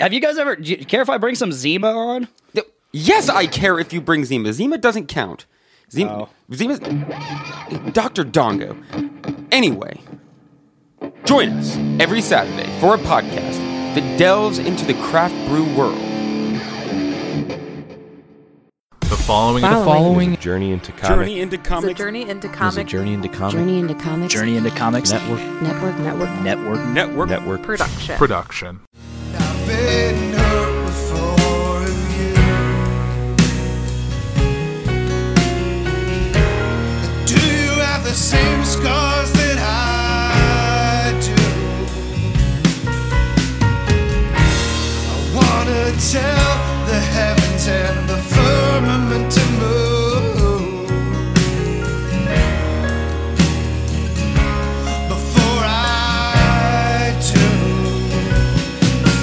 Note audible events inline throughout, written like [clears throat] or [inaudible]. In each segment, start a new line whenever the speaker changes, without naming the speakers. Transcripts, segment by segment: have you guys ever, do you care if I bring some Zima on?
Th- Yes, I care if you bring Zima. Zima doesn't count. Zima,
Oh.
Zima's Doctor Dongo. Anyway, join us every Saturday for a podcast that delves into the craft brew world.
The following,
The following
Journey into comic.
Journey into
It's a
comics
journey into
is a
comic
journey into comic
Journey into comics.
Journey into Comics
network
Network. Network.
Network.
network.
network.
production.
production.
Do you have the same scars that I do? I wanna tell the heavens and the firmament to move before I do.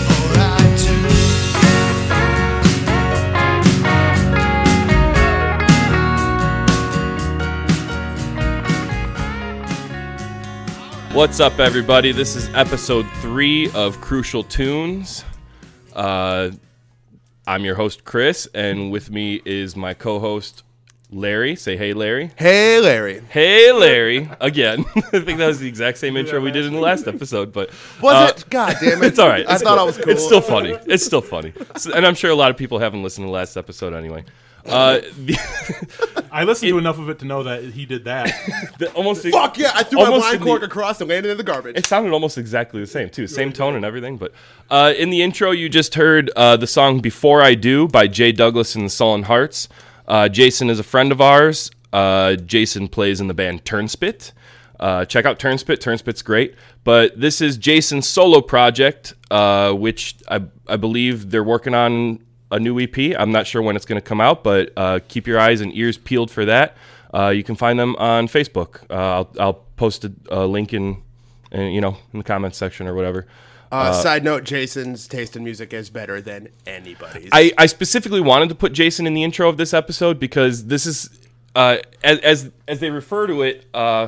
Before I do.
What's up, everybody? This is episode three of Crucial Tunes. Uh, I'm your host, Chris, and with me is my co host, Larry. Say hey, Larry.
Hey, Larry.
Hey, Larry. Again. [laughs] I think that was the exact same intro we did in the last episode, but.
Was
uh,
it? God damn it!
[laughs] It's all right.
I
It's
thought
cool.
I was cool.
It's still funny. It's still funny. So- and I'm sure a lot of people haven't listened to the last episode anyway. Uh, [laughs] the,
I listened to enough of it to know that he did that.
the, almost
Fuck yeah! I threw my
Almost
wine
in
cork
the-
across and landed in the garbage.
It sounded almost exactly the same too, same tone and everything. But uh, in the intro, you just heard uh, the song "Before I Do" by Jay Douglas and the Sullen Hearts. Uh, Jason is a friend of ours. Uh, Jason plays in the band Turnspit. Uh, check out Turnspit. Turnspit's great. But this is Jason's solo project, uh, which I, I believe they're working on a new EP. I'm not sure when it's going to come out, but uh, keep your eyes and ears peeled for that. Uh, you can find them on Facebook. Uh, I'll, I'll post a, a link in, in, you know, in the comments section or whatever.
Uh, side note: Jason's taste in music is better than anybody's.
I, I specifically wanted to put Jason in the intro of this episode because this is uh, as, as as they refer to it. Uh,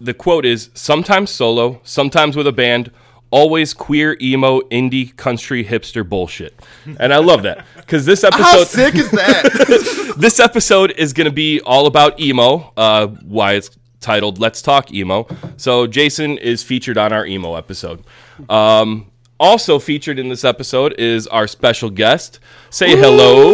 the quote is sometimes solo, sometimes with a band, always queer, emo, indie, country, hipster bullshit, and I love that because this episode
How sick is that?
this episode is going to be all about emo. Uh, why it's titled "Let's Talk Emo." So Jason is featured on our emo episode. Um, also featured in this episode is our special guest. Say hello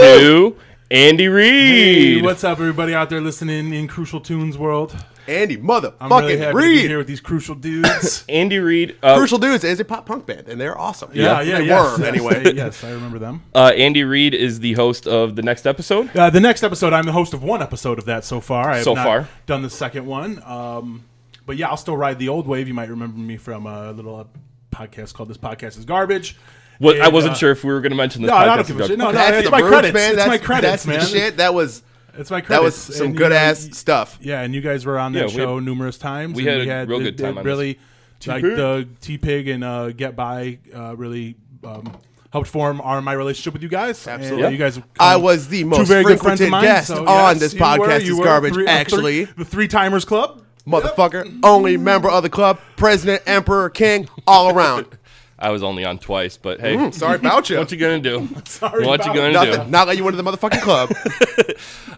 to Andy
Hey,
Reid.
what's up, everybody out there listening in Crucial Tunes world?
Andy,
I'm
motherfucking
really happy to be
Reed.
here with these crucial dudes.
Andy Reid. Uh,
Crucial Dudes is a pop punk band, and they're awesome.
yeah, yeah,
they
yes,
were
yes, [laughs]
anyway.
they- yes, I remember them.
[laughs] uh, Andy Reid is the host of the next episode.
Uh, the next episode, I'm the host of one episode of that so far. I have
So
not
far.
done the second one. Um, but yeah, I'll still ride the old wave. You might remember me from a little uh, podcast called "This Podcast Is Garbage."
What, I
And,
wasn't
uh,
sure if we were going to mention this.
No, I
podcast
don't give a
is
shit.
done.
No, no,
That's
it's
the
my
Bruce,
credits.
man.
It's
That's,
my credits,
that's
man.
the shit. That was
It's my
that was
credits.
some
And, you
good
know,
ass
y-
stuff.
Yeah, and you guys were on
Yeah,
that
we
show
had-
numerous times.
we
and
had a real good
it-
time
it
on this.
really, like the T Pig and uh, Get By uh, really um, helped form our my relationship with you guys. And, uh,
Absolutely.
you guys.
I was the most frequented guest on this
you were-
podcast
you
is
were
garbage,
three-
actually.
the Three Timers Club.
motherfucker. Only member of the club, president, emperor, king, all around.
[laughs]
I was only on twice, but hey,
Mm-hmm.
Sorry about you.
what you gonna
[laughs]
do?
Sorry
what you
about
gonna do?
Nothing. Not let you into the motherfucking club.
[laughs]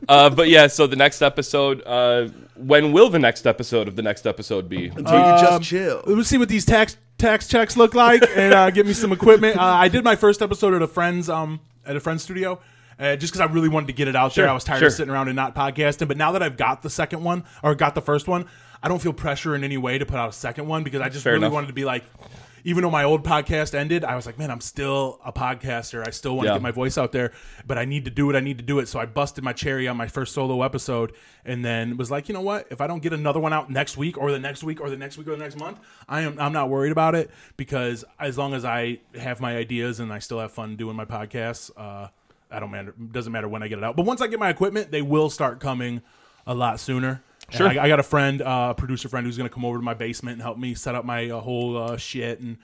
Uh, but yeah, so the next episode. Uh, when will the next episode of the next episode be?
Uh,
Until you just
Let
chill.
me see what these tax tax checks look like, and uh, get me some equipment. Uh, I did my first episode at a friend's um at a friend's studio. Uh, just because I really wanted to get it out there,
Sure,
I was tired
sure.
of sitting around and not podcasting. But now that I've got the second one or got the first one, I don't feel pressure in any way to put out a second one because I just
Fair
really
enough.
wanted to be like, even though my old podcast ended, I was like, man, I'm still a podcaster. I still want to
Yeah.
get my voice out there, but I need to do it. I need to do it. So I busted my cherry on my first solo episode and then was like, you know what? If I don't get another one out next week or the next week or the next week or the next month, I am I'm not worried about it because as long as I have my ideas and I still have fun doing my podcasts, uh, I don't matter doesn't matter when I get it out. But once I get my equipment, they will start coming a lot sooner. And
Sure.
I, I got a friend, uh, producer friend, who's going to come over to my basement and help me set up my uh, whole uh, shit and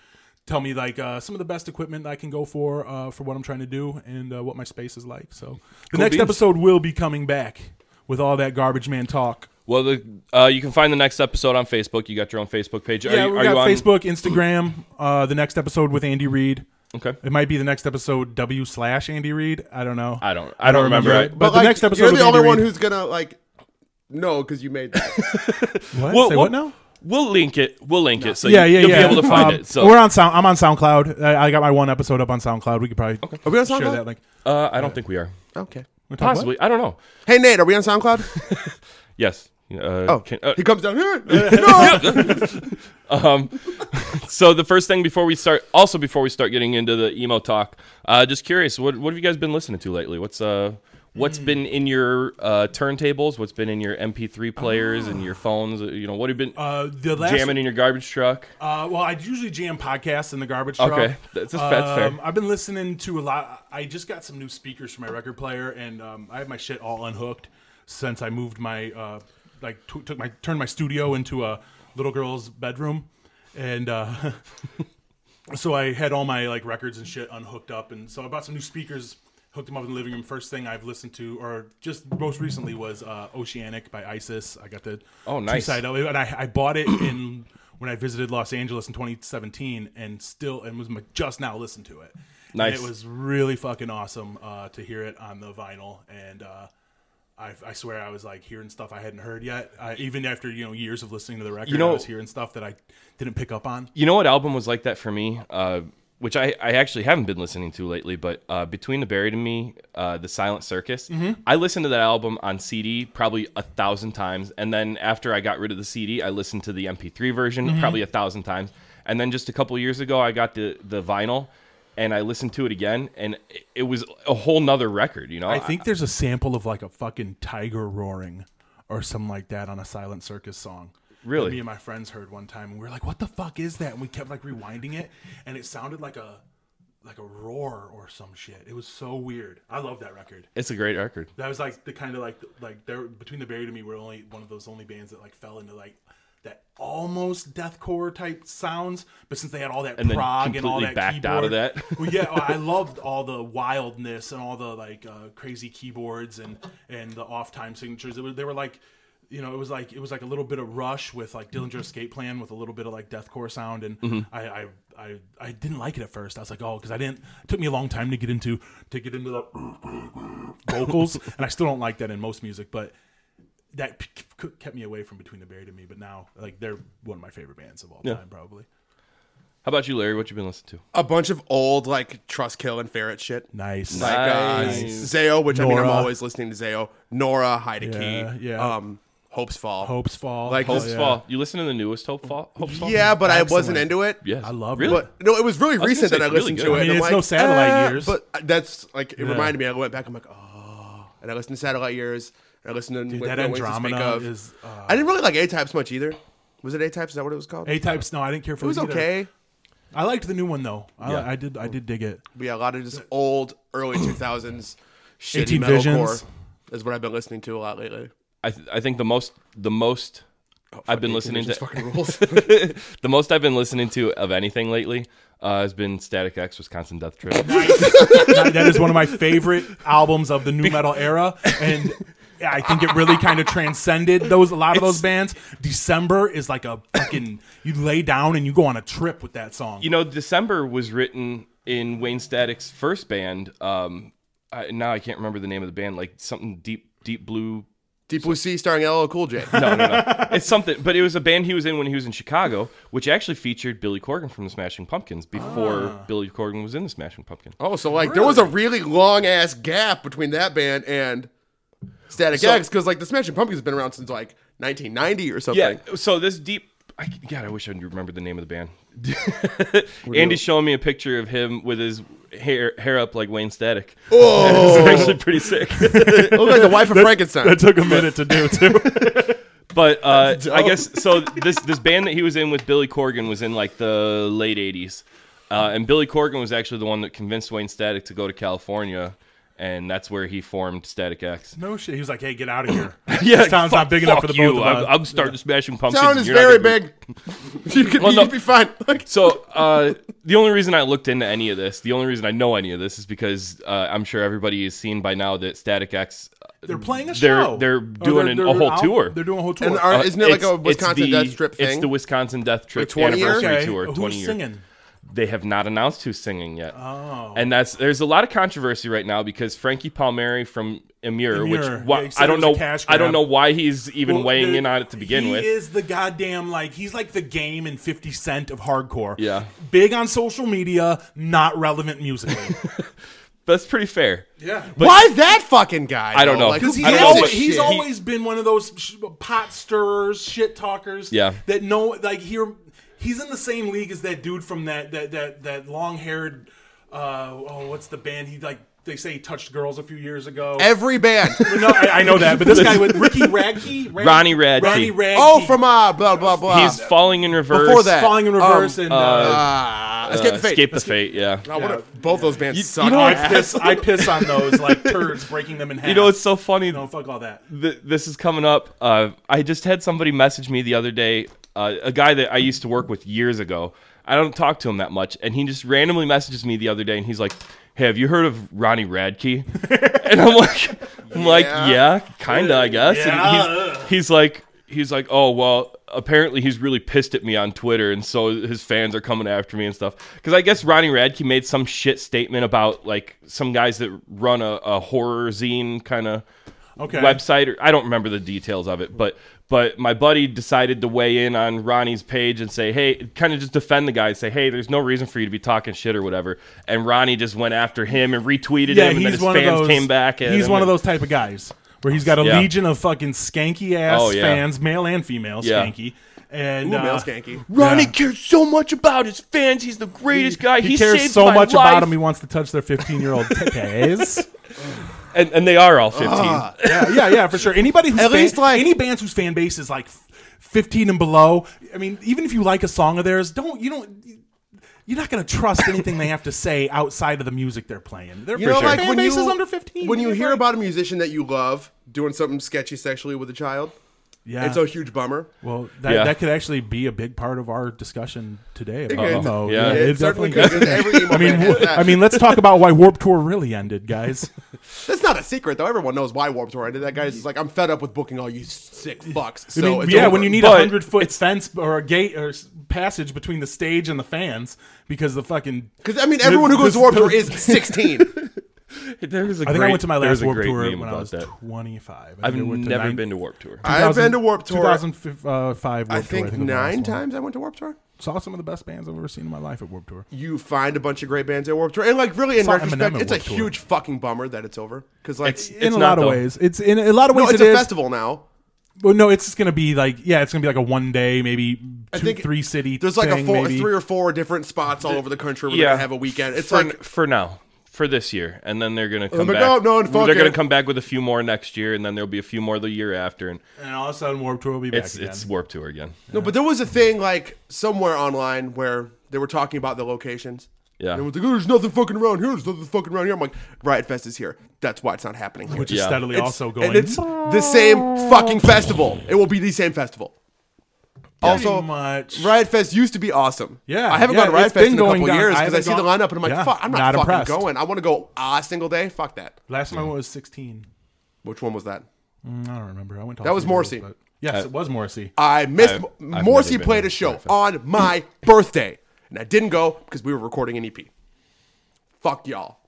tell me like uh, some of the best equipment I can go for uh, for what I'm trying to do and uh, what my space is like. So the next
beans.
episode will be coming back with all that garbage man talk.
Well, the, uh, you can find the next episode on Facebook. You got your own Facebook page. Are
yeah,
you,
we
are
got
you on
Facebook, Instagram. Uh, the next episode with Andy Reid.
Okay.
It might be the next episode W slash Andy Reid. I don't know.
I don't. I don't remember.
it,
I-
But, the
like,
next episode,
you're
with
the
Andy
only one
Reid-
who's gonna like know because you made
[laughs]
that.
what? Say
We'll- we'll-
what now?
We'll link it. We'll link it. So
yeah,
you,
yeah,
will
yeah.
be able to find
Um,
it. So
we're on sound. I'm on SoundCloud. I, I got my one episode up on SoundCloud. We could probably
Are we on
share
SoundCloud?
that link.
uh, I don't think we are.
okay.
We're talking
Possibly. I don't know.
[laughs] Hey Nate, are we on SoundCloud?
Yes. Uh,
Oh,
can- uh,
he comes down here. no.
so the first thing before we start, also before we start getting into the emo talk, uh, just curious, what what have you guys been listening to lately? What's uh what's
Hmm.
been in your uh, turntables? What's been in your MP3 players and your phones? You know, what have you been
Uh, the last,
jamming in your garbage truck?
Uh, well, I usually jam podcasts in the garbage truck.
Okay, that's- that's- that's fair.
Um, I've been listening to a lot. I just got some new speakers for my record player, and um, I have my shit all unhooked since I moved my uh, like t- took my turned my studio into a little girl's bedroom, and uh, [laughs] so I had all my like records and shit unhooked up, and so I bought some new speakers. Hooked them up in the living room. First thing I've listened to, or just most recently, was uh, "Oceanic" by Isis. I got the
Oh, nice.
two-side I know, and I, I bought it in when I visited Los Angeles in 2017, and still and was m- just now listened to it. And
Nice.
it was really fucking awesome uh, to hear it on the vinyl, and uh, I, I swear I was like hearing stuff I hadn't heard yet. I, even after you know years of listening to the record,
You know-
I was hearing stuff that I didn't pick up on.
You know what album was like that for me? Uh, which I, I actually haven't been listening to lately, but uh, between the Buried and Me, uh, the Silent Circus,
Mm-hmm.
I listened to that album on CD probably a thousand times, and then after I got rid of the CD, I listened to the MP3 version
Mm-hmm.
probably a thousand times, and then just a couple years ago, I got the the vinyl, and I listened to it again, and it, it was a whole nother record. You know,
I think there's a sample of like a fucking tiger roaring or something like that on a Silent Circus song.
Really?
That Me and my friends heard one time and we were like, what the fuck is that? And we kept like rewinding it and it sounded like a like a roar or some shit. It was so weird. I love that record.
it's a great record.
That was like the kind of like like there between the Buried and me were only one of those only bands that like fell into like that almost deathcore type sounds, but since they had all that
And then
prog and all that
completely backed
keyboard,
out of that.
well,
[laughs]
yeah, I loved all the wildness and all the like uh, crazy keyboards and and the off time signatures. It was, they were like, you know, it was like it was like a little bit of Rush with like
Mm-hmm.
Dillinger Escape Plan with a little bit of like deathcore sound, and I, I I I didn't like it at first. I was like, oh, because I didn't. It took me a long time to get into to get into the vocals, [laughs] and I still don't like that in most music, but. That p- c- kept me away from Between the Buried and Me, but now like they're one of my favorite bands of all time, probably.
How about you, Larry? What you been listening to?
a bunch of old like Trustkill and Ferret shit.
Nice.
Like uh,
Nice.
Zayo, which I mean
Nora.
I'm always listening to Zayo. Nora Heideke.
Yeah, yeah.
Um, Hope's Fall.
Hopes fall.
Like,
Hell
Hope's
yeah.
Fall. You listen to the newest Hope Fall? Hope's Fall?
Yeah, but I wasn't
Excellent.
into it.
Yes.
I love it.
really?
But [laughs] no, it was really
gonna
recent
say
that I
it's really
listened
good.
to it.
I
and
mean,
I'm
it's
like,
no Satellite
eh,
Years.
But that's like it
Yeah.
reminded me. I went back. I'm like, oh. And I listened to Satellite Years. And I listened to
Dude,
With
that
No Wings to
Andromeda
Speak of.
is, uh,
I didn't really like A Types much either. Was it A Types? Is that what it was called?
A types. No, I didn't care for
it was
either.
okay.
I liked the new one though. I,
Yeah.
I did. I did dig it.
But yeah, a lot of just old
[clears throat]
early 2000s shitty
18
metalcore
Visions.
is what I've been listening to a lot lately.
I, th- I think the most the most
Oh,
I've been listening to
Just fucking
[laughs]
rules.
[laughs] the most I've been listening to of anything lately uh, has been Static X Wisconsin Death Trip.
That that is one
[laughs]
of my favorite albums of the new metal era, and I think it really kind of transcended those a lot of those bands. December is like a fucking you lay down and you go on a trip with that song.
you know, December was written in Wayne Static's first band. Um, I, now I can't remember the name of the band, like something deep deep blue.
Deep Blue Sea starring LL Cool J.
No, no, no. it's something, but it was a band he was in when he was in Chicago, which actually featured Billy Corgan from the Smashing Pumpkins before Billy Corgan was in the Smashing Pumpkins.
Oh, so like there was a really long ass gap between that band and Static X because like the Smashing Pumpkins has been around since like 1990 or something.
Yeah. So this deep, I, God, I wish I remembered the name of the band. Andy's showing me a picture of him with his hair hair up like Wayne Static. Oh, [laughs] it's actually pretty sick.
It looks like the
[laughs]
wife of Frankenstein.
That took a minute to do too.
But uh, I guess so. This this band that he was in with Billy Corgan was in like the late '80s, uh, and Billy Corgan was actually the one that convinced Wayne Static to go to California, and that's where he formed Static X.
No shit. He was like, "Hey, get out of here.
[laughs] Yeah,
this town's not big enough for the
you.
both of
I'm,
us."
I'm starting smashing pumpkins.
Town
and
is
you're not
very
gonna be-
big. You could
Well,
be,
no.
you'd be fine.
[laughs]
Like,
So uh, the only reason I looked into any of this, the only reason I know any of this, is because uh, I'm sure everybody has seen by now that Static X. uh,
they're playing a
They're-
show.
they're
Or
doing an- a whole
out-
tour.
They're doing a whole tour.
and are, isn't it like a Wisconsin
the,
death strip
It's
thing?
the Wisconsin Death Trip
20 year?
anniversary
okay,
tour.
who's
20 year.
singing?
They have not announced who's singing yet. Oh. And that's there's a lot of controversy right now because Frankie Palmieri from Emir,
Emir.
which why,
Yeah, he said
I
it
don't
was a
know,
cash
I don't
grab.
know why he's even
Well,
weighing
the-
in on it to begin with.
He is the goddamn like he's like the game in Fifty Cent of hardcore.
Yeah.
big on social media, not relevant musically.
that's pretty fair.
yeah,
Why that fucking guy?
I don't
though?
know.
Like,
because
who
he's,
I don't
gives
know,
a
always,
but
he's
shit?
always been one of those sh- pot stirrers, shit talkers.
Yeah.
that no like here he's in the same league as that dude from that that that that long haired. Uh, oh, what's the band? He like they say he touched girls a few years ago.
[laughs] every
[laughs]
band.
no, I, I know that, but this guy with Ricky Radke, Radke?
Ronnie Radke.
Ronnie Radke.
oh, from uh, blah blah blah.
He's falling in reverse.
Before that,
falling
um,
in reverse and. uh,
Ah, Escape the Fate.
uh, Escape the Fate, yeah.
Oh, what if both those bands suck?
you know
I
what-
piss, I piss on those like turds, breaking them in half.
[laughs] You know, it's so funny.
no fuck all that.
Th- this is coming up. Uh, I just had somebody message me the other day, uh, a guy that I used to work with years ago. I don't talk to him that much, and he just randomly messages me the other day, and he's like, "Hey, have you heard of Ronnie Radke?" and I'm like, "I'm like,
Yeah.
yeah, kinda, I guess." And
Yeah.
he's, he's like, he's like, "Oh well." Apparently, he's really pissed at me on Twitter, and so his fans are coming after me and stuff. Because I guess Ronnie Radke made some shit statement about like some guys that run a, a horror zine kind of
Okay.
website or I don't remember the details of it, but but my buddy decided to weigh in on Ronnie's page and say, "Hey, kind of just defend the guy and say, "Hey, there's no reason for you to be talking shit or whatever." And Ronnie just went after him and retweeted
yeah,
him and then
he's
his
one
fans
of those.
came back at
he's
him
one of
and-
those type of guys where he's got a
Yeah.
legion of fucking skanky ass
Oh, yeah.
fans, male and female,
Yeah.
skanky. And
Ooh,
uh,
male skanky.
Ronnie
Yeah.
cares so much about his fans. He's the greatest guy.
he,
He,
cares
saved
so
my
much
life.
about him. He wants to touch their
[laughs]
fifteen-year-old titties.
And, and they are all 15.
yeah, yeah, yeah, for sure. Anybody who's
At
fan-
least, like-
any bands whose fan base is like f- fifteen and below. I mean, even if you like a song of theirs, don't you don't. You're not going to trust anything they have to say outside of the music they're playing. Their
You know,
fan
like when
base
you
is under 15.
when you
dude,
hear
like-
about a musician that you love doing something sketchy sexually with a child,
yeah,
it's a huge bummer.
Well, that,
Yeah.
that could actually be a big part of our discussion today. About
could.
emo.
Yeah. It
it
certainly
definitely
could.
could.
Every emo [laughs]
I mean,
band
w-
has that.
I mean, let's talk about why Warp Tour really ended, guys.
That's not a secret though. Everyone knows why Warped Tour ended. That guy's just like, I'm fed up with booking all you sick fucks.
I
So
mean,
it's
yeah,
over.
when you need a
But
hundred foot fence or a gate or s- passage between the stage and the fans because the fucking.
because I mean everyone who goes to Warped Tour is
[laughs]
16.
[laughs] There was a
I think I
great-
went to my
there was
last
a
Warp
great
Tour
meme
when I
about
was
that.
25. I
I've
think I went to
never
nine-
been to Warp Tour.
I've been to Warped Tour.
2005 Warped
I
uh, Tour.
think,
was my
nine
last one.
times I went to Warped Tour.
Saw some of the best bands I've ever seen in my life at Warped Tour.
You find a bunch of great bands at Warped Tour, and like really in
Saw
retrospect,
Eminem at
it's a
Warped Tour.
huge fucking bummer that it's over. Because like,
It's-
In a
not,
lot of
though.
ways, it's in a lot of ways
no, it's
it
a
is.
festival now.
Well, no, it's just gonna be like yeah, it's gonna be like a one day, maybe two,
think
three city.
There's like
thing,
a four,
maybe.
three or four different spots all over the country. We're
yeah.
gonna have a weekend. It's
for,
like Oh
for now, for this year, and then they're gonna come
my
back.
God, no, fuck
they're gonna
it.
come back with a few more next year, and then there'll be a few more the year after, and
and all of a sudden Warped Tour will be back
it's
again.
it's Warp Tour again.
no, but there was a thing like somewhere online where they were talking about the locations.
Yeah.
And it was like, "Oh, there's nothing fucking around here. There's nothing fucking around here. I'm like, Riot Fest is here. That's why it's not happening here.
which is
Yeah.
steadily
It's-
also going.
And it's the same fucking festival. It will be the same festival.
pretty
also,
much
Riot Fest used to be awesome.
Yeah,
I haven't
yeah,
gone to Riot
it's
Fest
been
in a couple
going down.
years because I,
I haven't
see the
gone-
lineup and I'm like,
Yeah,
fuck, I'm not,
not
fucking
impressed.
going. I want to go a single day. Fuck that.
Last time I went was sixteen.
Which one was that?
Mm, I don't remember. I went. To
That was Morrissey.
Morrissey.
Uh,
Yes, it was Morrissey.
I missed.
I've- I've
Morrissey
never been
played
to
a show
Riot Fest.
on
[laughs]
my birthday, and I didn't go because we were recording an EP. Fuck y'all.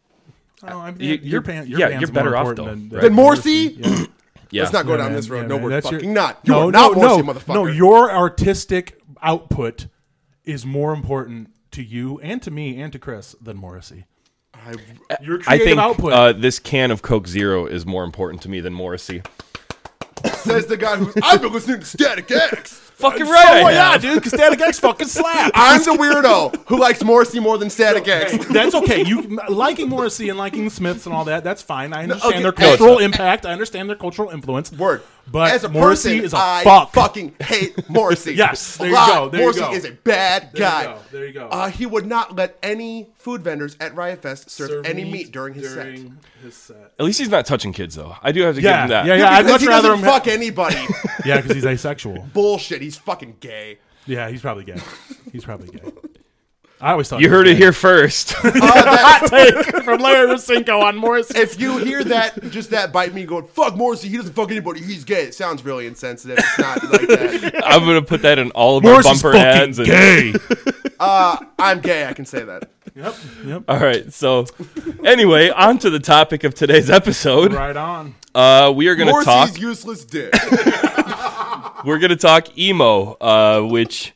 Oh, I mean,
you-
your,
you're-
band,
yeah,
your band's
you're better
more
off,
important
though,
Than,
right?
Then Morrissey. [clears throat]
Yeah,
Let's not go
Yeah,
down
man,
this road.
yeah,
no,
man,
we're
that's your-
fucking not. You are not Morrissey, motherfucker.
No, your artistic output is more important to you and to me and to Chris than Morrissey. Your
I
creative
think
output.
uh, this can of Coke Zero is more important to me than Morrissey.
[laughs]
says the guy who's I've been listening to Static X.
fucking right. I
so what,
have.
yeah, dude, because Static X fucking slap. [laughs] I'm the weirdo who likes Morrissey more than Static X.
[laughs] that's okay. You liking Morrissey and liking the Smiths and all that. That's fine. I understand
okay.
their
No, it's
cultural impact. I understand their cultural influence.
[laughs] Word.
But
As a
Morrissey
person,
is a
I
fuck.
fucking
[laughs]
hate Morrissey.
Yes, there you
Lot.
go, there you
Morrissey
go.
is a bad
you
guy.
go, there you go.
Uh, he would not let any food vendors at Riot Fest serve,
Serve
any meat, during his set.
during his set.
At least he's not touching kids though. I do have to give
Yeah,
him that.
yeah, yeah. [laughs] I'd
Because
much
he
rather
doesn't
him
fuck anybody.
[laughs] Yeah, because he's asexual.
Bullshit. He's fucking gay.
Yeah, he's probably gay. He's probably gay. I always thought
You
he
heard
was
it
gay.
here first. [laughs]
Uh, that,
[laughs] from Larry Rosinko on
[laughs]
Morrissey.
if you hear that, just that bite me going, fuck Morrissey, he doesn't fuck anybody, he's gay. It sounds really insensitive. It's not like that.
[laughs]
I'm gonna put that in all of
Morrissey's
our bumper
fucking
ads. and-
gay.
I'm gay, I can say that.
yep, yep.
[laughs] All right. So, anyway, on to the topic of today's episode.
Right on.
Uh, we are gonna
Morrissey's
talk.
useless dick.
We're gonna talk emo, uh, which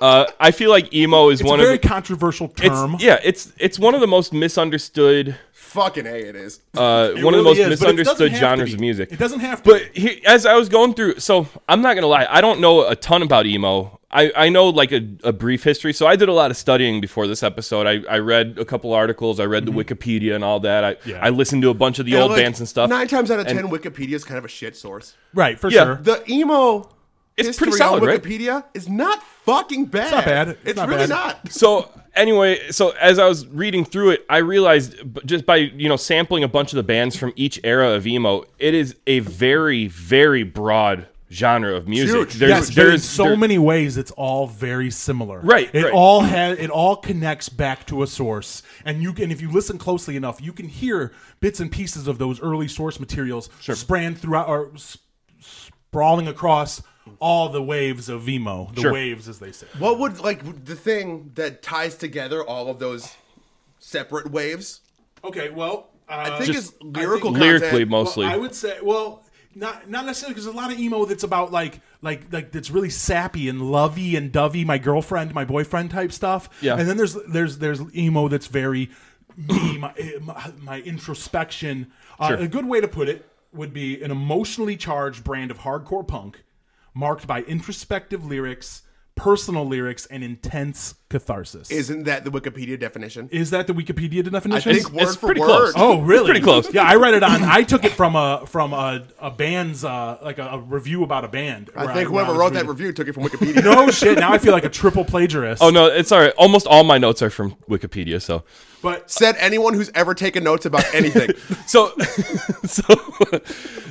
uh, I feel like emo is
It's
one
a very
of the,
controversial
it's-
term.
yeah, it's it's one of the most misunderstood
fucking A it is.
uh, one
really
of the most
is, but it doesn't
misunderstood
have to
genres
be.
of music.
It doesn't have to.
But he, as I was going through, so I'm not gonna lie, I don't know a ton about emo. I, I know like a, a brief history, so I did a lot of studying before this episode. I, I read a couple articles, I read the Wikipedia and all that. I I listened to a bunch of the old
Like,
bands and stuff.
Nine times out of ten, Wikipedia is kind of a shit source.
right, for
Yeah.
sure.
The emo
It's pretty
history
solid,
on
right?
Wikipedia is not fucking bad. It's
not bad. It's not
really
bad.
not.
so anyway, so as I was reading through it, I realized b- just by you know sampling a bunch of the bands from each era of emo, it is a very very broad genre of music.
Huge.
There's
Yes, but in
there's
so
there-
many ways it's all very similar.
Right,
It
right.
all has it all connects back to a source. And you can if you listen closely enough, you can hear bits and pieces of those early source materials spraying throughout or s- sprawling across all the waves of Vimo. The
Sure.
waves as they say.
What would like the thing that ties together all of those separate waves?
Okay, well
I think is
Just
lyrical content.
lyrically mostly.
Well, I would say, well, not not necessarily because there's a lot of emo that's about like like like that's really sappy and lovey and dovey, my girlfriend, my boyfriend type stuff.
Yeah.
And then there's there's there's emo that's very me, [coughs] my eh, my, my introspection. Uh,
Sure.
A good way to put it would be an emotionally charged brand of hardcore punk, marked by introspective lyrics, personal lyrics, and intense catharsis.
Isn't that the Wikipedia definition?
Is that the Wikipedia definition?
I think word
[laughs] it's
for
pretty
word.
close.
Oh, really?
pretty close.
[laughs] Yeah, I read it on. I took it from a from a, a band's uh, like a, a review about a band.
I
where
think
where
whoever
was
wrote that
reading.
review took it from Wikipedia.
[laughs] No shit. Now I feel like a triple plagiarist.
Oh no, it's all right. Almost all my notes are from Wikipedia, so
But
Said anyone who's ever taken notes
[laughs]
about anything.
so [laughs] so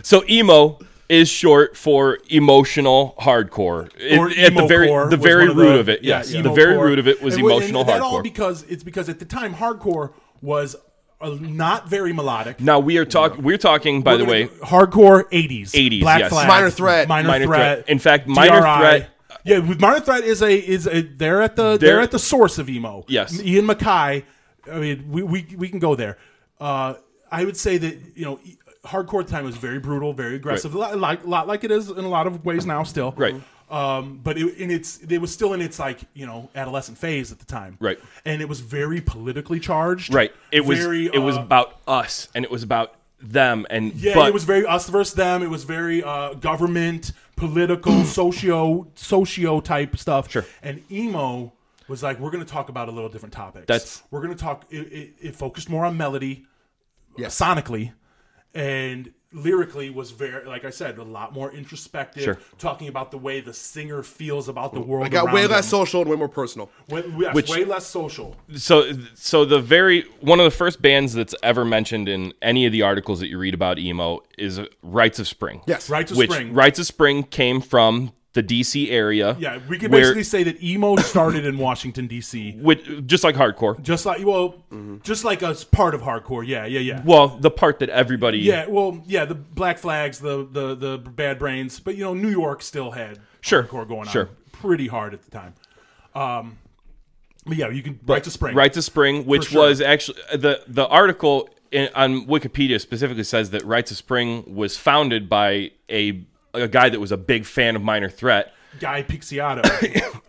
so emo is short for emotional hardcore. It-
or
at the very
emo-core
the
was
very
one of
root of it, yes,
yeah,
the very
emo-core.
root of it was
And wa-
emotional
and that all
hardcore.
because it's because at the time hardcore was uh, not very melodic.
now we are talking. We're talking, by the way,
hardcore eighties,
80s,
Black
yes.
Flag,
Minor Threat.
Minor,
Minor
Threat.
Threat. In fact, Minor
TRI.
Threat- uh,
Yeah, with Minor Threat is a is a they're at the they're,
They're-
at the source of emo.
Yes.
Ian Mackay. I mean, we we, we can go there. Uh, I would say that you know. e- Hardcore at the time was very brutal, very aggressive, a lot, like, lot like it is in a lot of ways now, still.
Right.
Um, but it, in its, it was still in its like you know adolescent phase at the time.
Right.
And it was very politically charged.
right? It was
very,
it was
uh,
about us, and it was about them, and
yeah,
but
it was very us versus them. It was very uh, government,
[clears throat]
political, socio, socio type stuff.
Sure.
And emo was like, we're going to talk about a little different topics.
That's-
we're going to talk. It, it, it focused more on melody,
Yes.
sonically, and lyrically was very, like I said, a lot more introspective.
Sure.
Talking about the way the singer feels about the world.
I got way
around
less
them.
social and way more personal.
Way, yes,
Which-
way less social.
so so the very one of the first bands that's ever mentioned in any of the articles that you read about emo is Rites of Spring.
Yes.
Rites of
which
Spring.
Rites of Spring came from the DC area.
Yeah, we can
where-
basically say that emo started in Washington D.C.
which, just like hardcore.
Just like well, just like a s- part of hardcore. Yeah, yeah, yeah.
Well, the part that everybody
yeah, well, yeah, the black flags, the the the bad brains, but you know, New York still had
Sure,
hardcore going
sure.
on pretty hard at the time. Um, but yeah, you can right to spring,
Right to Spring, which
sure.
was actually the the article in, on Wikipedia specifically says that Right to Spring was founded by a a guy that was a big fan of Minor Threat.
Guy
[laughs]
Pixiato.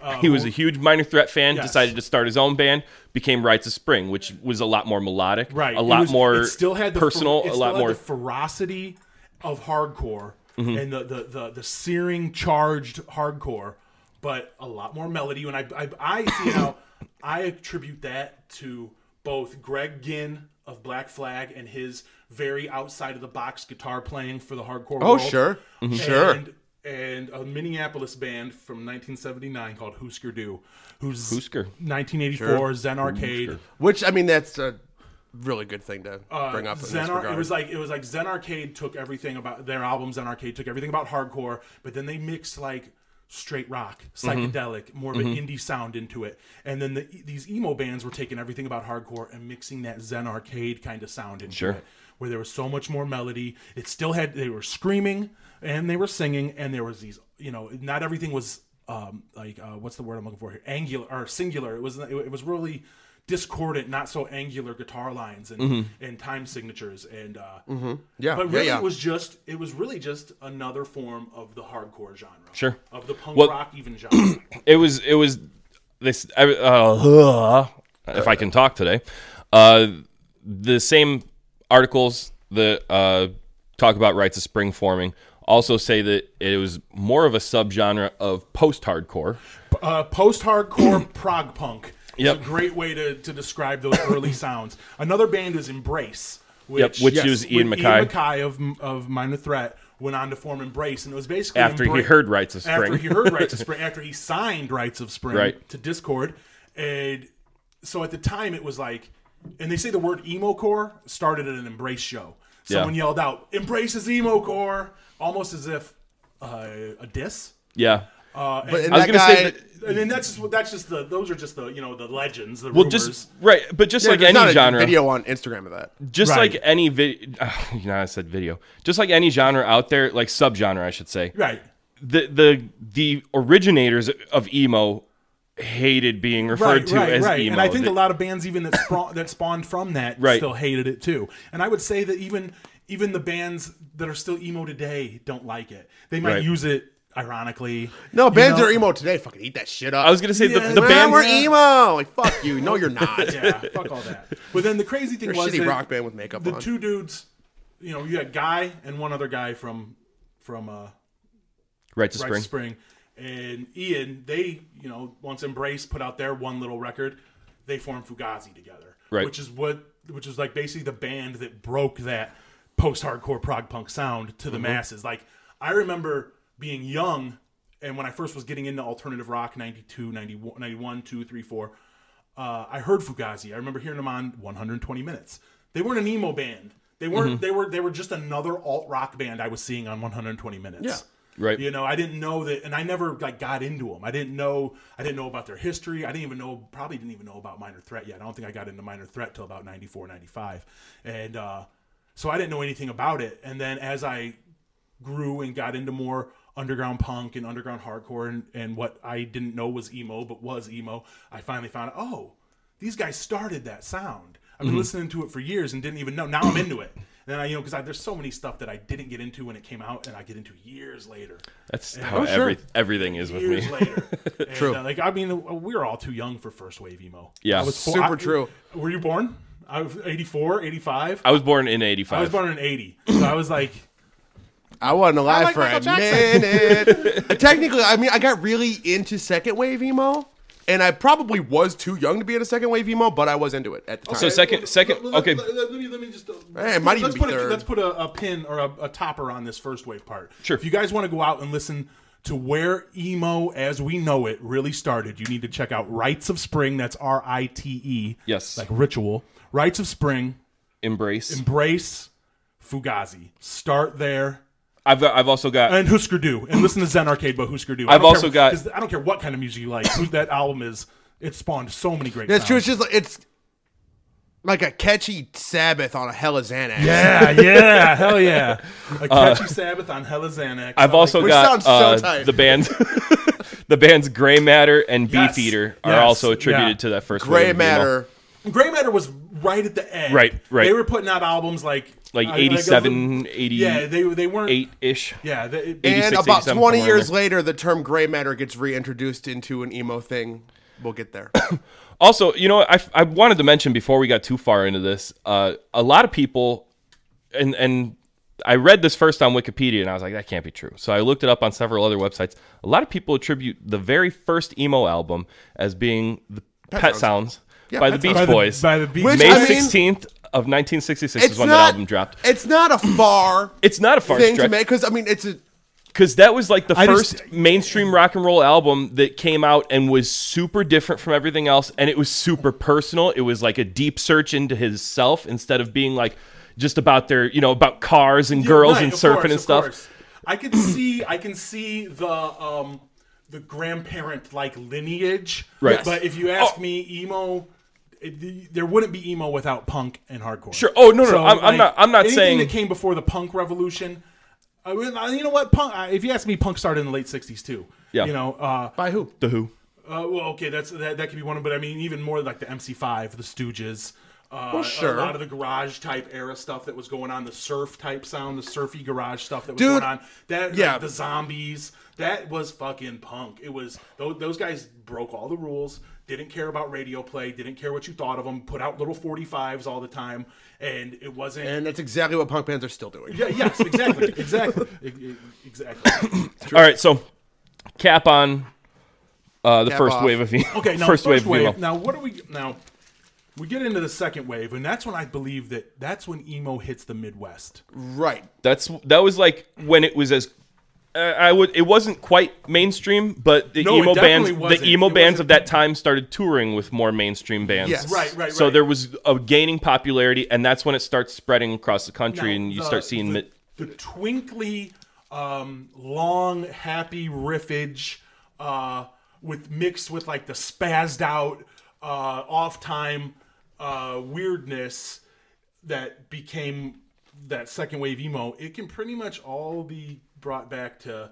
uh,
He was a huge Minor Threat fan.
Yes.
Decided to start his own band. Became Rites of Spring, which was a lot more melodic,
right,
A
it
lot
was-
more
it still had the fer-
personal,
it
a
still
lot
had
more Mm-hmm.
the ferocity of hardcore and the the the, the searing charged hardcore but a lot more melody. And I, I, I see
[coughs]
how I attribute that to both Greg Ginn of Black Flag and his very outside of the box guitar playing for the hardcore.
Oh,
world.
sure. Sure.
And, and a Minneapolis band from 1979 called Hoosker Do, who's
Hoosker.
1984 Zen Arcade.
Which I mean, that's a really good thing to bring up. In
Zen
this
Ar-
regard.
Uh, it was like it was like Zen Arcade took everything about their albums. Zen Arcade took everything about hardcore, but then they mixed like straight rock,
Mm-hmm.
psychedelic, more of an indie sound into it. And then the, these emo bands were taking everything about hardcore and mixing that Zen Arcade kind of sound into
Sure.
it, where there was so much more melody. It still had they were screaming and they were singing, and there was these you know not everything was um like uh, what's the word I'm looking for here angular or singular. It was it, was really discordant, not so angular guitar lines and
Mm-hmm.
and time signatures and uh,
yeah,
but really
yeah, yeah.
it was just it was really just another form of the hardcore genre.
Sure.
Of the punk
Well-
rock even
[clears throat]
genre.
it was it was this I, uh, if I can talk today, uh, the same articles that uh, talk about rites of spring forming also say that it was more of a subgenre of post-hardcore.
uh, post-hardcore [clears throat] prog punk is
Yep.
a great way to, to describe those
[clears throat]
early sounds. Another band is Embrace, which,
which is Ian
when
MacKay.
Ian MacKay of of Minor Threat went on to form Embrace, and it was basically
After he
Embra-
heard Rites of
After
Spring.
he heard
[laughs]
Rites of Spring, after he signed Rites of Spring
Right.
to Discord, and so at the time it was like, and they say the word emo core started at an Embrace show. Someone yelled out, "Embrace is emo core," almost as if uh, a diss.
Yeah.
Uh, and-
and
I
that
was gonna
guy,
say that-
and then that's just that's just the those are just the you know the legends the
Well,
rumors.
just right, but just
Yeah,
like
there's not
any
a
genre,
video on Instagram of that.
just
Right.
like any [sighs] video, you know, I said video, just like any genre out there, like subgenre, I should say.
right.
the the the originators of emo hated being referred
Right,
to
right,
as
right,
emo.
and I think
They-
a lot of bands even that spra- that spawned from that
Right.
still hated it too. And I would say that even even the bands that are still emo today don't like it. They might
Right.
use it ironically.
No,
you
bands
know?
that are emo today fucking eat that shit up.
I was gonna say
Yeah,
the, the
Well,
band
we're emo. Like fuck you. No, you're not.
[laughs] [laughs] Yeah, fuck all that. But then the crazy thing
You're a
was
shitty
that
rock band with makeup
the
on.
two dudes, you know, you had guy and one other guy from from uh
Right to
Right
Spring.
Spring. And Ian, they, you know, once Embrace put out their one little record, they formed Fugazi together.
Right.
Which is what which is like basically the band that broke that post hardcore prog punk sound
Mm-hmm.
to the masses. Like I remember being young and when I first was getting into alternative rock 92, 91, 91 2, 3, 4, uh, I heard Fugazi. I remember hearing them on 120 minutes. They weren't an emo band. They weren't they were they were just another alt rock band I was seeing on 120 minutes. Yeah.
Right.
You know, I didn't know that, and I never like got into them. I didn't know, I didn't know about their history. I didn't even know, probably didn't even know about Minor Threat yet. I don't think I got into Minor Threat till about 94, 95. and uh, so I didn't know anything about it. And then as I grew and got into more underground punk and underground hardcore and, and what I didn't know was emo but was emo, I finally found out, oh, these guys started that sound. I've been
Mm-hmm.
listening to it for years and didn't even know. Now I'm into it. And I, you know, because there's so many stuff that I didn't get into when it came out, and I get into years later.
That's how every, everything is with
Oh, Years
me. [laughs]
later, true. like I mean, we were all too young for first wave emo.
Yeah.
I was
Super
I-
true.
Were you born? I was 84, 85.
I was born in
I was
'85.
born in 80, so I was like,
I wasn't alive for a [laughs] minute. Technically, I mean, I got really into second wave emo, and I probably was too young to be into second wave emo, but I was into it at the time.
So second, second,
Let- let-
okay,
Let, let me, let me just. uh,
Hey, it might even
let's
be
put A,
third.
let's put a, a pin or a, a topper on this first wave part.
Sure.
If you guys want to go out and listen to where emo as we know it really started, you need to check out Rites of Spring. That's R I T E.
Yes.
Like ritual. Rites of Spring.
embrace.
Brace. Fugazi. Start there.
I've I've also got
And Husker Du. And listen to Zen Arcade by Husker Du. I
I've
don't care-
also got-
'cause I don't care what kind of music you like. Who that album is. It spawned so many great.
That's true. It's
sounds.
just like, it's like a catchy Sabbath on a hella Xanax.
Yeah, yeah, hell yeah. [laughs] A catchy Sabbath on Hella Xanax.
Uh, I've also
Which
got
sounds so
uh,
tight.
the bands. [laughs] the bands Gray Matter and
Yes,
Beefeater are
yes,
also attributed
yeah.
to that first wave
Gray
of emo.
matter.
Gray Matter was right at the end.
Right, right.
They were putting out albums like
Like
I- I-
87,
yeah, they they weren't
88 ish.
Yeah, they,
And
86,
about 20
87, somewhere in
years
there.
later, the term gray matter gets reintroduced into an emo thing. We'll get there. [coughs]
Also, you know, I, I wanted to mention before we got too far into this, uh, a lot of people, and and I read this first on Wikipedia and I was like, that can't be true. So I looked it up on several other websites. A lot of people attribute the very first emo album as being the Pet, Sounds, by
Pet
the Beach
Sounds. By
the-
Boys.
by the Beach
Which,
May
I mean,
16th of 1966
It's
is when
not.
that album dropped.
It's not a far.
[coughs] It's not a far
thing to
stretch.
make because I mean it's a.
Because that was like the
I
first
just-
mainstream rock and roll album that came out and was super different from everything else. And it was super personal. It was like a deep search into his self instead of being like just about their, you know, about cars and
You're
girls
right,
and
of
surfing
course,
and
of
stuff.
course. I can see I can see the um the grandparent like lineage.
Right. Oh.
But if you ask me emo it- the- there wouldn't be emo without punk and hardcore.
Sure. Oh, no, no, no. I'm- I'm not- I'm not
anything
saying-
that came before the punk revolution. I mean, I- you know what? Punk. I- If you ask me, punk started in the late '60s too.
Yeah.
You know, uh,
By who?
The Who.
uh, well, okay, that's that, that could be one. But I mean, even more like the MC5, the Stooges. Uh,
sure.
A lot of the garage type era stuff that was going on, the surf type sound, the surfy garage stuff that was
Dude,
going on. That
yeah.
like, the zombies. That was fucking punk. It was those, those guys broke all the rules. Didn't care about radio play. Didn't care what you thought of them. Put out little 45s all the time, and it wasn't.
And that's exactly what punk bands are still doing.
yeah, yes,
[laughs]
exactly, exactly, E- e- exactly.
All right, so cap on uh, the
Cap
first
off.
wave of emo. [laughs]
Okay, now
first, wave, of emo.
Now what are we now? We get into the second wave, and that's when I believe that that's when emo hits the Midwest.
Right.
That's that was like when it was as uh, I would. It wasn't quite mainstream, but the
No, it
emo bands,
definitely
the
wasn't.
emo
It
bands of
wasn't.
that time started touring with more mainstream bands.
Yes.
Right, right, right.
So there was a gaining popularity, and that's when it starts spreading across the country, and you
the-
start seeing.
the,
mid-
the twinkly, um, long, happy riffage, uh, with mixed with like the spazzed out, uh, off time, uh, weirdness that became that second wave emo. It can pretty much all be brought back to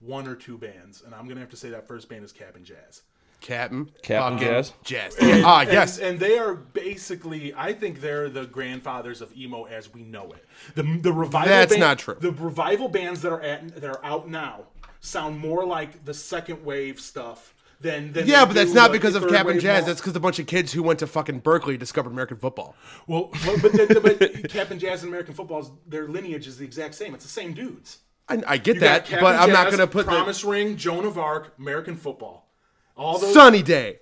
one or two bands, and I'm gonna have to say that first band is Cap and Jazz.
Captain.
Captain Jazz.
Jazz. Ah,
And-
yes.
And they are basically, I think they're the grandfathers of emo as we know it. The the revival.
That's
ban-
not true.
The revival bands that are at that are out now sound more like the second wave stuff than. than
yeah,
they
but that's
do
not
the-
because
the
of
third
Captain
wave
Jazz.
mo-
That's because a bunch of kids who went to fucking Berkeley discovered American football.
well, well, but, the, the, but Captain Jazz and American football's their lineage is the exact same. It's the same dudes.
I, I get
You
that,
got Captain
but I'm not
Jazz,
going to put the
Promise Ring, Joan of Arc, American football. All those
Sunny Day.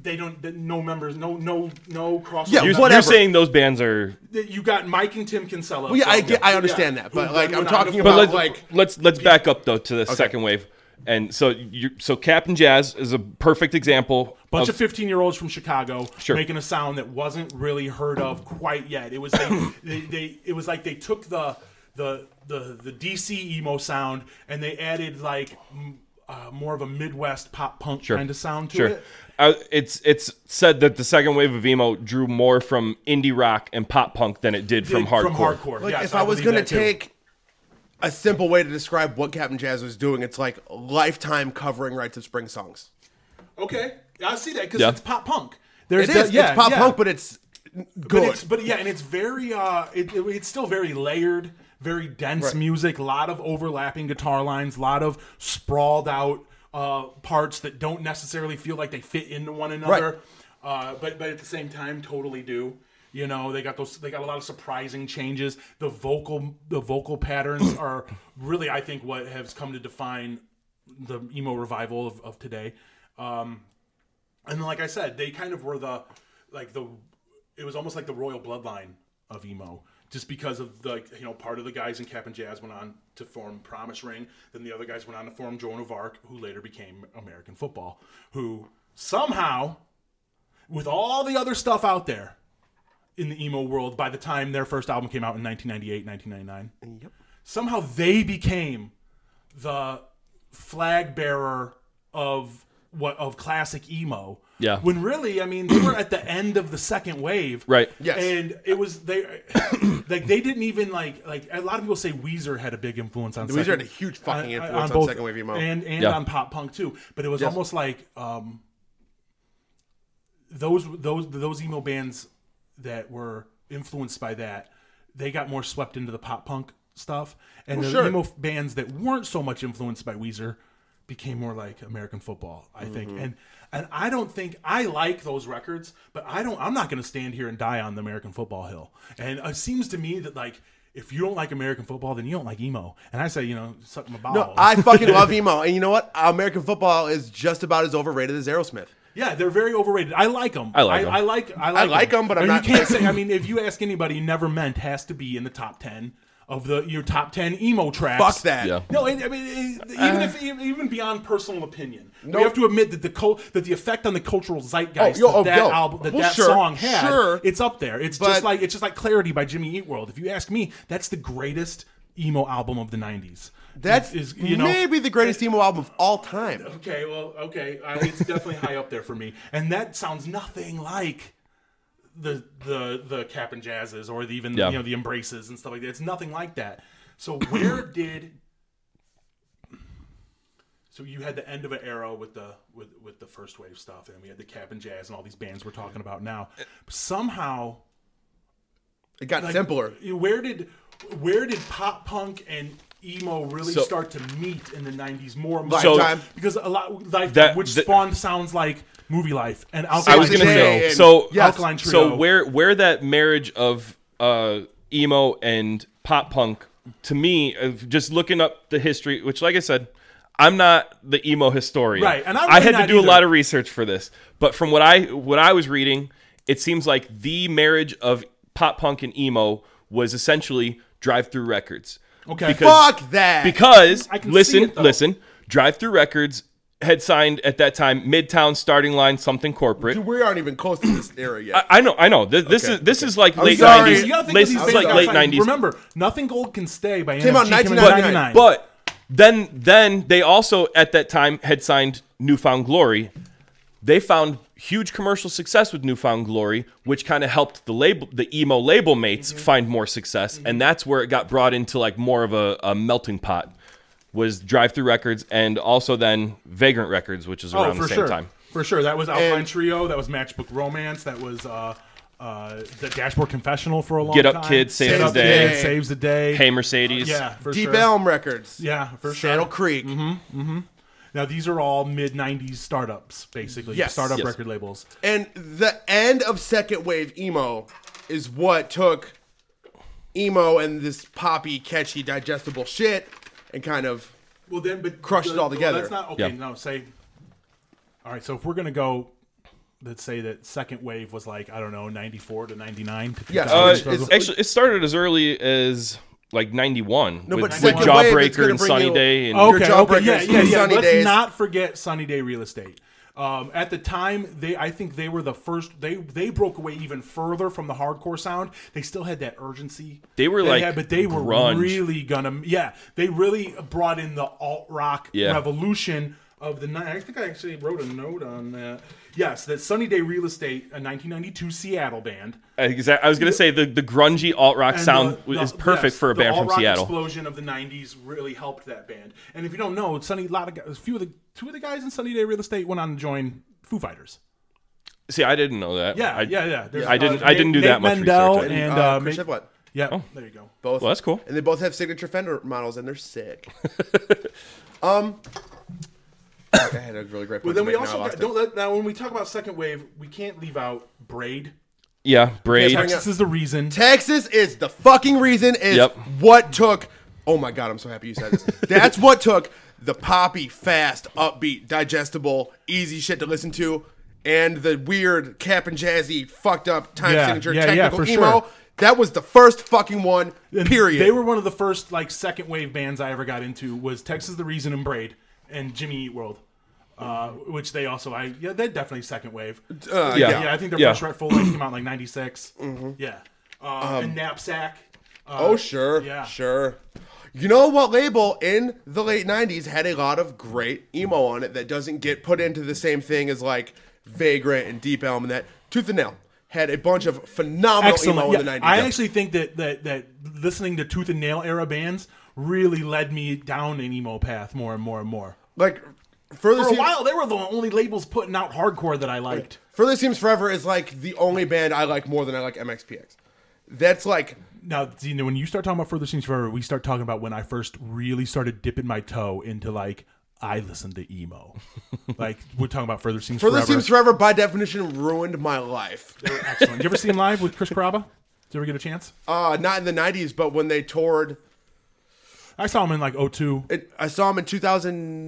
they don't they- no members no no no cross.
Yeah,
You're,
Whatever.
you're saying those bands are,
that you got Mike and Tim Kinsella.
yeah, I
from-
get- I understand that, but,
who
like,
then
I'm
went on to
talking
but
form-
about,
let's
like-
let's let's back up though to the second wave, and so you so Captain Jazz is a perfect example.
bunch of 15 year olds from Chicago
Sure.
making a sound that wasn't really heard of quite yet. It was they,
[coughs]
they, they it was like they took the the the the DC emo sound and they added like m- uh, more of a Midwest pop punk kind of sound to
Sure.
it.
Uh, it's it's said that the second wave of emo drew more from indie rock and pop punk than it did from
Did-
hardcore.
From hardcore.
Like,
yes,
if I, was
believe
going to
that too.
take a simple way to describe what Captain Jazz was doing, it's like lifetime covering rights of spring songs.
okay, I see that because
Yeah.
it's pop punk. There's
It is.
that- yeah,
it's pop
yeah.
punk, but it's good.
But it's but yeah, and it's very uh, it, it- it's still very layered, very dense music. A lot of overlapping guitar lines, a lot of sprawled out uh, parts that don't necessarily feel like they fit into one another. Uh, but but at the same time, totally do. You know, they got those. They got a lot of surprising changes. The vocal the vocal patterns are really, I think, what has come to define the emo revival of, of today. Um, and like I said, they kind of were the like the it was almost like the royal bloodline of emo, just because of like you know part of the guys in Cap and Jazz went on to form Promise Ring, then the other guys went on to form Joan of Arc, who later became American Football, who somehow, with all the other stuff out there in the emo world, by the time their first album came out in 1998, 1999, somehow they became the flag bearer of what of classic emo.
Yeah.
When really, I mean, they were at the end of the second wave.
Right.
Yes.
And it was they [coughs] like they didn't even like like a lot of people say Weezer had a big influence on
Weezer
second,
had a huge fucking influence on second wave emo.
and and
Yeah.
on pop punk too. But it was almost like um those those those emo bands that were influenced by that they got more swept into the pop punk stuff and the
sure.
emo f- bands that weren't so much influenced by Weezer became more like American football I
Mm-hmm.
think and and I don't think I like those records but I don't I'm not going to stand here and die on the American football hill and it seems to me that like if you don't like American football, then you don't like emo. And I say, you know, suck my balls.
No, I fucking love emo, and you know what? American football is just about as overrated as Aerosmith.
Yeah, they're very overrated. I like them.
I like 'em.
I, like. I like.
I like 'em, but I'm
you
not-
You
[laughs]
can't say. I mean, if you ask anybody, never meant has to be in the top ten of the your top ten emo tracks.
Fuck that. Uh.
Yeah.
No, and, I mean, it- even if e, even beyond personal opinion, we have to admit that the cul- that the effect on the cultural zeitgeist
Oh, yo,
that
oh,
that
yo.
album that
Well,
that
sure,
song had,
sure.
it's up there. It's
But-
just like it's just like Clarity by Jimmy Eat World. If you ask me, that's the greatest emo album of the '90s.
That's
Is- you know
maybe the greatest emo album of all time.
Okay, well, okay, I, it's definitely high up there for me, and that sounds nothing like the the the Cap and Jazzes or the, even
Yeah.
you know the Embraces and stuff like that. It's nothing like that. So where did so you had the end of an era with the with with the first wave stuff, and we had the Cap and Jazz and all these bands we're talking about now. Somehow
It got
like,
simpler.
Where did where did pop punk and emo really
So-
start to meet in the '90s more? and more?
So-
Lifetime.
because a lot like
That-
which
that-
spawned sounds like movie life and
I
alkaline
was gonna
Trio.
say
and-
so.
Yes. Alkaline
So
Trio.
where where that marriage of uh, emo and pop punk to me, of just looking up the history, which like I said, I'm not the emo historian.
Right, and I'm
I
really
had to
not
do a
either.
lot of research for this, but from what I what I was reading, it seems like the marriage of pop punk and emo was essentially drive through records.
Okay.
Fuck that.
Because
I can see
listen,
it, though.
listen, Drive Through Records had signed at that time Midtown Starting Line something corporate.
Dude, we aren't even close to this era yet.
I know, I know. This, this
Okay,
is this is like late
sorry.
nineties.
You gotta think
This
of these
is
things
like
outside.
late nineties.
Remember, nothing gold can stay by
Came out
NMG, came out
1999.
99.
But then then they also at that time had signed Newfound Glory. They found huge commercial success with Newfound Glory, which kind of helped the label the emo label mates
Mm-hmm.
find more success, and that's where it got brought into like more of a, a melting pot. Was Drive Through Records and also then Vagrant Records, which is around
oh, for
the same
sure,
time.
for sure, that was Alkaline
And-
Trio, that was Matchbook Romance, that was uh, uh, the Dashboard Confessional for a long
Get
time.
Up Kid, Saves
Get
the
Up
Day.
Kid, saves the day.
Hey Mercedes.
yeah, for
Deep
sure.
Elm Records.
Yeah, for sure.
Shadow Creek.
Now these are all mid '90s startups, basically
Yes.
startup
Yes.
record labels.
And the end of second wave emo is what took emo and this poppy, catchy, digestible shit and kind of
Well, then, but
Crushed it all
well,
together.
That's not okay.
Yeah.
No, say. All right, so if we're gonna go, let's say that second wave was like I don't know, '94 to '99.
Yes.
Uh,
Which
it's-
is-
actually, it started as early as like '91 with,
but
with
second wave, it's
Jawbreaker
gonna
and
bring
Sunny
you-
Day. And
Your
okay, okay,
jawbreakers
yeah,
and
yeah, yeah.
Sunny
Let's
Days.
not forget Sunny Day Real Estate. Um, at the time, they I think they were the first. They they broke away even further from the hardcore sound. They still had that urgency.
They were like
had- but they were
grunge.
really gonna. Yeah, they really brought in the alt rock
Yeah.
revolution of the night. I think I actually wrote a note on that. Yes, that Sunny Day Real Estate, a 1992 Seattle band.
Exa- I was gonna say the, the grungy alt rock
And
sound
the- the-
is perfect
yes,
for a
the
band
all
from
rock
Seattle.
Explosion of the '90s really helped that band. And if you don't know, Sunny, a lot of guys, a few of the two of the guys in Sunny Day Real Estate went on to join Foo Fighters.
See, I didn't know that.
Yeah,
I,
yeah, yeah. There's,
I didn't- I didn't do
Nate
that much
Mendel
research. I
And
uh,
uh,
Chris
Ma-
Chevrolet.
yeah,
Oh.
there you go.
Both.
Well, that's cool.
And they both have signature Fender models, and they're [laughs] sick. um, I had a really great.
But
point
then
to
we
make, now I
also
lost
got,
it.
don't let, now when we talk about second wave, we can't leave out Braid.
Yeah, Braid.
bring
This
up-
is the reason.
Texas is the fucking reason. Is
Yep.
what took. Oh my god, I'm so happy you said
[laughs]
this. That's what took the poppy, fast, upbeat, digestible, easy shit to listen to, and the weird cap and jazzy, fucked up time
Yeah,
signature
yeah, yeah,
technical
for
emo.
sure.
That was the first fucking one.
And
Period.
They were one of the first like second wave bands I ever got into was Texas the Reason and Braid and Jimmy Eat World. Uh, which they also I yeah, they're definitely second wave.
Uh, Mm-hmm.
Yeah.
yeah, I think their
Yeah.
first Red Full Life came out in, like '96. Yeah, uh, and Knapsack. Uh,
Um, Oh, sure.
yeah.
Sure. You know what label in the late 90s had a lot of great emo on it that doesn't get put into the same thing as like Vagrant and Deep Elm and that? Tooth and Nail had a bunch of phenomenal emo
Excellent.
in the
yeah.
90s.
I actually think that, that that listening to Tooth and Nail era bands really led me down an emo path more and more and more.
like, Further,
For a
Seems,
while, they were the only labels putting out hardcore that I liked.
Further Seems Forever is like the only band I like more than I like MXPX. That's like,
Now, you know, when you start talking about Further Seems Forever, we start talking about when I first really started dipping my toe into like I listened to
[laughs]
emo. like we're talking about Further Seems
Further
Forever.
Seems Forever by definition ruined my life. [laughs]
Excellent. You ever see him live with Chris Caraba? Did you ever get a chance?
Uh, not in the '90s, but when they toured,
I saw him in like 02.
it, I saw them in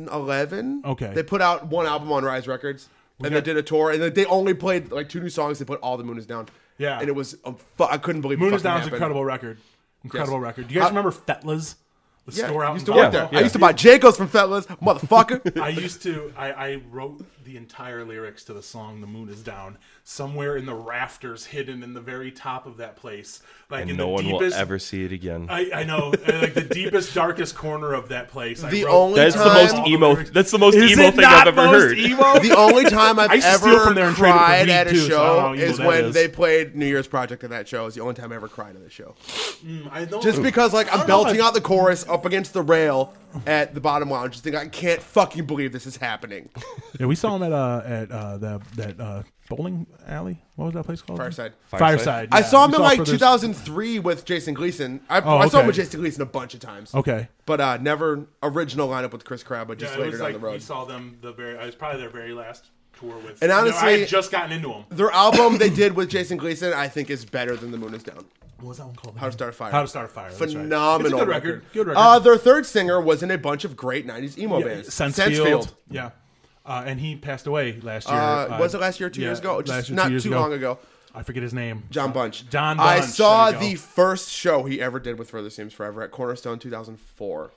2011.
Okay.
they put out one album on Rise Records, and
got-
they did a tour, and they only played like two new songs. They put all the Moon Is Down.
Yeah.
and it was a fu- I couldn't believe it
Moon is
fucking
Down's
happened.
incredible record. Incredible record. Do you guys
I-
remember Fetlas? The
Yeah,
store
I
out
used to
in
work there.
Bonneville?
I used to buy Jankos from Fetlas,
[laughs]
motherfucker.
I used to. I, I wrote the entire lyrics to the song "The Moon Is Down" somewhere in the rafters, hidden in the very top of that place, like in
no
the
one
deepest.
will ever see it again.
I, I know, uh, like the deepest, darkest corner of that place.
The
I wrote
only
that's the
time-
most
all
emo.
lyrics.
That's the most
Is
emo
it
thing
not
I've ever
most
heard.
Emo?
the only time I've
[laughs] I used to
ever
steal from there and trade it for
cried
weed,
at a
too, so I don't know
show
how evil
is
that
when
is.
they played New Year's Project at that show. Is the only time I ever cried at the show.
I know.
Just because like I'm
don't know if
belting
I-
out the chorus up against the rail at the bottom lounge, just think I can't fucking believe this is happening.
yeah, we saw him at uh at uh that that uh bowling alley. What was that place called?
Fireside.
Fireside.
Fireside.
I
yeah.
saw him
We
in like
for this-
2003 with Jason Gleason. I, I saw him
okay.
with Jason Gleason a bunch of times.
Okay.
But uh, never original lineup with Chris Crabbe, but just
Yeah, it
later
was
down
like
the
we
road.
saw them the very. It was probably their very last tour with.
And
you know, I
honestly-
had just gotten into them.
Their album they did with Jason Gleason, I think, is better than The Moon Is Down.
What was that one called?
How to Start a Fire.
How to Start a Fire. that's right.
Phenomenal
It's a good record. Good record.
Uh, their third singer was in a bunch of great 90s emo
Yeah,
bands.
Sensefield. Yeah. Uh, and he passed away last year.
Uh, was it last year, two
yeah,
years ago? Just
last year,
not
two years
too
ago.
long ago.
I forget his name. Uh,
John Bunch.
John
I
Bunch,
saw
there you
the
go.
first show he ever did with Further Seems Forever at Cornerstone 2004.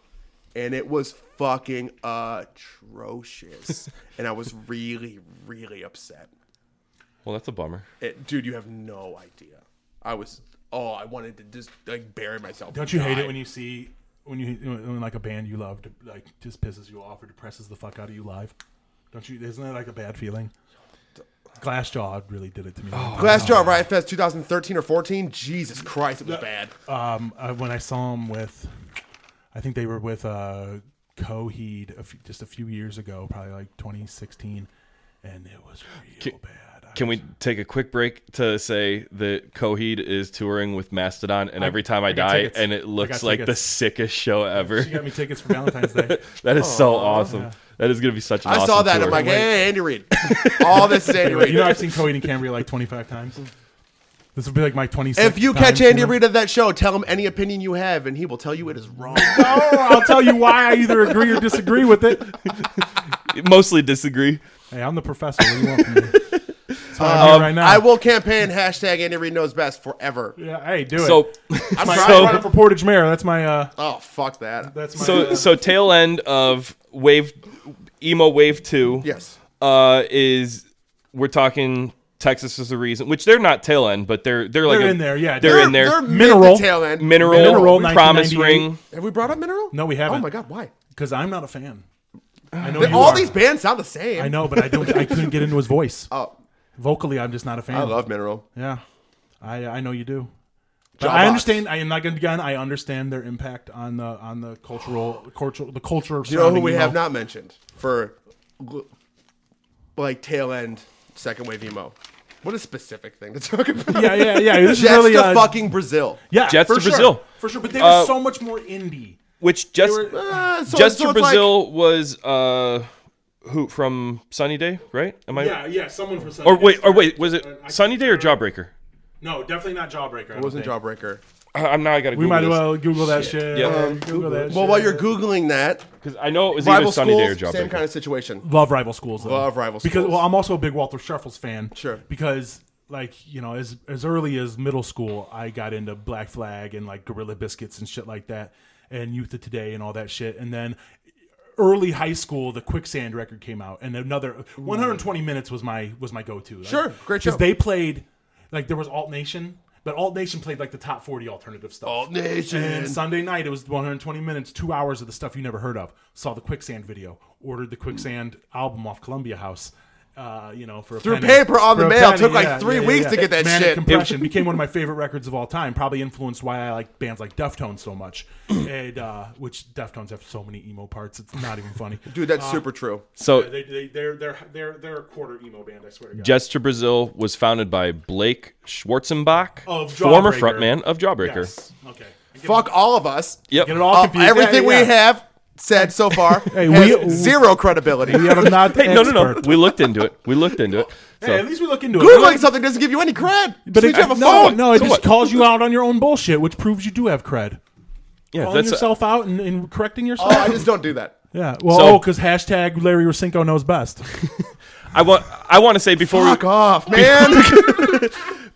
And it was fucking
[laughs]
atrocious. and I was really, really upset.
Well, that's a bummer.
It, dude, you have no idea. I was, oh, I wanted to just like bury myself.
Don't you hate it when you see when you when like a band you love like just pisses you off or depresses the fuck out of you live? Don't you? Isn't that like a bad feeling? Glassjaw really did it to me.
Oh,
Oh.
Glassjaw Riot Fest 2013 or 14? Jesus Christ, it was bad.
um, uh, when I saw him with, I think they were with uh, Coheed a few, just a few years ago, probably like 2016, and it was real bad. I
Can we take a quick break to say that Coheed is touring with Mastodon, and every time I,
I got
die,
tickets.
and it
I
looks
got
like the
tickets.
sickest show ever.
She
[laughs]
got me Oh, tickets for Valentine's Day.
That is so awesome. That is gonna be such an
I
awesome
saw that.
tour.
I'm like, hey, Andy
[laughs]
Reid. All this is Andy
Anyway,
Reid.
you know, I've seen Coheed and Cambria like 25 times. This would be like my 26th.
if you
time
catch
seeing
Andy
them.
Reid at that show, tell him any opinion you have, and he will tell you it is
[laughs]
wrong.
Oh, I'll tell you why I either agree or disagree with it.
Mostly disagree.
Hey, I'm the professor. What do you want from me? That's why I'm
Um,
here right now.
I will campaign hashtag Andy Reid knows best forever.
Yeah, hey, do it.
So,
[laughs]
I'm
my,
trying-
I'm running for Portage Mayor. That's my. Uh,
Oh fuck that.
that's my.
so,
uh,
so tail end of wave, emo wave two.
Yes.
Uh, is we're talking Texas is the reason, which they're not tail end, but they're they're like
They're
a-
in there, yeah.
they're, in there.
They're mid
Mineral.
to tail end.
mineral,
Mineral,
promise
1998.
ring.
Have we brought up mineral?
No, we
Oh
haven't.
my god, why?
because I'm not a fan. I know
They-
you
all
are.
these bands sound the same.
I know, but I don't. I couldn't get into his voice.
Oh,
Vocally, I'm just not a fan.
I love mineral.
Yeah, I I know you do. But
Jawbox.
I understand. I am not going to gun. I understand their impact on the on
[gasps]
the cultural cultural the culture.
Do you know who we have not mentioned for l- like tail end second wave emo? What a specific thing to talk about.
Yeah, yeah, yeah. This is
Jets
really
to
uh,
fucking Brazil.
yeah,
Jets
for
to
sure.
Brazil.
for sure. But they were
Uh,
so much more indie.
Which just
were-
Uh, so,
just
so
to
it's like-
Brazil was uh who from Sunny Day, right? Am I?
Yeah, yeah. Someone from Sunday
Or wait, or
District.
wait, was it
I can't
Sunny Day or
remember.
Jawbreaker?
No, definitely not Jawbreaker.
it wasn't Jawbreaker.
I- I'm now I gotta.
We
Google
might as
this,
well Google that shit.
Yeah.
Um, Google that.
Well,
shit.
while you're googling that,
'cause I know it was either
rival
Sunny Day or
schools,
Jawbreaker.
same kind of situation.
love rival schools. Though.
Love rival
Because
schools.
well, I'm also a big Walter Scheffels fan.
Sure.
Because like you know, as as early as middle school, I got into Black Flag and like Gorilla Biscuits and shit like that, and Youth of Today and all that shit, and then. Early high school, the Quicksand record came out, and another 120 minutes was my was my go to.
Sure, great show.
They played like there was Alt Nation, but Alt Nation played like the top 40 alternative stuff.
Alt Nation.
And Sunday night, it was 120 minutes, two hours of the stuff you never heard of. Saw the Quicksand video, ordered the Quicksand album off Columbia House. Uh, you know, for a
Through
penny.
paper on the
For a
mail. Took, like, three weeks to get that
Manic
shit. [laughs]
Compression became one of my favorite records of all time. Probably influenced why I like bands like Deftones so
[clears throat]
much, and uh, which Deftones have so many emo parts. It's not even funny,
[laughs] Dude, oh. that's super true.
so
They, they, they're they're they're they're a quarter emo band. I swear to God.
Jets to Brazil was founded by Blake Schwarzenbach,
Of
former
Jawbreaker.
frontman of Jawbreaker.
Yes. Okay. I get-
Fuck all of us.
Yep.
Get it all
Uh,
confused.
everything
Yeah, yeah.
we have said so far
Hey,
has
we-
zero credibility.
We
[laughs]
are
[laughs]
not
Hey, no, no, no.
expert.
We looked into it. We looked into it. So,
Hey, at least we look into it.
Googling something doesn't give you any cred. But
it-
you have a
no,
phone.
no, it
It
just
just calls you out on your own bullshit, which proves you do have cred.
yeah,
Calling
that's
yourself out and, and correcting yourself.
Oh, I just don't do that.
yeah. Well,
So-
oh, because hashtag Larry Rosinko
[laughs]
knows best.
I want. I want to say before we,
Fuck off, man.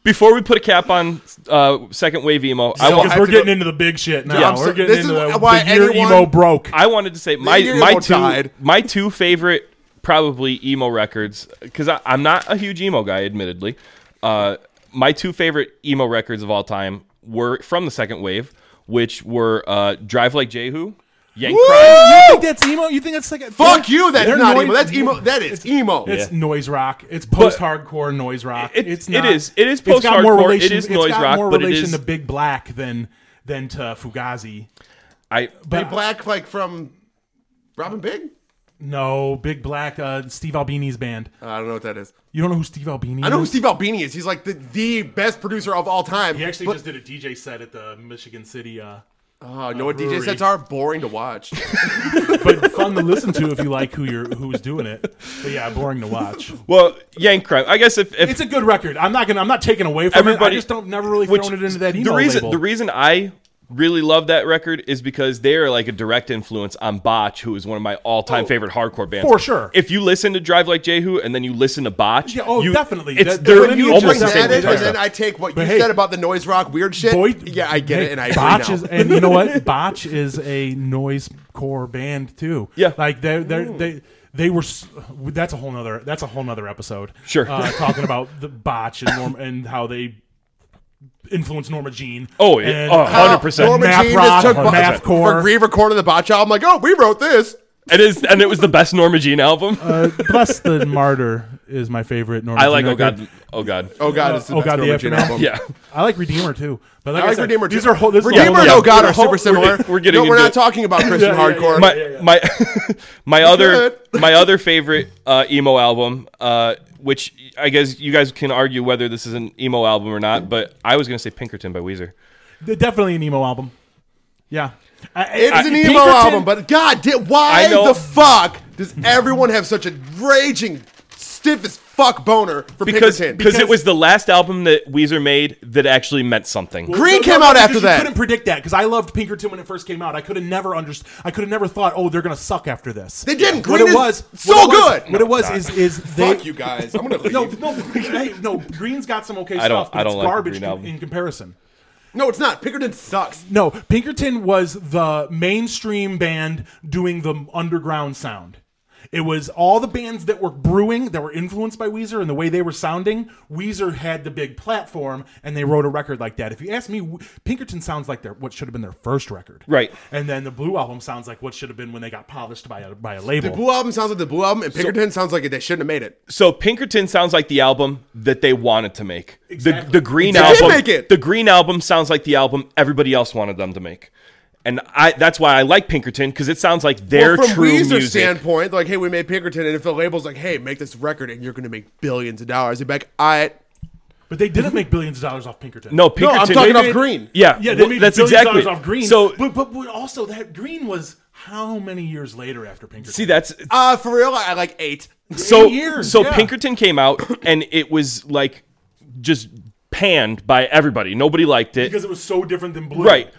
before we put a cap on uh, second wave emo, I, wa-
Because
I
we're
have to
getting
go-
into the big shit now.
Yeah, I'm
we're
so-
getting
this
into
is
the,
why
the year
anyone-
emo broke.
I wanted to say my
year
my
emo
two
died.
[laughs] my two favorite probably emo records because I'm not a huge emo guy, admittedly. Uh, my two favorite emo records of all time were from the second wave, which were uh, "Drive Like Jehu,"
[laughs]
"Yank Crime."
you think that's emo? You think that's like a,
Fuck you. That's
They're
not
noise-
emo. That's emo. That is emo.
It's noise rock. It's post-hardcore noise rock.
It-
it's
it
not,
is- it is
it's got more
post-hardcore.
relation-
It is
it's
noise
got
rock,
More
but it
relation
is-
to Big Black than than to Fugazi.
I
They black like from Robin Big.
No, Big Black, uh, Steve Albini's band.
I don't know what that is.
You don't know who Steve Albini?
I know who
is?
Steve Albini is. He's like the, the best producer of all time.
He actually
But-
just did a DJ set at the Michigan City, uh,
oh, know what DJ
brewery.
sets are boring to watch.
but fun to listen to if you like who you're who's doing it. But yeah, boring to watch.
well, "Yank Crime." I guess if, if
It's a good record. I'm not gonna. I'm not taking away from it. I
everybody
just don't never really
which-
thrown it into that emo
the reason
label.
the reason I really love that record is because they are like a direct influence on Botch, who is one of my all time favorite hardcore bands.
Oh, for sure.
If you listen to Drive Like Jehu and then you listen to Botch,
Yeah, oh,
you-
definitely.
It's
That-
they're
when
you
almost
almost
bring
the
just
same
that in,
entire
and
stuff.
then I take what you
But hey,
said about the noise rock weird shit.
Boy,
yeah, I get
hey,
it, and I agree
Botch
now.
is, and you know what? Botch is a noise core band too.
Yeah.
like they they
Mm.
they they were. s- That's a whole nother. That's a whole nother episode.
[laughs]
Sure.
uh, talking about the Botch and Norm, and how they influenced Norma Jean.
Oh, yeah.
and
Oh,
how-
100%.
Norma
math
Jean
rock,
just took
math
for
core.
re-recording the Botch album. Like, oh, we wrote this.
It is, and it was the best Norma Jean album.
uh, Bless the Martyr is my favorite Norma.
I
Jean
like oh
record.
god, oh god,
Oh God,
Uh,
it's the
Oh
best
God, the
Norma Jean
Aftermath.
album.
yeah.
I like Redeemer too, but like
I
I
like
said,
Redeemer.
These
too.
are whole. This is a whole
Redeemer and
nother-
Oh God are
whole-
super similar.
we're getting
no, we're
into
not
it.
talking about Christian
yeah, yeah,
hardcore.
My my [laughs] my other
Good.
[laughs] my other favorite uh, emo album, uh, which I guess you guys can argue whether this is an emo album or not, but I was gonna say Pinkerton by Weezer.
They're definitely an emo album. Yeah, I- I-
It's an
I-
emo
Pinkerton-
album, but God, di- why
I know.
the fuck does everyone have such a raging, stiff as fuck boner for
because
Pinkerton?
because it
Because-
was the last album that Weezer made that actually meant something.
Green
No,
came
no,
out
because
after
you
that.
couldn't predict that because I loved Pinkerton when it first came out. I could have never underst- I could have never thought, oh, they're gonna suck after this.
They didn't.
What
Green
it
is
was
so
what it was-
good.
What it was is is they.
fuck you guys. I'm gonna leave.
[laughs] No,
no,
no, hey, no. Green's got some okay
I don't-
stuff, but
I don't
it's
like the
garbage
Green
com-
album.
in comparison.
it's not. Pinkerton sucks.
No, Pinkerton was the mainstream band doing the underground sound. It was all the bands that were brewing that were influenced by Weezer and the way they were sounding. Weezer had the big platform, and they wrote a record like that. If you ask me, W- Pinkerton sounds like their what should have been their first record,
Right.
And then the Blue album sounds like what should have been when they got polished by a by a label.
The Blue album sounds like the Blue album, and Pinkerton sounds like they shouldn't have made it.
So Pinkerton sounds like the album that they wanted to make.
Exactly.
The the Green
They did
album
make it.
the Green album sounds like the album everybody else wanted them to make. And I that's why I like Pinkerton cuz it sounds like their
well, from
true
Weezer's
music.
standpoint, like, hey, we made Pinkerton, and if the label's like, hey, make this record, and you're gonna make billions of dollars, you'd be like, all right.
but they didn't make billions of dollars off Pinkerton.
No, Pinkerton.
I'm talking off Green.
Yeah,
yeah, they
well,
made
that's
billions of
exactly.
dollars off Green.
So
but, but but also that Green was how many years later after Pinkerton?
see that's
Uh, for real, I like eight.
so
Eight years,
so
yeah.
Pinkerton came out and it was like just panned by everybody. Nobody liked it.
because it was so different than Blue.
right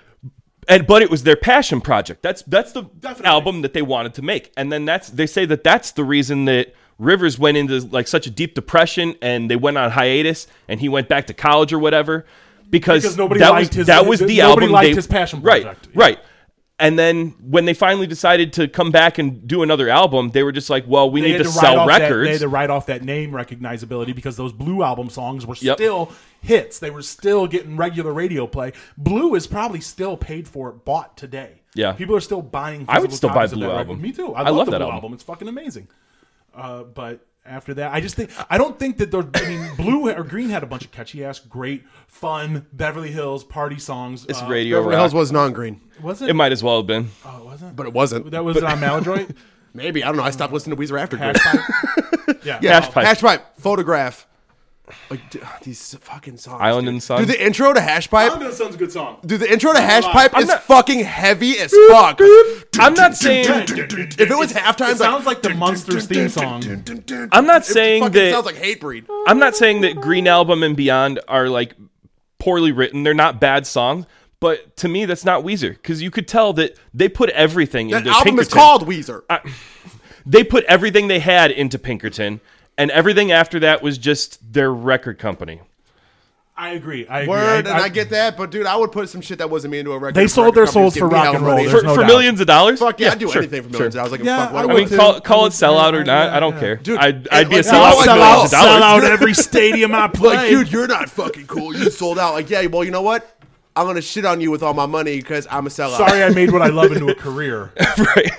and but it was their passion project that's that's the
Definitely.
album that they wanted to make and then that's they say that that's the reason that rivers went into like such a deep depression and they went on hiatus and he went back to college or whatever because,
Because nobody
that
liked
was
his-
that was the
nobody
album
liked
they-
his passion
right
project.
right and then when they finally decided to come back and do another album they were just like well we
They
need
had
to,
to, write
sell
off That, they
records
had to write off that name recognizability because those Blue album songs were
Yep.
still hits. They were still getting regular radio play. Blue is probably still paid for, bought today.
Yeah.
people are still buying.
I would
physical
still buy
copies of
Blue
that record.
album.
Me too. I,
I
love,
love
the
that
Blue
album.
It's fucking amazing. Uh, but after that, I just think I don't think that the I mean [laughs] Blue or Green had a bunch of catchy ass, great, fun Beverly Hills party songs.
it's
Uh,
radio
Beverly Hills
rock.
was non-green,
Was it?
it might as well have been
oh, was it?
but it wasn't.
that was
[laughs]
on Maladroit.
Maybe I don't know. I stopped listening to Weezer after Green.
Hash pipe. yeah.
Yeah,
Hash Pipe.
Hash pipe. Photograph. Like d- these fucking songs.
Island
dude.
in the Sun.
Dude, the intro to Hash Pipe.
That sounds a good song.
Dude, the intro to Hash Pipe
I'm
is
not-
fucking heavy as fuck. If
I'm not saying
it was halftime,
It sounds like the Monsters theme song.
I'm not saying
fucking
that
sounds like Hate Breed.
I'm not saying that Green Album and Beyond are like poorly written. They're not bad songs, but to me that's not Weezer because you could tell that they put everything
That
into
album is
Pinkerton.
called Weezer.
They put everything they had into Pinkerton, and everything after that was just their record company.
I agree.
[laughs]
I agree.
Word, and I, get that, but dude, I would put some shit that wasn't me into a record.
They
if
sold
record
their souls
companies gave
for
me
rock
hell
and
money.
roll.
For,
There's no
for
doubt.
millions of dollars,
Fuck yeah, I'd do
sure,
anything for millions.
sure.
I was like,
Yeah,
fuck, what
I
do
I
I
mean,
would
call
too.
call
I
it
would too.
sellout or not,
Yeah,
I don't
yeah.
care.
Dude,
I'd,
and
I'd be a
like,
sellout
I'll
for
sell
millions
out.
of
Sell
dollars. [laughs]
out every stadium
[laughs]
I play.
Like, dude, you're not fucking cool. You sold out. Like, yeah, well, you know what? I'm gonna shit on you with all my money because I'm a sellout.
[laughs] Sorry, I made what I love into a career.
right.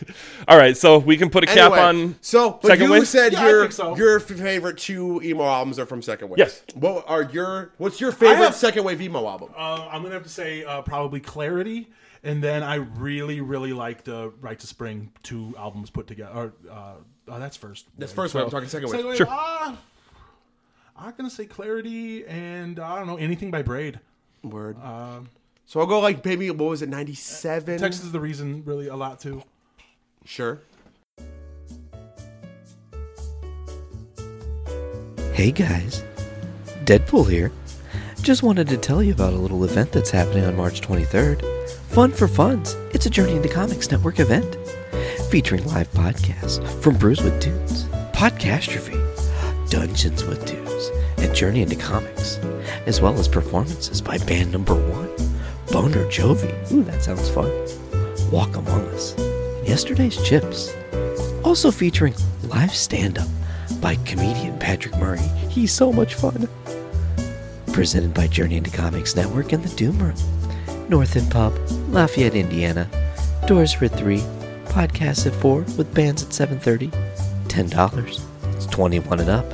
All right, so we can put a
[laughs]
cap
Anyway,
on.
so but
second
you
wave?
said
Yeah, I
your
think so.
your favorite two emo albums are from Second Wave.
Yes.
What are your What's your favorite
have-
Second Wave emo album?
Uh, I'm gonna have to say uh, probably Clarity, and then I really, really like the Right to Spring two albums put together. Or, uh, oh, that's first.
That's first wave. I'm talking second wave.
Second wave.
Sure.
ah, I'm gonna say Clarity, and uh, I don't know anything by Braid.
Word. so I'll go like maybe what was it? Ninety seven.
Texas is the reason really a lot too.
Sure.
Hey guys, Deadpool here. Just wanted to tell you about a little event that's happening on March 23rd. Fun for Funds. It's a Journey into Comics Network event featuring live podcasts from Brews with Dudes, Podcastrophe, Dungeons with Dudes, and Journey into Comics, as well as performances by band number one, Boner Jovi. Ooh, that sounds fun. Walk Among Us, Yesterday's Chips, also featuring live stand up by comedian Patrick Murray. He's so much fun. Presented by Journey into Comics Network and the Doom Room, Northen Pub, Lafayette, Indiana. Doors for three, podcasts at four with bands at 7:30. Ten dollars. It's 21 and up.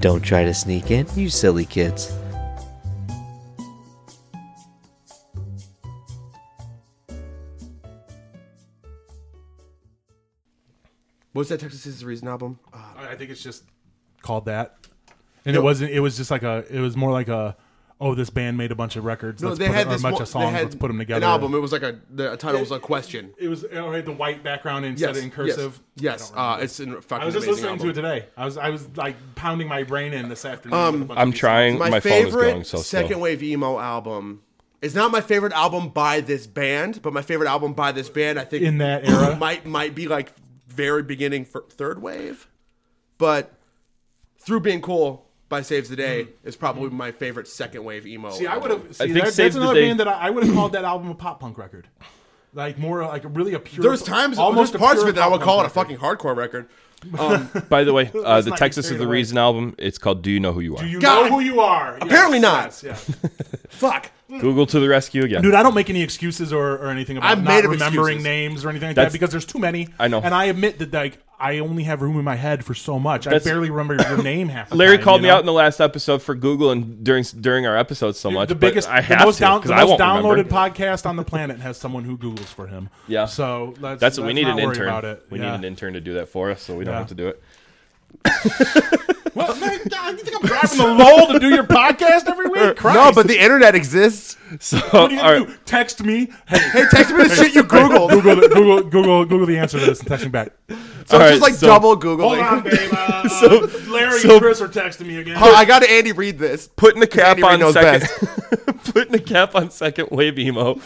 Don't try to sneak in, you silly kids.
What was that Texas is the reason album? Uh,
I I think it's just called that, and it wasn't. It was just like a. It was more like a. Oh, this band made a bunch of records.
no,
let's
they
put
had
it, or a
this
bunch
one-
of
they
songs.
had
Let's put them
An
together.
album. It was like a the title was a question.
It was oh, it had the white background and
Yes.
said it in cursive.
Yes. yes.
I don't
Uh,
remember.
it's in fucking.
I was just
amazing
listening
album. Um,
to it today. I was I was like pounding my brain in this afternoon. with a bunch of
I'm
these
trying.
my,
My, phone is
favorite
going so slow.
second wave emo album is not my favorite album by this band, but my favorite album by this band, I think,
In that era?
might might be like very beginning for third wave, but through being cool by Saves the Day is probably my favorite second wave emo.
See, I would have.
think
See, that,
Save
that's
the
another
Day-
band that I, I would have called that album a pop punk record, like more like really a pure.
There's times, almost
a
parts of
pure
it that I
pop
would
punk
call it a
record.
fucking hardcore record.
[laughs]
By the way, uh, the
not
Texas
get
is the
carried away.
reason album. It's called "Do You Know Who You Are."
Do you
God.
know who you are? Yes,
Apparently not.
yes, yeah.
Fuck.
Google to the rescue again.
Dude, I don't make any excuses or, or anything about
I'm
not
made of
remembering
excuses.
names or anything like that
That's-
because there's too many.
I know.
and I admit that like I only have room in my head for so much.
That's-
I barely remember your name half. the
Larry
time,
called
you
me
know?
out in the last episode for Google and during during our episodes so much.
the
but
biggest,
I have
the most,
to,
down,
'cause
the
I
most
won't
downloaded
remember.
podcast on the planet has someone who Google's for him.
[laughs] Yeah.
So let's,
That's what we
let's
need
not
an
worry
intern.
About it.
We
Yeah.
need an intern to do that for us, so we don't
Yeah.
have to do it.
What? Man, God, you think I'm driving the lull to do
[laughs]
your podcast every week? Christ.
No, but the internet exists.
So,
what are you gonna
all right.
do? Text me.
[laughs]
Hey,
Hey, text me the shit [laughs] you Googled.
Google, the- Google, Google, Google the answer to this and text me back.
So
All
it's
right,
just like
so-
double Googling. [laughs]
[laughs] babe. Uh, Larry
so-
Chris are texting me again.
Oh, I got to Andy read this.
putting the cap
Andy Reid
on
knows
second, [laughs] putting the cap on second wave emo,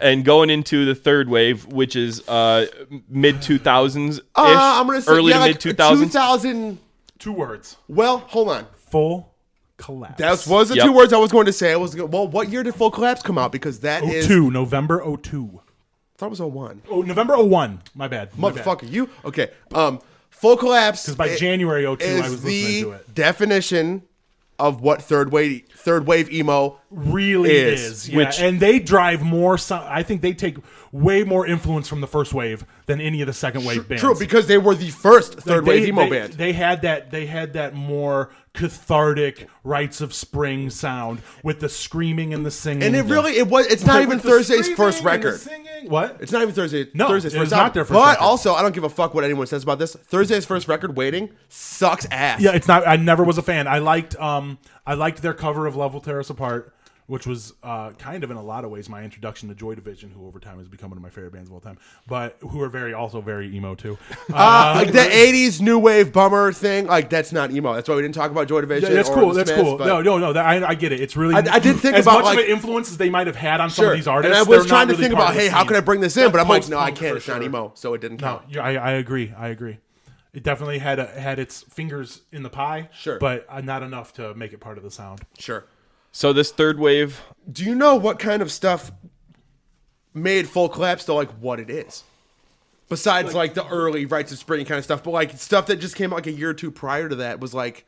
and going into the third wave, which is uh, mid two thousands ish,
Uh, I'm gonna say
early
yeah,
to
like
mid two thousands.
2000
Two words.
Well, hold on.
Full collapse.
That was the
Yep.
two words I was going to say. I was go- well. What year did Full Collapse come out? Because that is.
02, November 02.
I thought it was 01.
Oh, November 01. My bad. My bad.
Motherfucker, you okay? Um, Full Collapse. Because
by January 02, I was
the
listening to it.
definition of what third wave third wave emo
really
Is,
is, yeah.
which-
and they drive more. so- I think they take way more influence from the first wave than any of the second wave bands.
True, because they were the first third
Like,
wave
they-
emo
they-
band.
They had that. They had that more cathartic rites of spring sound with the screaming and the singing,
and it really it was it's
With
not
the
even Thursday's first
screaming and the
record.
singing. What?
It's not even Thursday.
No,
Thursday's
it
first
was not
album.
their first
But
record.
also, I don't give a fuck what anyone says about this. Thursday's first record, Waiting, sucks ass.
Yeah, it's not. I never was a fan. I liked. Um, I liked their cover of "Love Will Tear Us Apart," which was uh, kind of in a lot of ways my introduction to Joy Division, who over time has become one of my favorite bands of all time, but who are very also very emo
[laughs]
too.
Uh, like the '80s new wave bummer thing. Like that's not emo. That's why we didn't talk about Joy Division.
Yeah, that's
or
cool.
the
That's
Smiths,
cool.
but-
No, no, no. That, I, I get it. It's really.
I- I did think
as
about,
much
like-
of an influence as they might have had on some
Sure.
of these artists.
and I was
they're
trying
not
to
really
think
part
about,
of the
hey, how
scene.
can I bring this in? But
That's
I'm like, no, I
post-punk for
can't. It's not
sure.
emo, so it didn't
No,
count.
yeah, I, I agree. I agree. It definitely had a, had its fingers in the pie,
Sure.
but uh, not enough to make it part of the sound.
Sure.
So this third wave,
Do you know what kind of stuff made Full Collapse to like what it is? Besides like, the early Rites of Spring kind of stuff, but like stuff that just came out like a year or two prior to that was like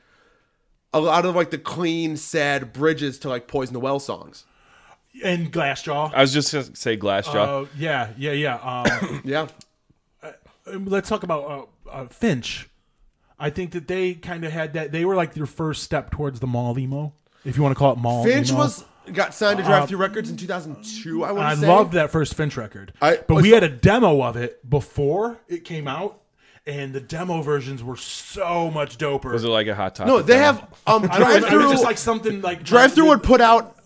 a lot of like the clean, sad bridges to like Poison the Well songs.
And Glassjaw.
I was just gonna say Glassjaw.
Oh yeah, yeah, yeah.
[coughs]
Um,
Yeah.
let's talk about uh, uh, Finch. I think that they kind of had that. They were like their first step towards the mall emo, if Oh, you want to call it mall.
Finch
emo.
was got signed to Drive Through Records in 2002, I want
I
to say.
love that first Finch record,
I-
but we had a demo of it before it came out, and the demo versions were so much doper.
Was it like a hot topic?
No, they
then?
have um
I don't
Drive
remember, it was
Through
just like something like
Drive Through would put out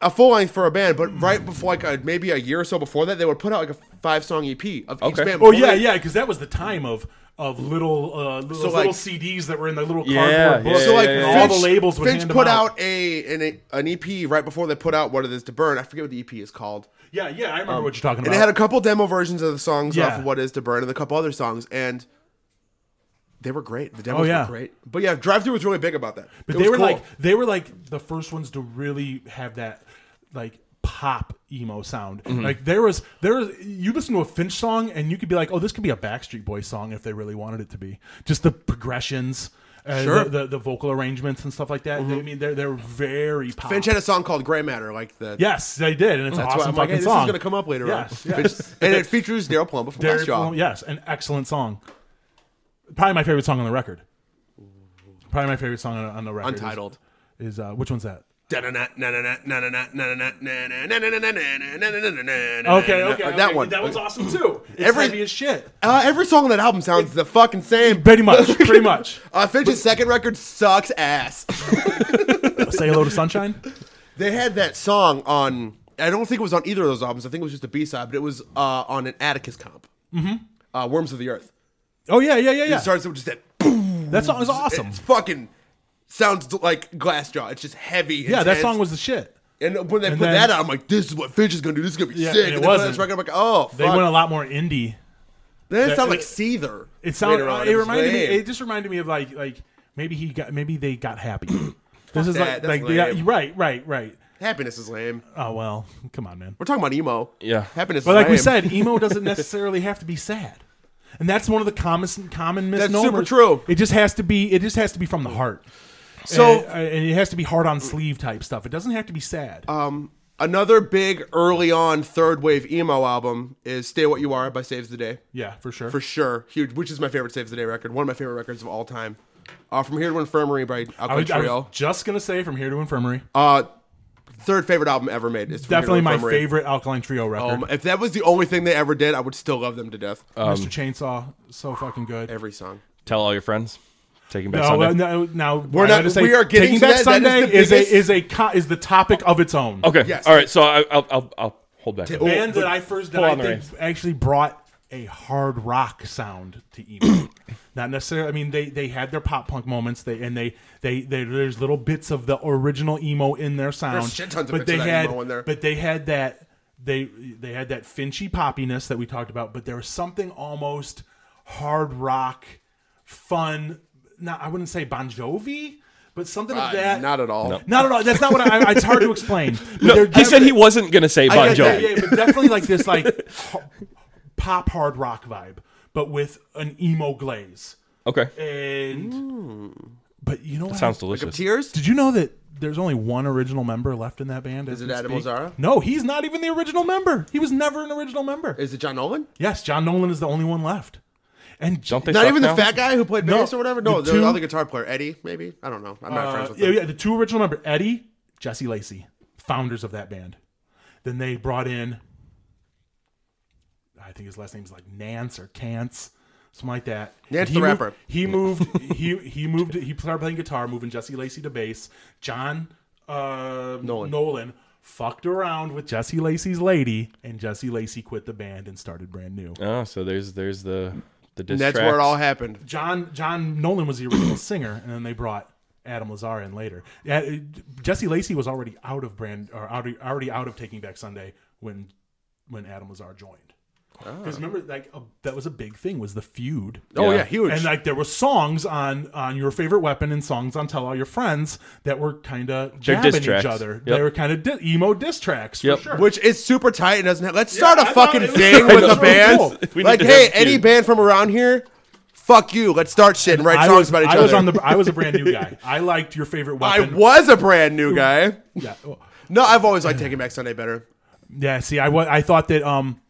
a full length for a band, but right before like a, maybe a year or so before that, they would put out like a five song EP of each
Okay.
band.
Oh
before
yeah,
they-
yeah, because that was the time of of little uh, little,
So,
little
like-
CDs that were in the little
Yeah,
cardboard
yeah,
books.
So like
yeah,
and
yeah,
all the labels would
Finch
hand them
put
out.
out, a, an, an EP right before they put out what it is to burn. I forget what the EP is called.
Yeah, yeah, I remember what you're talking
Um, And
about.
it had a couple demo versions of the songs
Yeah.
off of what is to burn and a couple other songs and. They were great. The demos
Oh, yeah.
were great, but yeah, Drive Through was really big about that.
But
It
they
was
were
cool.
like they were like the first ones to really have that like pop emo sound.
Mm-hmm.
Like there was there was you listen to a Finch song and you could be like, oh, this could be a Backstreet Boys song if they really wanted it to be. Just the progressions. Uh,
Sure. Mm-hmm.
the, the the vocal arrangements and stuff like that. I mean, they're they're very pop.
Finch had a song called "Gray Matter," like the
yes, they did, and it's
That's
an
why
awesome
I'm like,
fucking
hey, this
song.
is gonna come up later
Yes,
on.
yes.
Finch- and it features Daryl Palumbo from
Derek
Last Job.
Bloom- yes, an excellent song. Probably my favorite song on the record. Probably my favorite song on, on the record. is-
Untitled.
is uh, which one's that?
Okay, that one.
That one's awesome too. It's
Every-
heavy as shit.
Uh, every song on that album sounds the fucking same.
Pretty [laughs] much. Pretty much.
Uh, Finch's second record sucks ass.
Say hello to sunshine.
they had that song on. I don't think it was on either of those albums. I think it was just a B side, but it was uh, on an Atticus comp. Mm-hmm. Uh, Worms of the Earth.
Oh yeah, yeah, yeah,
It
yeah.
starts with just that. Boom.
That song is
[laughs]
awesome.
It's fucking sounds like Glassjaw. It's just heavy.
Yeah, that
intense.
song was the shit.
And when they
And
put
then-
that out, I'm like, this is what Finch is gonna do. This is gonna be
Yeah,
sick.
and it
And they put out this
wasn't.
record, I'm like, oh, fuck.
They went a lot more indie.
Then it sounded
that-
like Seether.
It sounded.
later on.
it
was
reminded me.
lame.
It just reminded me of like like maybe he got maybe they got [clears throat] happy. this is
that,
like
that's
like they got,
lame.
right right right.
Happiness is lame.
Oh well, come on, man.
We're talking about emo.
Yeah.
Happiness
But
is
like we
lame.
said, emo doesn't necessarily have to be sad, and that's one of the common common
That's
misnomers.
super true.
It just has to be. It just has to be from the heart.
So-
and, uh, and it has to be hard on sleeve type stuff. It doesn't have to be sad.
Uh, Another big early on third wave emo album is Stay What You Are by Saves the Day.
yeah, for sure.
For sure. Huge, which is my favorite Saves the Day record. One of my favorite records of all time. Uh, From Here to Infirmary by
I
Alkaline
was, I was
Trio.
just gonna say from here to infirmary.
Uh, third favorite album ever made is From Here to
definitely my
Infirmary.
favorite Alkaline Trio record.
Um, if that was the only thing they ever did, I would still love them to death.
Uh,
Mr. Chainsaw, so fucking good.
Oh, um, Every song.
Tell all your friends. Taking back
No,
Sunday.
well, no, now
We're
I
not-
gotta say,
we are getting
Taking
to that.
Back
That is
Sunday
the
is,
biggest-
a is a co- is the topic of its own.
Okay.
Yes.
All right. So I, I'll, I'll I'll hold back.
Oh,
band
but-
that I first that
pull
I
on the
think
reins.
actually brought a hard rock sound to
[coughs]
emo. Not necessarily. I mean, they they had their pop punk moments. They and they they, they there's little bits of the original emo in their sound.
There's shit tons of
but
bits
they
of that
had
emo in there.
but they had that they they had that Finchy poppiness that we talked about. But there was something almost hard rock, fun. Not I wouldn't say Bon Jovi, but something
Uh,
of that.
not at all.
Not at all. That's not what I. I- It's hard to
[laughs]
explain. But
No,
they're
he said
definitely-
he wasn't gonna say Bon
get that,
Jovi.
yeah, yeah, but definitely like this like
[laughs]
h- pop hard rock vibe, but with an emo glaze.
Okay.
And But you know what?
Sounds
else-
delicious.
Tears?
Did you know that there's only one original member left in that band? Is
it Adam Ozzara?
No, he's not even the original member. He was never an original member.
Is it John Nolan?
yes, John Nolan is the only one left. And
Don't they
Not
suck
even
now?
the fat guy who played
No,
bass or whatever. No,
the
the
two-
other guitar player, Eddie. Maybe I don't know. I'm not friends
Uh,
with
yeah,
him.
yeah, the two original member Eddie, Jesse Lacey, founders of that band. Then they brought in, I think his last name's like Nance or Cance, something like that.
Nance
And he
the
moved-
rapper.
He moved. he he moved. He started playing guitar, moving Jesse Lacey to bass. John uh,
Nolan.
fucked around with Jesse Lacey's lady, and Jesse Lacey quit the band and started brand new.
Oh, so there's there's the the diss
And that's where
tracks.
it all happened.
John John Nolan was the original [clears throat] singer, and then they brought Adam Lazar in later. Yeah, it- Jesse Lacey was already out of brand or out already out of Taking Back Sunday when when Adam Lazar joined. Because remember, like a, that was a big thing was the feud.
Oh
Yeah.
yeah, huge.
And like there were songs on on your favorite weapon and songs on Tell All Your Friends that were kind of
They're
jabbing
diss
each
tracks.
other.
Yep.
They were kind of di- emo diss tracks for
Yep.
sure.
which is super tight and doesn't have. Let's start
I
a
thought
fucking
it was-
thing
I
with
know.
a band.
We need
like,
to have
hey,
a
any
feud.
band from around here, fuck you. Let's start shit and write
I
songs
was,
about each
I
other.
was
[laughs]
on the I was a brand new guy. I liked your favorite
I
weapon.
was a brand new guy.
yeah. Oh.
No, I've always liked Taking Back Sunday better.
Yeah, see, I wa- I thought that um,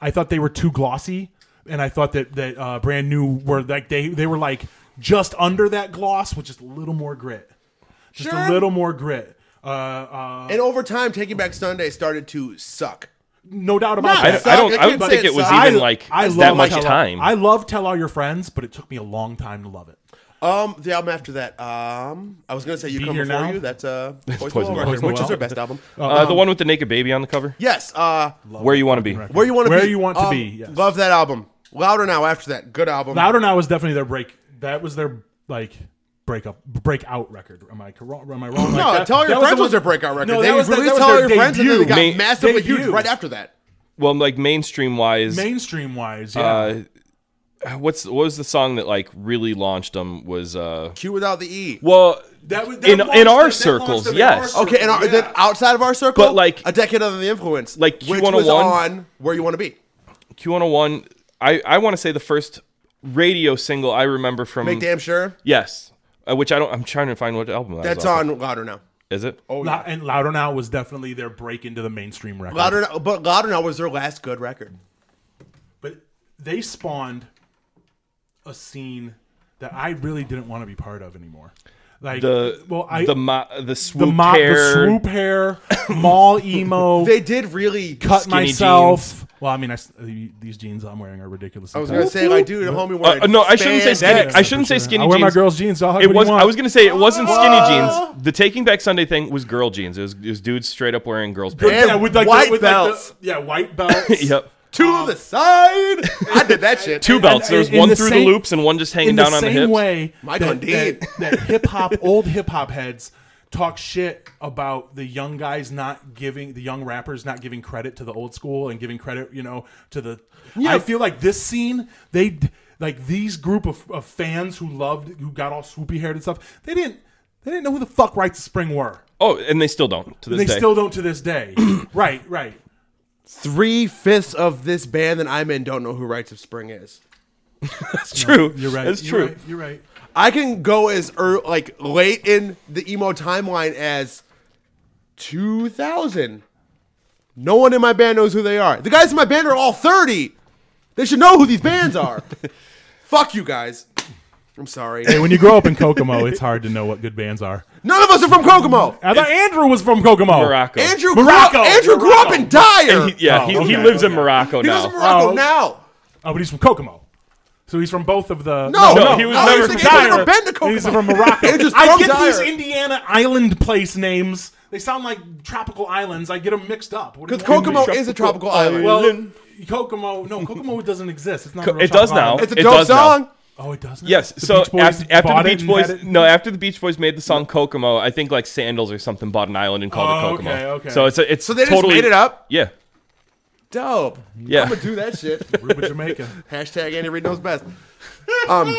I thought they were too glossy, and I thought that that uh, brand new were like they they were like just under that gloss with just a little more grit, just
Sure.
a little more grit. Uh, uh,
And over time, Taking Back Sunday started to suck.
no doubt about
No,
I,
that.
don't- I don't.
Suck. I
I don't
can't
think
say
it was
suck. I-
even like that
love
much
Tell All-
time. Uh,
I love tell all your friends, but it took me a long time to love it.
Um, the album after that, um, I was gonna say "You
Be
Come
Here
Before
Now?
You." That's
[laughs]
uh, Poison, Well
Poison Well.
record, which is
Well.
their best album.
uh, the one with the naked baby on the cover.
Yes, uh,
Where you want to be?
where you want to be?
Where You Want to
um,
Be, yes.
Love that album. Louder now. After that, good album.
Louder Now was definitely their break. That was their like breakup breakout record. Am I wrong? Am I wrong?
No,
like that,
Tell All Your
that
Friends
the
was
one-
their breakout record.
No,
they
that was their-
released
that was
Tell All
their
Your Friends and then they
debut.
got
Main-
massively huge
debut.
right after that.
Well, like mainstream wise,
mainstream wise. Yeah.
uh, what's what was the song that like really launched them? Was uh,
Q without the E.
well,
That was- that launched
in in
them- that
our
launched
circles,
them in our
yes.
circles.
Okay, and our,
Yeah.
then outside of our circle,
But, like-
a decade under the influence,
Like,
which
Q101?
was on where you want to be.
Q101. I I want to say the first radio single I remember from
Make damn sure
yes, uh, which I don't. I'm trying to find what album that
that's
was off of.
on louder now.
Is it? Oh,
Lou- and Louder Now was definitely their break into the mainstream record.
Louder now, but louder now was their last good record.
but they spawned a scene that I really didn't want to be part of anymore. Like
the
well, I
the mo- the swoop
the, mo-
hair.
the swoop
[coughs]
hair, mall emo,
They did really.
cut
skinny
myself. Well, I mean, I s uh, these jeans I'm wearing are ridiculous.
I was gonna say, like, dude, a homie
Uh,
wearing.
uh, no, I shouldn't say
spandex.
skinny. I shouldn't say skinny
I wear
jeans.
my girls' jeans. I'll have what
It
do you
was.
want.
I was gonna say it wasn't skinny jeans. The Taking Back Sunday thing was girl jeans. It was, it was dudes straight up wearing girls' pants.
And white belts.
Like the, yeah, white
[laughs]
belts.
yep.
To the side. I did that shit.
Two belts.
and-
There's
in
one
the
through
same-
the loops and one just hanging
in the
down on the
same
hips.
way
Michael
that,
Dean.
that, hip hop [laughs] old hip hop heads talk shit about the young guys not giving the young rappers not giving credit to the old school and giving credit you know to the I feel like this scene they like these group of, of fans who loved who got all swoopy haired and stuff they didn't they didn't know who the fuck Rights of Spring were
Oh, and they still don't to this
they
day.
still don't to this
[clears throat]
day right right
Three fifths of this band that I'm in don't know who Rites of Spring is.
That's true.
you're right
That's
you're
true.
right, you're right
I can go as ear like late in the emo timeline as 2000. No one in my band knows who they are. The guys in my band are all 30. They should know who these bands
[laughs]
are. Fuck you guys. I'm sorry.
hey when you grow up in Kokomo it's hard to know what good bands are
None of us are from Kokomo.
I thought Andrew was from Kokomo
Morocco.
Andrew
Morocco.
Grew up, Andrew grew up in Dyer.
He- yeah,
Oh,
he, he
okay,
lives in
okay.
Morocco
He
now.
lives in Morocco
Oh.
now.
Oh, but he's from Kokomo. So he's from both of the.
No,
No, he was
I
never
was thinking
from
he's never
Dyer.
been to Kokomo. [laughs]
He's from Morocco.
Andrew's
I
from
get
Dyer.
these Indiana island place names. They sound like tropical islands. I get them mixed up. What do you
Because
want?
Kokomo is a tropical island.
Well, Kokomo. No, Kokomo doesn't exist. It's not. a real
it does
tropical
now.
island.
it's a
it
dope
does now.
song.
Oh, it does. Now?
Yes.
The
so
Beach Boys
after, after
bought
the
it
Beach
and had
Boys,
it-
no, after the Beach Boys made the song Kokomo, I think like Sandals or something bought an island and called
Oh,
it Kokomo.
okay, okay.
So it's a, it's
So they just
totally
made it up?
Yeah.
Dope.
Yeah.
I'm gonna do that
[laughs]
shit.
[laughs]
Aruba, Jamaica.
Hashtag Andy Reid knows best. Um,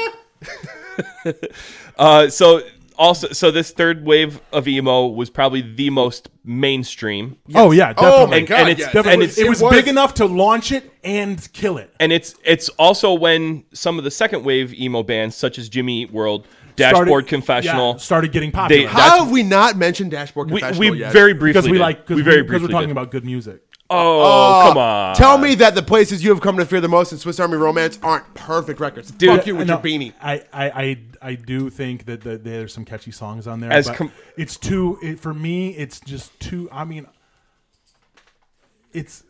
Uh, so also, so this third wave of emo was probably the most mainstream,
Oh yeah, definitely.
Oh my
And-
god.
and it's
yes.
definitely-
Definitely.
and it's-
it was
it was-
big enough to launch it and kill it.
and it's it's also when some of the second wave emo bands, such as Jimmy Eat World, Dashboard
started-
Confessional.
yeah, started getting
They-
popular.
that-
How have we not mentioned Dashboard
we
Confessional
we
yet?
very briefly
because we
did.
like
we
because
very
because
briefly
we're talking
did.
about good music.
Oh, come on.
Tell me that the places you have come to fear the most in Swiss Army Romance aren't perfect records.
Dude,
Fuck you with
No,
your beanie.
I, I, I, I do think that, that there's some catchy songs on there.
As
but
com-
it's too it, for me. It's just too. I mean, it's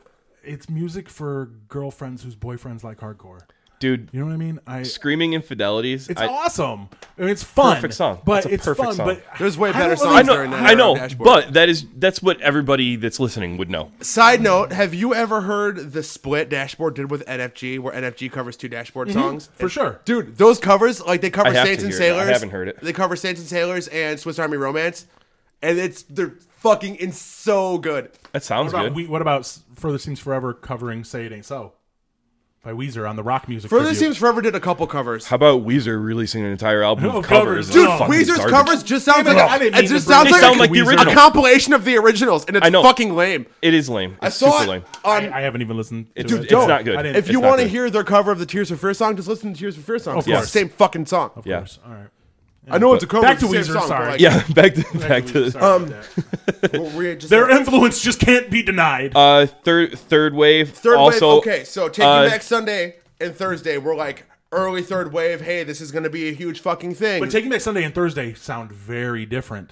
it's music for girlfriends whose boyfriends like hardcore.
dude.
You know what I mean? I
Screaming infidelities.
it's
I,
awesome. I mean, it's fun.
Perfect song.
But
That's a
it's
perfect
fun.
song.
But
There's way
I
better
don't
songs
I
Really,
know,
during that
I
era
know,
dashboard.
but that is that's what everybody that's listening would know.
Side note: Have you ever heard the split Dashboard did with NFG, where NFG covers two Dashboard songs?
Mm-hmm. for sure.
Dude, those covers, like they cover
I have
Saints
to
and
hear it. I
Sailors.
haven't heard it.
They cover Saints and Sailors and Swiss Army Romance, and it's they're fucking in so good.
That sounds
What about,
good.
we, what about S- Further Seems Forever covering Say It Ain't So by Weezer on the rock music?
Further
tribute?
Seems Forever did a couple covers.
How about Weezer releasing an entire album
No,
of covers?
covers.
That's
Dude,
Oh,
fucking
Weezer's
garbage.
covers just sounds
Damn it, I
like
didn't
it
mean
just
to bring
sounds
They
like,
sound like the
Weezer.
a
original.
compilation of the originals, and it's
I know.
fucking lame.
It is lame. It's
I saw it
super
Um,
lame.
on.
I, I haven't even listened. to
Dude,
it.
don't.
I didn't-
if you
It's not
want to
good.
hear their cover of the Tears for Fear song, just listen to Tears for Fear song. It's the
course.
same fucking song.
Of
Yeah.
course. All right.
I know it's a cover. it's
Back
the
to
same
Weezer,
song, but,
sorry.
like,
[laughs] Yeah, back to back to
Sorry about that.
well, we're just
Um, Their
like-
influence just can't be denied.
uh third third wave.
Third
also,
wave. Okay, so taking
uh,
back Sunday and Thursday, we're like early third wave. Hey, this is going to be a huge fucking thing.
but Taking Back Sunday and Thursday sound very different.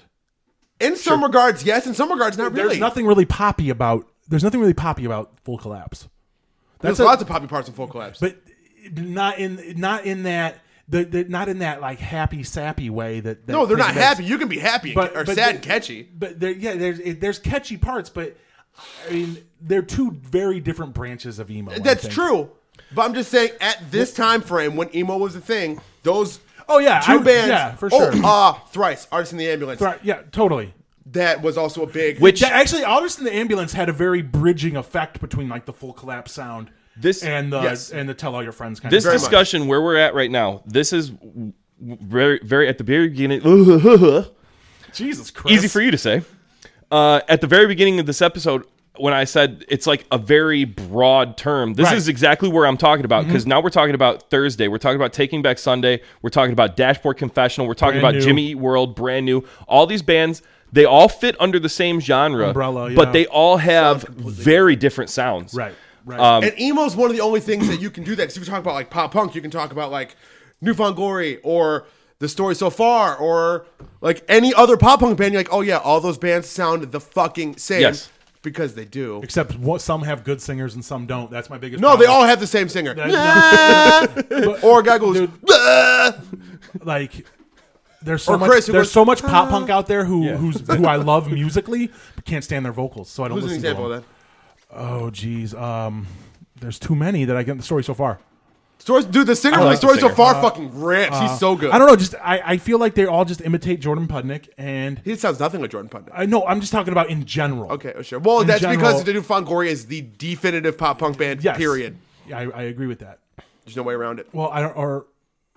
in some regards, yes. In some regards, not really.
There's nothing really poppy about. There's nothing really poppy about Full Collapse.
There's
a-
lots of poppy parts in full collapse.
but not in not in that the, the not in that like happy sappy way that, that
no, they're not
Taking Back-
happy. You can be happy
but-
or sad
but the-
and catchy.
But there, yeah, there's it- there's catchy parts, but I mean they're two very different branches of emo. I
That's
think.
true. But I'm just saying, at this time frame when emo was a thing, those
Oh yeah, I
two
would-
bands,
yeah, for sure.
Oh, uh, thrice, artists in the ambulance.
Right, yeah, totally.
That was also a big.
which
Yeah, actually, Aldous and the Ambulance had a very bridging effect between like the full collapse sound,
This-
and the
Yes.
and the tell all your friends kind
this
of.
Very much.
discussion where we're at right now, this is w- w- very very at the very beginning. [laughs]
Jesus Christ,
easy for you to say. Uh, at the very beginning of this episode, when I said it's like a very broad term, this
Right. Mm-hmm.
is exactly where I'm talking about because now we're talking about Thursday, we're talking about Taking Back Sunday, we're talking about Dashboard Confessional, we're talking
Brand
about
new.
Jimmy Eat World, brand new. All these bands, they all fit under the same genre,
Umbrella,
but
yeah.
they all have very different sounds. Um,
Right, right.
And emo's one of the only things that you can do that. Because if you talk about like pop punk, you can talk about like Newfound Glory or The Story So Far or like any other pop punk band. You're like, oh yeah, all those bands sound the fucking same.
Yes.
Because they do.
Except what, some have good singers and some don't. That's my biggest.
No, they
problem.
all have the same singer. [laughs]
That-
or a guy goes, [laughs]
Dude.
"Bah!"
like there's so
Or
much
Chris, who
there's
goes,
so much pop punk out there who
Yeah.
who's who I love musically but can't stand their vocals so I don't
Who's an
listen to
example
them.
of that?
Oh geez, um, there's too many that I get the story so far.
Stories, dude, the singer from
like
The Story
the
So
singer.
Uh,
Far fucking rips. He's so good.
I don't know, just I, I feel like they all just imitate Jordan Pudnick and
He sounds nothing like Jordan Putnam.
I know I'm just talking about in general.
Okay, sure. Well,
oh, In
that's because
general-
the Newfound Glory is the definitive pop punk band.
Yes.
Period.
Yeah, I, I agree with that.
There's no way around it.
Well, I don't or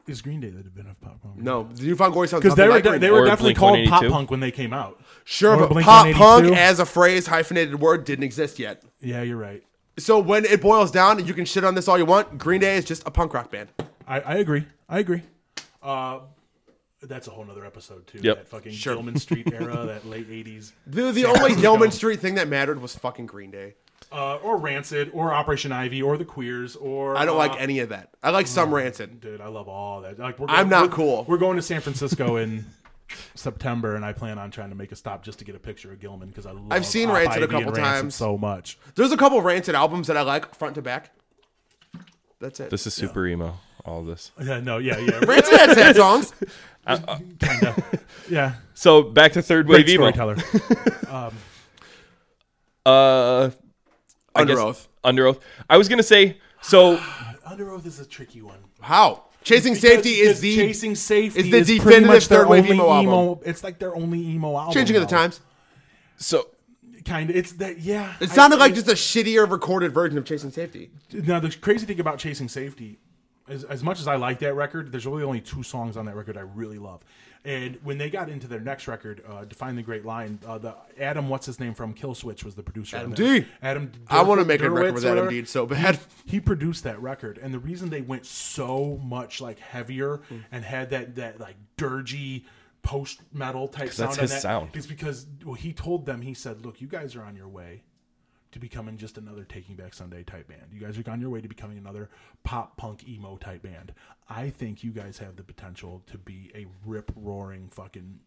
is Green Day that have been of pop punk?
No, the Newfound Glory sounds
Because
nothing
they were
like
de-
Green
they
Day.
were
Or
definitely called
Blink-182.
pop punk when they came out.
Sure,
Or
but pop
Blink-182.
punk as a phrase, hyphenated word, didn't exist yet.
yeah, you're right.
So when it boils down, you can shit on this all you want. Green Day is just a punk rock band.
I, I agree. I agree. Uh, that's a whole nother episode too.
Yep.
That fucking Gilman
[laughs]
Street era, that late '80s,
The, the
[laughs]
only Gilman Street thing that mattered was fucking Green Day.
uh, or Rancid, or Operation Ivy, or the Queers, or
I don't
uh, Mm.
like any of that. I like some rancid.
Dude, I love all that. Like, we're
I'm not
we're-
cool.
We're going to San Francisco in September, and I plan on trying to make a stop just to get a picture of Gilman because I love
I've seen
Op
Rancid a
Ivy and
couple
Rancid
times.
so much.
There's a couple rancid albums that I like front to back. That's it.
This is super emo. All this.
Yeah, no, yeah,
[laughs]
yeah,
rancid had sad songs.
yeah.
So back to third wave
Great
emo.
storyteller.
Uh, I
Under
guess-
Oath.
Under oath. I was gonna say. So
[laughs] Under Oath is a tricky one.
How? Chasing Safety is the
chasing safety
is the
pretty
definitive
much their
third wave
only
emo album.
It's like their only emo album.
changing of the
now.
times.
so
kind of it's that yeah
It sounded
I-
like just a shittier recorded version of Chasing Safety.
now the crazy thing about chasing safety as, as much as i like that record there's really only two songs on that record i really love And when they got into their next record, uh, "Define the Great Line," uh, the Adam, what's his name from Killswitch, was the producer. Adam
D.
Adam.
I want to make a
Derwitz
record with
or
Adam
whatever.
Deed so bad.
he produced that record and the reason they went so much like heavier
Hmm.
and had that that like dirgy post metal type sound
that's
on
his
that
sound.
is because well he told them he said look you guys are on your way to becoming just another Taking Back Sunday type band. You guys are on your way to becoming another pop punk emo type band. I think you guys have the potential to be a rip roaring fucking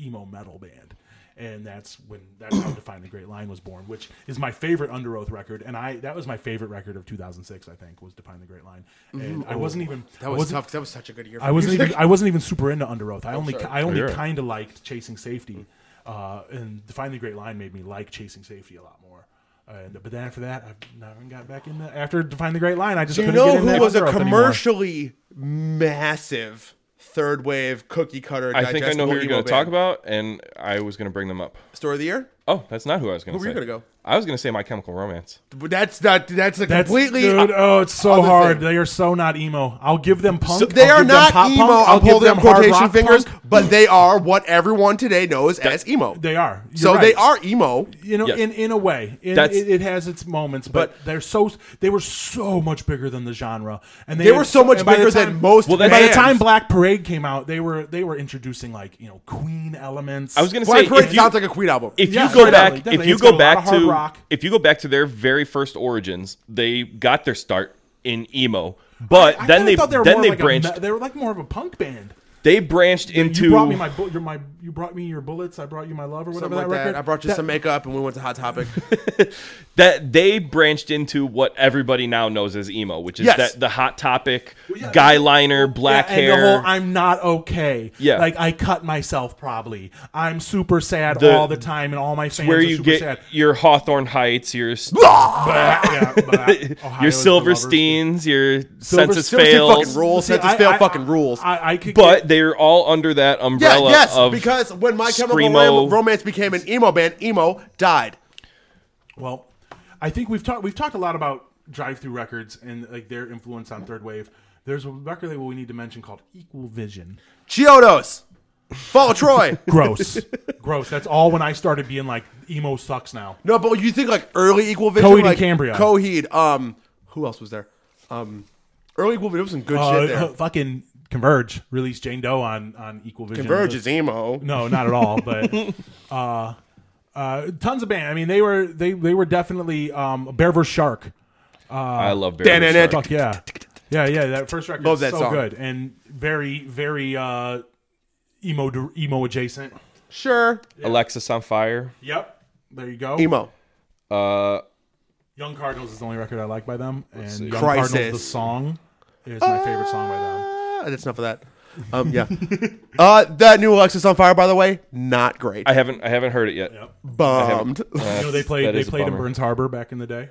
emo metal band. And that's when that's
[coughs]
how Define the Great Line was born, which is my favorite Under Oath record. And I that was my favorite record of 2006, I think, was Define the Great Line. And I wasn't even
[laughs] Mm-hmm. Oh, That
I
was
wasn't-
tough. 'cause That was such a good year. For
I wasn't
music.
even I wasn't even super into Under Oath. I only
sorry.
I only
you're right.
kind of liked Chasing Safety, uh, and Define the Great Line made me like Chasing Safety a lot more. And, but then after that, I've never got back in that. After Define the Great Line, I just
Do you
couldn't
know
get in
who
that
was a
Under Oath anymore.
commercially massive third wave cookie cutter?
I think I
digestible
know who you're
emo
going to talk
band?
about, and I was going to bring them up.
Story of the year.
Oh, that's not who I was going to
Who
say.
were you gonna go?
I was going to say My Chemical Romance.
But That's not. That's a
That's
completely. uh,
dude. Oh, it's so
other
hard.
thing.
They are so not emo. I'll give them punk.
So they
I'll
are
give them
not
pop
emo.
Punk, I'll
I'm
give
holding
them
up
hard
quotation
rock
fingers,
punk.
but they are what everyone today knows as emo.
They are. You're
so they
right.
are emo.
you know,
Yes.
in, in a way, it,
That's-
it, it has its moments, but,
But-
they're so they were so much bigger than the genre, and
They were so much
and by the
bigger
time-
than most
Well, that's-
by the
bands.
time Black Parade came out, they were they were introducing like you know Queen elements.
I was going to say
Black Parade
if you,
sounds like a Queen album.
if
Yeah,
you
definitely,
go back,
definitely.
if you
It's
go
got a lot of
back
hard
to
rock.
if you go back to their very first origins, they got their start in emo, but
I
uh, then
kinda
they,
thought were
then
more
they
like a
branched
me- they were like more of a punk band.
they branched into
You brought me my, bu- your, my you brought me your bullets. I brought you my love or whatever
Something like
that
that.
record.
I brought you some makeup and we went to Hot Topic.
that they branched into what everybody now knows as emo, which is
Yes.
that the hot topic, guy liner, black
Yeah,
hair.
And the whole I'm not okay.
Yeah.
Like I cut myself probably. I'm super sad
The-
all the time and all my fans
where
are
you
super
get
sad.
your Hawthorne Heights, your
yeah,
[laughs]
but
your
Ohio's the lovers.
Silversteins, your Census
Silver State fucking
Fails,
rules.
See,
Census
I-
fail
I-
fucking rules.
I, I could
but they're all under that
[laughs] yeah,
umbrella
yes,
of
because when My Chemical
screamo-
Rom- Romance became an emo band, emo died.
get, well, I think we've talked we've talked a lot about drive-through records and like their influence on third wave. There's a record label we need to mention called Equal Vision.
Chiodos, Fall [laughs] Troy.
Gross, gross. That's all when I started being like emo sucks now.
No, but you think like early Equal Vision,
Coheed and
like
Cambria.
Coheed. Um, who else was there? Um, early Equal Vision there was some good
Uh,
shit [laughs] there.
[laughs] fucking Converge released Jane Doe on on Equal Vision.
Converge is emo.
No, not at all.
[laughs]
But uh, uh, tons of band. I mean, they were they they were definitely um, Bear vs Shark.
I love
Dan
Barry
and
Shark.
Fuck yeah, yeah, yeah. That first record
Love
is
that
so
song.
good and very very uh, emo emo adjacent.
Sure,
Alexis on Fire.
Yep, there you go.
emo.
Uh,
Young Cardinals is the only record I like by them, and Young
Crisis.
Cardinals the song is my favorite song by them.
Ah, that's enough of that. Um, yeah. [laughs] uh, that new Alexis on Fire, by the way, not great.
I haven't I haven't heard it yet. Uh,
Bummed.
[laughs]
You know they
that
played they
is a
played in
bummer.
Burns Harbor back in the day,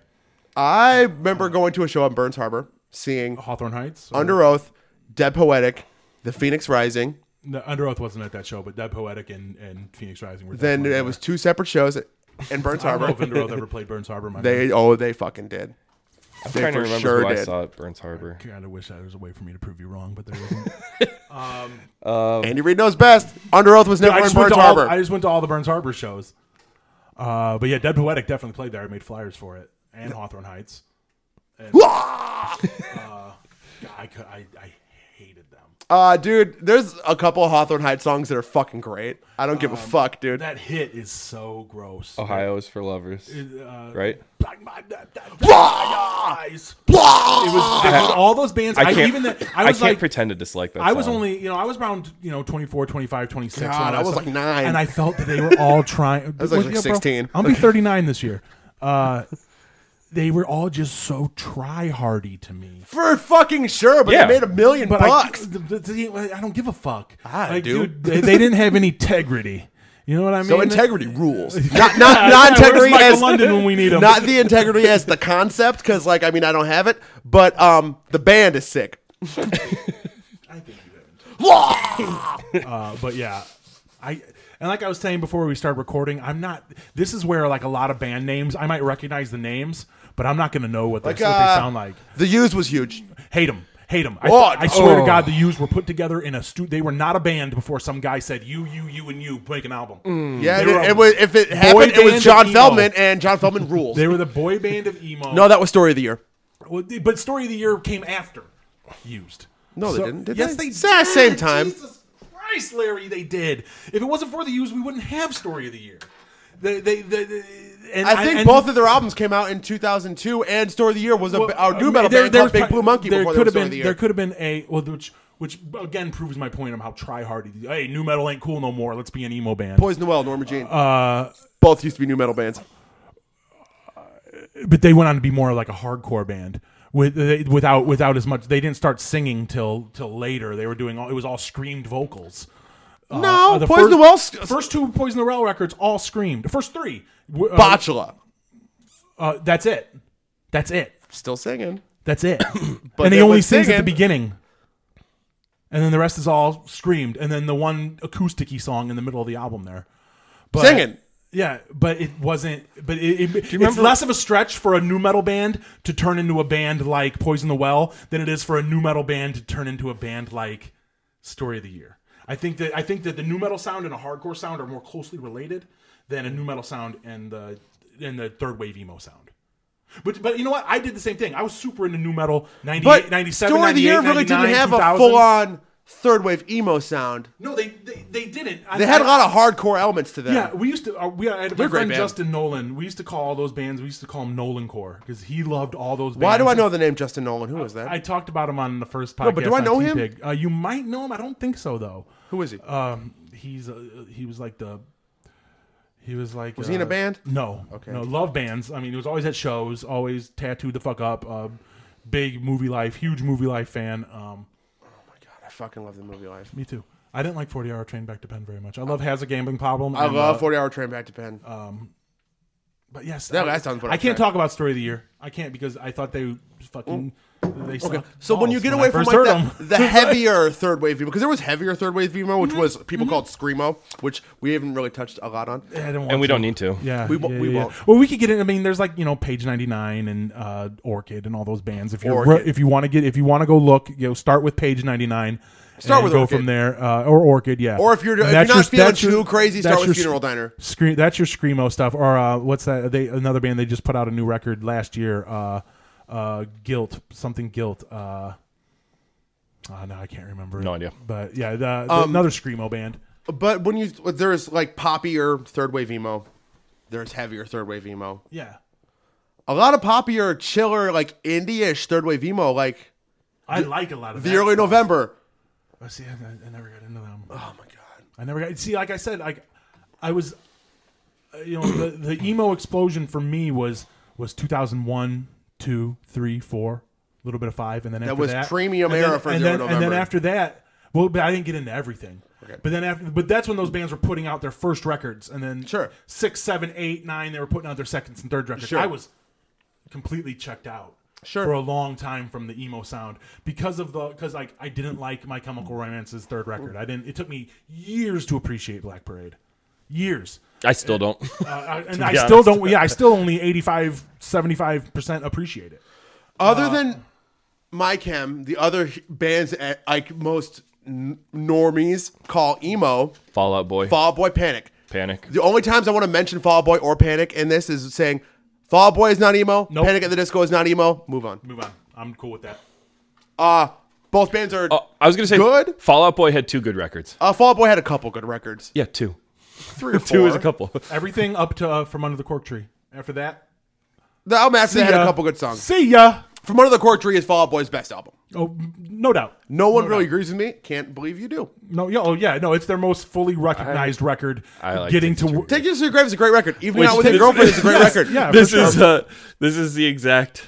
I remember going to a show in Burns Harbor, seeing
Hawthorne Heights. or-
Under Oath, Dead Poetic, The Phoenix Rising.
No, Under Oath wasn't at that show, but Dead Poetic and, and Phoenix Rising were.
Then
definitely
it was two separate shows in Burns
there. Oh, [laughs] I don't know if
Harbor.
Under Oath ever played Burns Harbor.
[laughs]
My
They oh they fucking did.
I'm
They
trying to
for
remember
sure
who I
did.
saw at Burns Harbor.
kind of wish there was a way for me to prove you wrong, but there isn't.
Andy Reid knows best. Under Oath was never
Um, I
in
just, went
Burns
to all,
Harbor.
I just went to all the Burns Harbor shows. Uh, but yeah, Dead Poetic definitely played there. I made flyers for it and Hawthorne Heights. And, uh, I, could, I, I hated them.
[laughs] Uh, dude, there's a couple Hawthorne Heights songs that are fucking great. I don't give a fuck, dude. [laughs]
Um, That hit is so gross.
Oh,
Ohio is for lovers, right?
Black my- that- that- that- eyes. It was, it was all those bands. I,
I can't.
even the,
I,
I was
can't
like,
pretend to dislike that.
I was
song.
only, you know, I was around, you know, 24, 25, 26.
God,
when
I was
saw-
like nine.
And I felt that they were
[laughs]
all trying. I
was like 16.
I'm going to be 39 this year. Uh, they were all just so try hardy to me.
For fucking sure, but
Yeah.
they made a million
But
bucks.
I, the, the, the- I don't give a fuck.
I
like,
do.
Dude, they, they didn't have any integrity. You know what I mean?
so integrity
[laughs]
rules. Not not, not
Where's
integrity
Michael
as
London when we need
[laughs]
him?
not the integrity as the concept, because like I mean I don't have it, but um the band is
[laughs]
sick. [laughs]
I think you did.
Wah!
Uh, but yeah, I and like I was saying before we started recording, I'm not. This is where like a lot of band names, I might recognize the names, but I'm not gonna know what, they
Like,
what
uh,
they sound like. Hmm.
the use was huge.
Hate them. Hate them. I,
Oh,
I swear
oh.
to God, the U's were put together in a stu- They were not a band before some guy said, "You, you, you, and you make an album."
Yeah, it,
They were a
it was. If it happened, it
band
was
of
John
emo.
Feldman, and John
[laughs]
Feldman rules.
They were the boy band of emo.
no, that was story of the year.
Well, the- but story of the year came after used.
No, they
So-
didn't, did
yes,
they?
they
Sa-
did.
same time.
Jesus Christ, Larry, they did. If it wasn't for the used, we wouldn't have story of the year. They, they, they, they- and
I think
and-
both of their albums came out in 2002, and Story of the Year was a,
well,
a
uh,
new metal
there-
band
there
called
was
Big
pro-
Blue Monkey
There
before they
could
were
have
Story
been
of the
there
Year.
could have been a well, which which again proves my point on how try hard. it is. Hey, new metal ain't cool no more. Let's be an emo band.
Poison the Well, Norma Jean. Uh, both used to be new metal bands.
uh, but they went on to be more like a hardcore band with they, without without as much. They didn't start singing till till later. They were doing all it was all screamed vocals.
no,
Uh, the
Poison
first,
the Well, s-
first two Poison the Well records all screamed. The first three, w- uh,
Botula,
uh, that's it. That's it.
still singing.
That's it.
[coughs] But
and
they
he only
was eh?
sings at the
singing.
beginning. And then the rest is all screamed. And then the one acousticy song in the middle of the album there. But,
Singing.
Yeah, but it wasn't. But it, it, it's
remember-
less of a stretch for a new metal band to turn into a band like Poison the Well than it is for a new metal band to turn into a band like Story of the Year. I think that I think that the new metal sound and a hardcore sound are more closely related than a new metal sound and the and the third wave emo sound. But but you know what? I did the same thing. I was super into new metal. 98,
But
97,
Story of the Year really didn't have a full on third wave emo sound.
No, they they, they didn't.
They had a lot of hardcore elements to them.
Yeah, we used to. Uh, we I had my
great
friend
band.
Justin Nolan. We used to call all those bands. We used to call him Nolan Core because he loved all those. bands.
Why do I know the name Justin Nolan? Who is that?
I talked about him on the first podcast.
but do I
on
know him?
T-Pig. Uh, you might know him. I don't think so though.
Who is he?
Um, he's uh, he was like the. He was like. Was
he in a band?
No. Okay. No, love bands. I mean, he was always at shows, always tattooed the fuck up. Uh, big movie life, huge movie life fan. Um,
I fucking love the movie Life.
me too. I didn't like Forty Hour Train Back to Penn very much. I love Has a Gambling Problem.
I
and,
love Oh,
uh,
40 Hour Train Back to Penn.
But yes,
That
I,
last time was what I
I can't
said.
talk about story of the year. I can't because I thought they fucking they okay.
So oh, when you get away from like the, [laughs] the
[laughs]
heavier third wave emo, because there was heavier third wave emo, which was people called screamo, which we haven't really touched a lot on.
And we don't need to.
Yeah,
we won't-
yeah,
we
yeah.
won't.
Well, we could get in. I mean, there's like you know, Page 99 and uh, Orchid and all those bands. If you
Orchid.
if you want to get if you want to go look, you know, start with Page 99.
Start
and
with
go
Orchid.
from there, uh, or Orchid, yeah.
Or if you're-
And
if you're
that's
not feeling
that's
too crazy, start
that's
with
your
Funeral Diner.
Scream, that's your screamo stuff. Or uh, what's that? They another band they just put out a new record last year. Uh, uh, Guilt, something Guilt. Uh, uh, no, I can't remember.
No
it.
idea.
But yeah, the,
Um,
the- another screamo band.
But when you there's like poppier third wave emo, there's heavier third wave emo.
Yeah,
A lot of poppier, chiller, like indie-ish third wave emo, like
I like a lot of
the
that
early
stuff.
November.
I Oh, see. I, I never got into them. Oh my god! I never got. See, like I said, like I was, uh, you know, the, the emo explosion for me was was 2001, two, three, four, a little bit of five, and then after
was
that
premium
and
era
then,
for
and
Zero
then, and then
November.
after that, well, but I didn't get into everything. But then after, but that's when those bands were putting out their first records, and then
Sure.
six, seven, eight, nine, they were putting out their seconds and third records.
Sure.
I was completely checked out
Sure.
for a long time from the emo sound because of the because like I didn't like My Chemical Romance's third record. I didn't. It took me years to appreciate Black Parade, years,
I still don't.
uh, I, and I
be
still
honest.
don't. Yeah, I still only 85, 75 percent appreciate it.
Other than my chem, the other h- bands that like most n- normies call emo,
Fallout Boy.
Fall Out Boy, Panic.
Panic.
The only times I want to mention Fall Out Boy or Panic in this is saying Fall Out Boy is not emo,
Nope.
Panic at the Disco is not emo. Move on.
Move on. I'm cool with that.
Uh both bands are.
Oh, I was gonna say
Good?
Fallout Boy had two good records.
uh, Fall Out Boy had a couple good records.
Yeah, two.
Three or four.
[laughs] Two is a couple.
Everything up to uh, from under the cork tree. After that,
The album after that had
ya.
a couple good songs.
see ya.
From Under the Cork Tree is Fall Out Boy's best album.
Oh, no doubt.
No one really agrees with me. Can't believe you do.
No, yeah, oh yeah, no. It's their most fully recognized record.
I like
getting
Take
to
This
w-
Take Yours to Your Grave is a great record. Even
Which
Not With Your
this-
Girlfriend is a
[laughs]
great
Yes,
record.
yeah.
this is uh, this is the exact.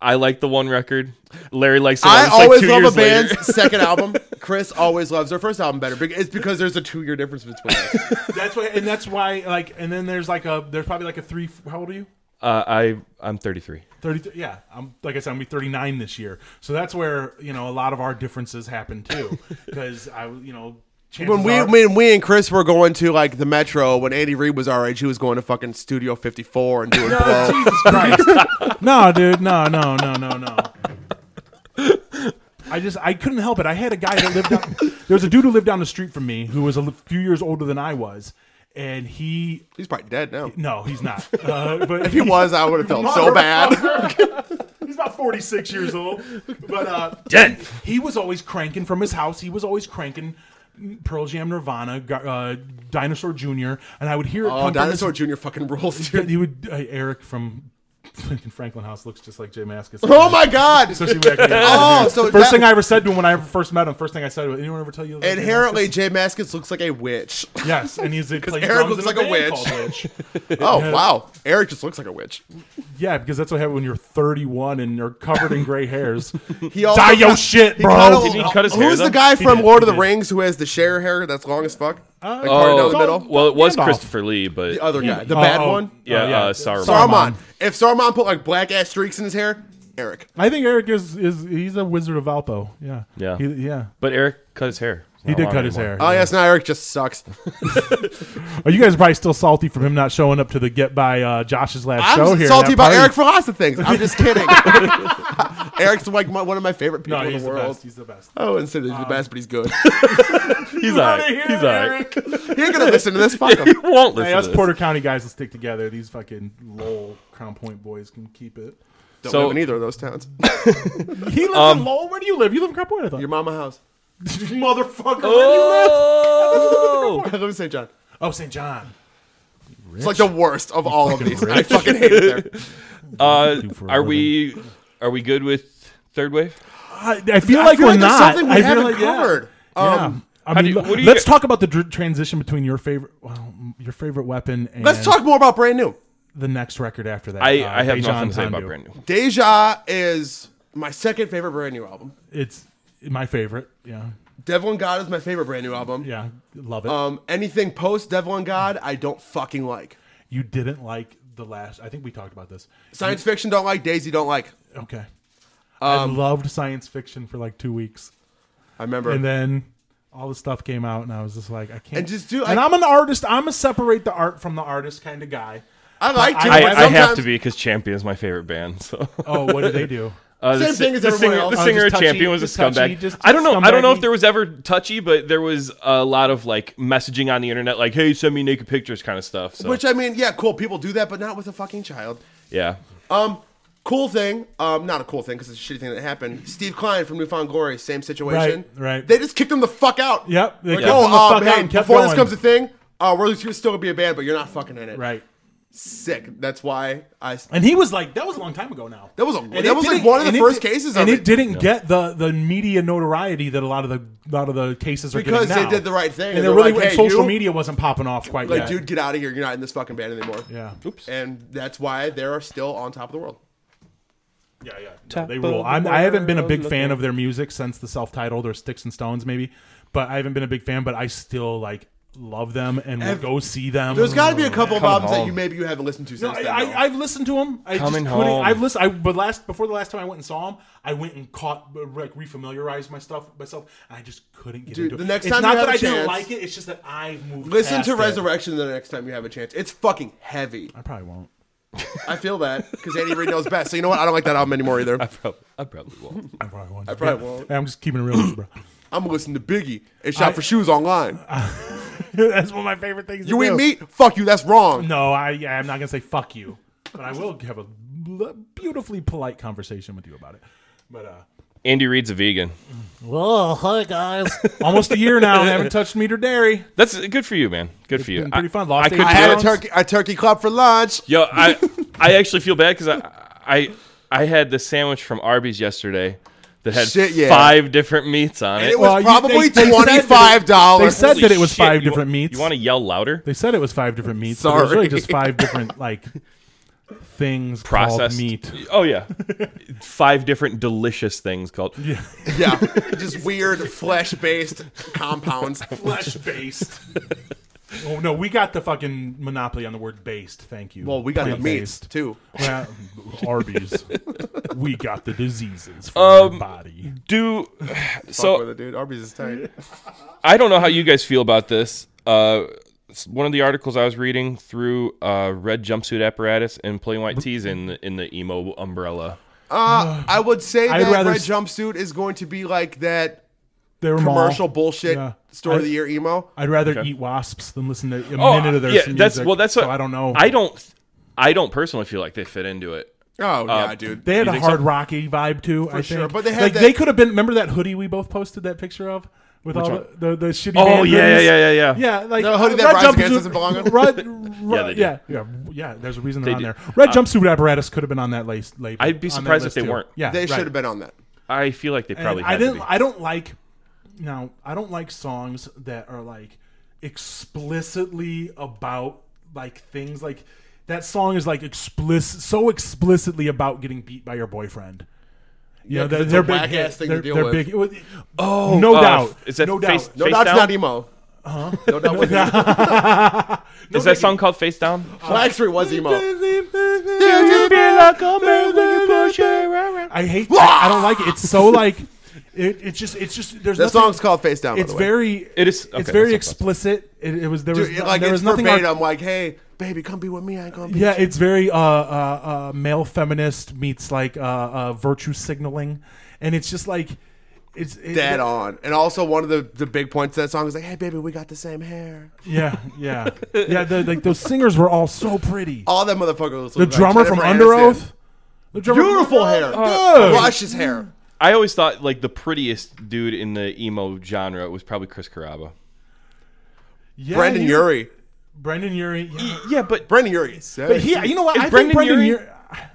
I like the one record. Larry likes.
I
another. It's like
always
two
love
years
a
later.
band's second album. Chris always loves their first album better. Bec- It's because there's a two year difference between us.
That's why, and that's why, like, and then there's like a, there's probably like a three. How old are you?
[laughs] Uh, I I'm 33.
Thirty. Yeah, I'm like I said, I'm gonna be 39 this year. So that's where you know a lot of our differences happen too, because I, you know, chances
when we
are, [laughs]
when we and Chris were going to like the Metro when Andy Reid was our age, he was going to fucking Studio 54
[laughs]
and doing blow.
Jesus Christ. no, dude, no, no, no, no, no. I just I couldn't help it. I had a guy that lived down. there was a dude who lived down the street from me who was a li- few years older than I was, and he
He's probably dead now.
[laughs] no, he's not. Uh, but
If he was, I would have felt
[laughs]
so bad.
He's about 46
[laughs]
years old. But uh, dead. He, he was always cranking from his house. He was always cranking Pearl Jam, Nirvana, Gar- uh, Dinosaur Jr. And I would hear it
Oh,
come from his-
Dinosaur Jr. fucking rules,
Yeah, [laughs]
dude. [laughs]
He would uh, Eric from [laughs] fucking Franklin House looks just like Jay Maskus.
Oh my god!
So she would actually-
[laughs] Oh, so
first
that-
thing I ever said to him when I ever first met him, first thing I said, anyone ever tell you? that Jay
Inherently, Jay Maskins looks like a witch. [laughs]
Mascis-" [laughs] yes, and he's because
Eric looks like a witch. Oh wow, Eric just looks like a witch.
[laughs] Yeah, because that's what happened when you're 31 and you're covered in gray hairs.
[laughs] He also
Dye your
got-
shit,
he
bro.
got a-
Did he cut his hair,
Who's
though?
the guy
He
from
did,
Lord
he
of the
did. Uh,
Rings who has the share hair that's long as fuck? like parted down
Oh,
the middle?
well, it was
Gandalf.
Christopher Lee, but
The other guy, the bad
Oh, oh,
one?
yeah,
oh, yeah.
Uh, Saruman.
Saruman. If Saruman put like black ass streaks in his hair, Eric.
I think Eric is is he's a wizard of Valpo. Yeah.
Yeah.
He, yeah.
But Eric cut his hair. It's
He
not
did
long
cut his
anymore.
hair.
Oh yes, now Eric just
[laughs]
sucks.
Oh, you guys are probably still salty from him not showing up to the get by uh, Josh's last
I'm
show here.
salty
that
about
party.
Eric for lots of things. I'm just
[laughs]
kidding. [laughs] Eric's like my, one of my favorite people
No,
in
he's
the
the
world. Oh,
best. Um, He's the best.
I wouldn't say that he's the best, but he's
[laughs]
good. [laughs]
He's all right. He's all right.
You're gonna listen to this. Fuck
[laughs]
[laughs]
He
him.
won't listen
Hey, us
to this.
Porter County guys will stick together. These fucking Lowell Crown Point boys can keep it.
Don't
So-
live in either of those
[laughs]
towns.
He lives
Um,
in Lowell. Where do you live? You live in Crown Point, I thought.
Your mama house.
Motherfucker.
Oh!
I live in St. John.
Oh, St. John.
It's like the worst of all of these. I fucking hate it there.
[laughs] Uh, are we are we good with third wave?
I, I
I feel
feel like we're
like there's
not.
something we
I feel
haven't
like- yeah.
covered.
Yeah.
Um,
I mean,
do you- what do you-
let's talk about the dr- transition between your favorite, well, your favorite weapon and
Let's talk more about brand new.
the next record after that.
I,
uh,
I have
Dejan
nothing to say about
Pandu.
brand new.
Deja is my second favorite brand new album.
It's my favorite. Yeah,
Devil and God is my favorite brand new album.
yeah, love it.
Um, anything post Devil and God, I don't fucking like.
you didn't like the last. I think we talked about this.
Science fiction, don't like. Daisy, don't like.
Okay, I loved science fiction for like two weeks,
I Um, remember.
and then all the stuff came out, and I was just like, I can't.
And just do-
And
I-
I'm an artist. I'm a separate the art from the artist kind of guy.
I like to.
I-
I,
but
I have
sometimes-
to be because Champion's my favorite band. So
Oh, what did
[laughs]
they do?
Uh, the
Same
si-
thing as
the
everyone
singer,
else.
The
Oh,
singer
just
of
touchy,
Champion was a
just touchy,
scumbag.
just-
I don't know. I don't know
scumbaggy.
if there was ever touchy, but there was a lot of like messaging on the internet, like "Hey, send me naked pictures" kind of stuff. So
Which I mean, yeah, cool. People do that, but not with a fucking child.
yeah,
Um, cool thing. Um, not a cool thing because it's a shitty thing that happened. Steve Klein from Newfound Glory, same situation.
Right, right.
They just kicked him the fuck out.
Yep, they
Like,
kicked
oh,
him the
um,
fuck out
hey,
and kept
before this
going.
comes a thing, uh, we're still gonna be a band, but you're not fucking in it.
Right.
Sick. That's why I.
And he was like, that was a long time ago now.
That was a-
And
that
it
was, like,
didn't-
one of the
and it
first
di-
cases
and
of
it,
it.
didn't get the the media notoriety that a lot of the lot of the cases are
Because
getting
they
now.
did the right thing,
And,
and
they
they're
really
like, hey,
social
you-
media wasn't popping off quite
Like,
yet.
dude, get out of here. You're not in this fucking band anymore.
yeah,
And that's why they're still on top of the world.
yeah, yeah. No, they rule. I'm, I haven't been a big fan of their music since the self-titled or Sticks and Stones, maybe. But I haven't been a big fan. But I still like love them and will go see them.
There's got to be a couple of
Come
albums that
home.
you maybe you haven't listened to
No,
since
I,
then. though.
I, I've listened to him. I
Coming
just couldn't-
home.
I've listened. I but last before the last time I went and saw him, I went and caught like refamiliarized myself myself. And I just couldn't get
Dude,
into
the
it.
next
it's
time
not
you have
that I
a
didn't
chance-
like it. It's just that I moved.
Listen
past
to
it.
Resurrection the next time you have a chance. It's fucking heavy.
I probably won't.
I feel that because Andy Reid knows best. So you know what? I don't like that album anymore either.
I probably, I probably won't.
I probably won't.
I probably won't.
I'm just keeping it real, with you, bro. [laughs]
I'm gonna listen to Biggie and shop
I-
for shoes online.
That's one of my favorite things.
you
to
eat
do.
meat? Fuck you. That's wrong.
No, I. I'm not gonna say fuck you, but I will have a bl- beautifully polite conversation with you about it. But uh.
Andy Reid's a vegan.
Well, Oh, hi guys. [laughs] Almost a year now. I [laughs] haven't touched meat or dairy.
That's good for you, man. Good for you.
been pretty
I-
fun. Lost
I
eight
could
I had a
Browns?
turkey a turkey club for lunch.
Yo, I I actually feel bad because I, I I had the sandwich from Arby's yesterday that had
Shit, yeah.
five different meats on it.
And it was
Well, you-
probably
they- they said that it-
twenty five
They
dollars.
said
Holy
that it was
shit,
five
you-
different meats.
You want to yell louder?
They said it was five different meats. Sorry, but it was
Sorry.
really just five
[laughs]
different like things called
Processed
meat.
[laughs] Oh yeah, five different delicious things called.
[laughs] yeah, just weird flesh based compounds.
Flesh based. [laughs] oh no, we got the fucking monopoly on the word based. Thank you.
Well, we got the meats
Plant-based.
too.
Well, [laughs] Arby's. we got the diseases from
Um,
your body.
[sighs]
Do
Fuck with
so.
it, dude. Arby's is tight.
I don't know how you guys feel about this. Uh, s- one of the articles I was reading through uh, red jumpsuit apparatus and plain white tees in the, in the emo umbrella.
Uh, I would say
I'd
that
rather
red
s-
jumpsuit is going to be like that
They were mall.
commercial bullshit
Yeah.
store of
I-
the year emo.
I'd rather eat wasps than listen to a
Oh,
minute of their
yeah,
music.
that's well. That's what
so I don't know.
I don't. I don't personally feel like they fit into it.
Oh yeah, dude.
They had
You
a
think so?
hard rocky vibe too. I think.
sure, but they had
like
that-
they could have been. Remember that hoodie we both posted that picture of with all
one?
the, the the shitty.
Oh,
band
yeah, yeah,
hoodies?
yeah, yeah, yeah.
yeah. Like
The hoodie that
red
Rise
jumpsuit-
Against doesn't belong on?
Red,
[laughs] Yeah, they do.
yeah, yeah, yeah. There's a reason they're on
do.
there. Red jumpsuit apparatus could have been on that lace label.
I'd be
on that
surprised if
list,
they
too.
weren't.
Yeah,
They
right.
should have been on that.
I feel like they probably.
And I
Had to
didn't.
be.
I don't like. Now I don't like songs that are like explicitly about like things like that song is like explicit so explicitly about getting beat by your boyfriend. You know,
'cause
they're,
it's a
they're big
whack-ass
hits,
thing to
they're,
deal
they're
with.
big. it- oh, no
uh,
doubt.
is that
no
face-
doubt. [laughs]
No,
Face
that's
down?
not emo.
Uh-huh.
No, that was emo.
Is that song called Face Down?
Black Street was emo.
I hate. I, I don't like it. It's so like. It, it's just. It's just. There's
That
nothing-
song's called Face Down. by
It's
the way.
very.
It is- okay,
it's
that
very
sounds awesome.
explicit. It, it was. There was.
Dude,
no-
like
there
it's
was nothing.
verbatim.
ar-
like, hey, baby, come be with me. I ain't gonna be.
yeah, it's very uh, uh, uh, male feminist meets like uh, uh, virtue signaling, and it's just like it's it,
dead on. And also one of the, the big points of that song is like, hey baby, we got the same hair.
Yeah, yeah, yeah. The, like those singers were all so pretty.
All that motherfucker was
The drummer from Under Oath. The drummer from
Beautiful
Under
hair.
Oath, Oh, dude.
Wash his hair.
I always thought like the prettiest dude in the emo genre was probably Chris Caraba.
Yeah,
Brendan
he-
Urie.
Brendan Urie. Yeah.
Yeah, but
Brendan Urie is sick.
But he, you know what?
Is
I
Brendan
think Brendan
Urie-
Urie.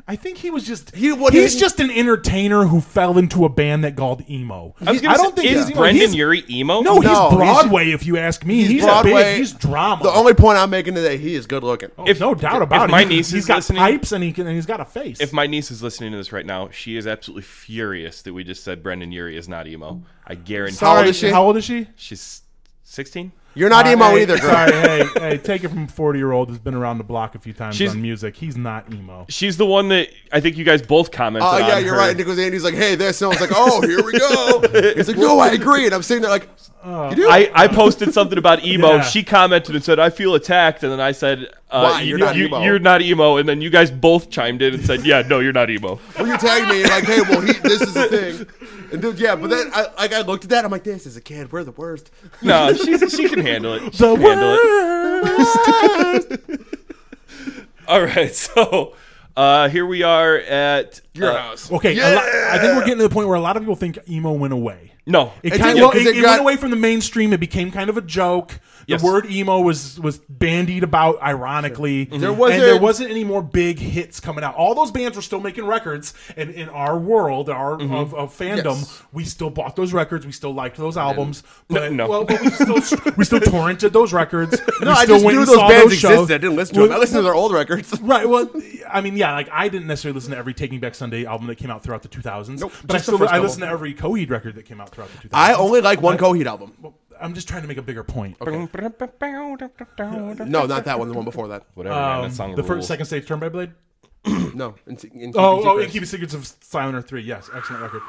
I think he was just
He
he
wasn't-
he's just an entertainer who fell into a band that called emo.
I, was gonna
don't
say,
think
is
he's emo.
Brendan
He's-
Urie emo.
No, he's
No, he's-
Broadway. if you ask me, he's,
Broadway.
big. He's drama. Oh.
The only point I'm making today, he is good looking.
If-
no doubt
if
about it.
my
He-
niece
he's
is
got
listening-
pipes and he can, and he's got a face.
If my niece is listening to this right now, she is absolutely furious that we just said Brendan Urie is not emo. I guarantee.
Sorry. How old is she?
How old is she?
She's sixteen.
You're not
Uh,
emo
hey,
either, girl.
Sorry, hey, hey, take it from a forty-year-old who's been around the block a few times
She's-
on music. He's not emo.
She's the one that I think you guys both commented.
Oh
on
yeah, you're
her.
right. Nicholas Andy's like, hey, this, and I was like, oh, here we
[laughs]
go. He's like, no, I agree, and I'm sitting there like, you do.
I, I posted something about emo.
Yeah.
She commented and said, "I feel attacked," and then I said, uh,
Why? You're
you-
not
you-
emo.
You're not emo. And then you guys both chimed in and said, "Yeah, no, you're
[laughs]
not emo."
Well, you tagged me like, hey, well, he, this
[laughs]
is the thing, and dude, yeah. But then I like I looked at that, I'm like, this is a kid. We're the worst.
No, she she can handle it. She
The
can handle it.
worst.
[laughs] All right, so uh, here we are at your
Uh,
house.
okay, a lot- I think we're getting to the point where a lot of people think emo went away.
No,
It
It
kind
did,
well,
because
it,
it
it
got-
went away from the mainstream. It became kind of a joke. The
Yes.
word emo was was bandied about ironically.
There wasn't-
and there wasn't any more big hits coming out. All those bands were still making records, and in our world, our
Mm-hmm.
of, of fandom,
Yes.
we still bought those records. We still liked those albums, but
No.
well, but we still
[laughs]
we still torrented those records.
[laughs] No,
we
I
still
just
went
knew
and
those
saw
bands
shows.
existed. I didn't listen to
Well,
them. I listened to their old records.
[laughs] Right. Well, I mean, yeah. Like I didn't necessarily listen to every Taking Back Sunday album that came out throughout the 2000s,
Nope,
but I
just the
still
first
I
couple.
listened to every Coheed record that came out throughout the 2000s.
I only like one Coheed album.
I'm just trying to make a bigger point.
No, not that one. The one before that.
Whatever, man, that song
Um, the
rules.
first, second stage Turn by Blade.
No. In, in
Oh, oh,
Secrets.
and Keep It Secrets of Silent Earth Three. Yes, excellent record.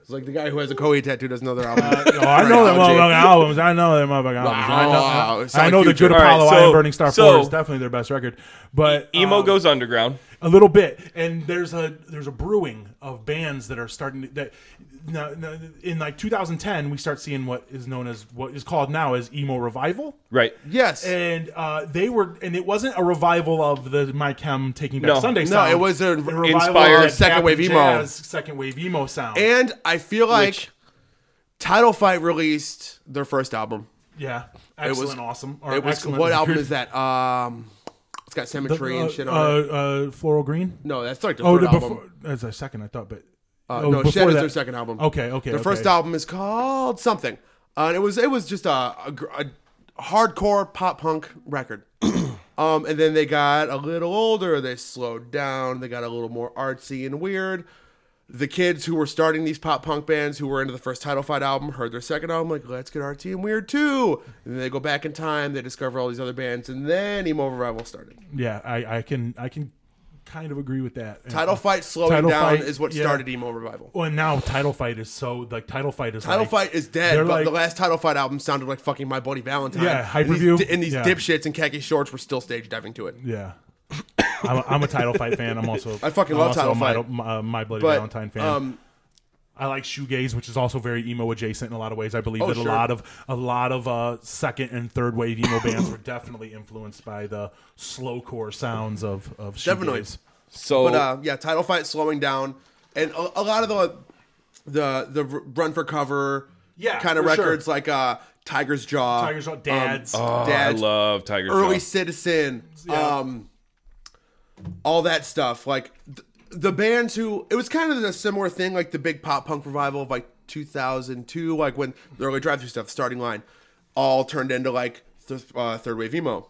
It's like the guy who has a Coheed tattoo does another album.
Oh, I know them
[laughs] Right,
motherfucking
OJ.
albums. I know them motherfucking albums. I
Wow,
know,
it sounds
I know
like
the
Future.
Good
All right,
Apollo
so-
Eye and Burning Star
so- E-
Four is definitely their best record, but
emo
um,
goes underground.
a little bit and there's a there's a brewing of bands that are starting to, that now, now, in like 2010 we start seeing what is known as what is called now as emo revival
Right.
Yes.
and uh, they were and it wasn't a revival of the my chem taking back
No.
sunday
No,
sound.
it was a
revival
inspired
of that
second
Japanese
wave emo.
jazz, second wave emo sound
and I feel like
Which-
Title Fight released their first album.
yeah excellent awesome or
It was
excellent
what
record. [laughs]
album is that? Um, it's got
The,
Cemetery
uh,
and shit
uh,
on it.
uh, floral green
No, that's like the
oh
third
the
album.
before that's a second i thought but
Uh, no,
oh, before
Shed is
that-
their second album.
okay okay
Their first album is called something, uh, and it was it was just a, a, gr- a hardcore pop punk record. [clears throat] um, and then they got a little older. They slowed down. They got a little more artsy and weird. The kids who were starting these pop punk bands who were into the first Title Fight album heard their second album, like, let's get artsy and weird too. And then they go back in time, they discover all these other bands, and then Emo Revival started.
yeah i i can i can kind of agree with that
Title Fight slowing
Title
down
Fight,
is what
yeah.
started Emo Revival.
Well, and now title fight is so like title fight is
Title
like,
Fight is dead,
they're
but the
like-
last Title Fight album sounded like fucking My Bloody Valentine.
Yeah,
And these
Hyperview.
di- And these
Yeah.
dipshits in khaki shorts were still stage diving to it.
yeah I'm, I'm a title fight fan. I'm also
[laughs] I fucking
I'm
love
also
Title
a My,
Fight.
My, my Bloody
But,
Valentine fan.
um,
I like shoegaze, which is also very emo adjacent in a lot of ways. I believe
Oh,
that
sure.
a lot of a lot of uh, second and third wave emo bands were definitely influenced by the slowcore sounds of of shoegaze.
Definitely.
So
But uh, yeah, title fight slowing down, and a, a lot of the the the r- run for cover,
Yeah,
kind of
for sure.
records like uh, Tiger's Jaw, Um,
Tiger's Jaw, Dad's.
I
Dad's,
love Tiger
early
Jaw.
Citizen, um, all that stuff. Like th- the bands who it was kind of a similar thing, like the big pop punk revival of like 2002, like when the early drive through stuff, starting line, all turned into like th- uh, third wave emo.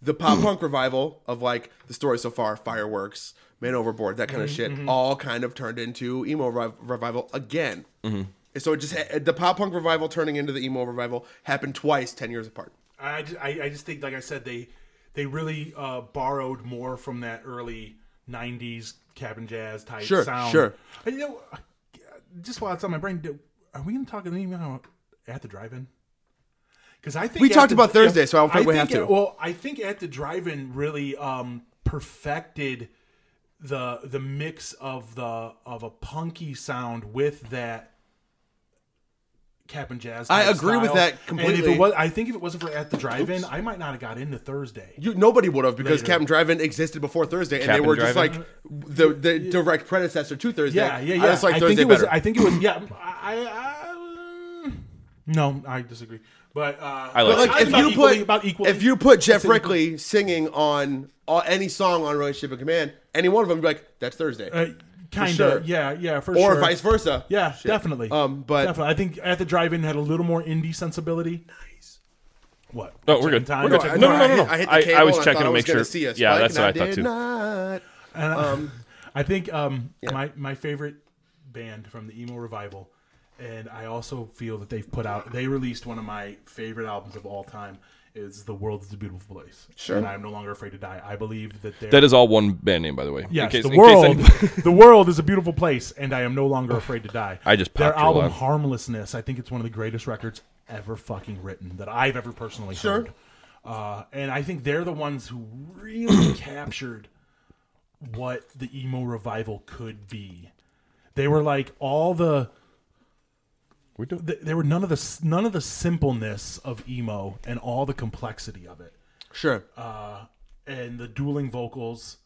The pop punk revival of like the story so far, fireworks, man overboard, that kind of shit, all kind of turned into emo rev- revival again. And So it just ha- the pop punk revival turning into the emo revival happened twice, ten years apart.
I, ju- I, I just think, like I said, they they really uh, borrowed more from that early '90s cabin jazz type
Sure,
sound.
sure.
And, you know, uh, just while it's on my brain, do- are we going to talk anything about at the drive-in? Because I think
We
at
talked
the-
about Thursday, so I don't think we
think
have
at-
to.
well, I think at the drive-in really um, perfected the the mix of the of a punky sound with that cap and jazz.
I
type
agree with
style.
that
And if
completely.
it was, I think if it wasn't for at the drive-in, I might not have got into Thursday.
You, nobody would have because
Later.
Captain Drive-In existed before Thursday, and
Captain
they were just like
Drive-In?
the, the direct predecessor to Thursday.
Yeah, yeah, yeah.
I just like Thursday
think it was.
better.
I think it was. Yeah. I. I, I no, I disagree. But uh, I
like
but like,
I'm
if you
equally,
put
about equally,
if you put Jeff
I'd say equally.
Rickley singing on all, any song on Relationship and Command, any one of them, would be like that's Thursday,
uh, kind
sure.
of yeah yeah for
or
sure.
vice versa.
Yeah,
Shit.
definitely.
Um, but-
definitely. I think at the drive-in had a little more indie sensibility. Nice. What?
No, we're
Checking
good.
time,
We're good.
checking
No,
time.
no, no, no.
I, hit the
I- I
cable
was
and
checking
thought
to
I
make
gonna
sure.
See a
Yeah,
spike,
that's
and
what I thought
did
too.
Not.
And, I think um, my my favorite band from the emo revival, and I also feel that they've put out. They released one of my favorite albums of all time. Is the world is a beautiful place? Sure. And I'm no longer afraid to die. I believe that they're
That is all one band name, by the way. In
Yes,
case-
the
in case
world. [laughs]
any-
the world is a beautiful place, and I am no longer afraid to die.
I just
their
popped your
album
lung.
"Harmlessness." I think it's one of the greatest records ever fucking written that I've ever personally heard. Uh, and I think they're the ones who really [coughs] captured what the emo revival could be. They were like all the
We're doing.
th- there were none of the s- none of the simpleness of emo and all the complexity of it,
Sure.
and the dueling vocals.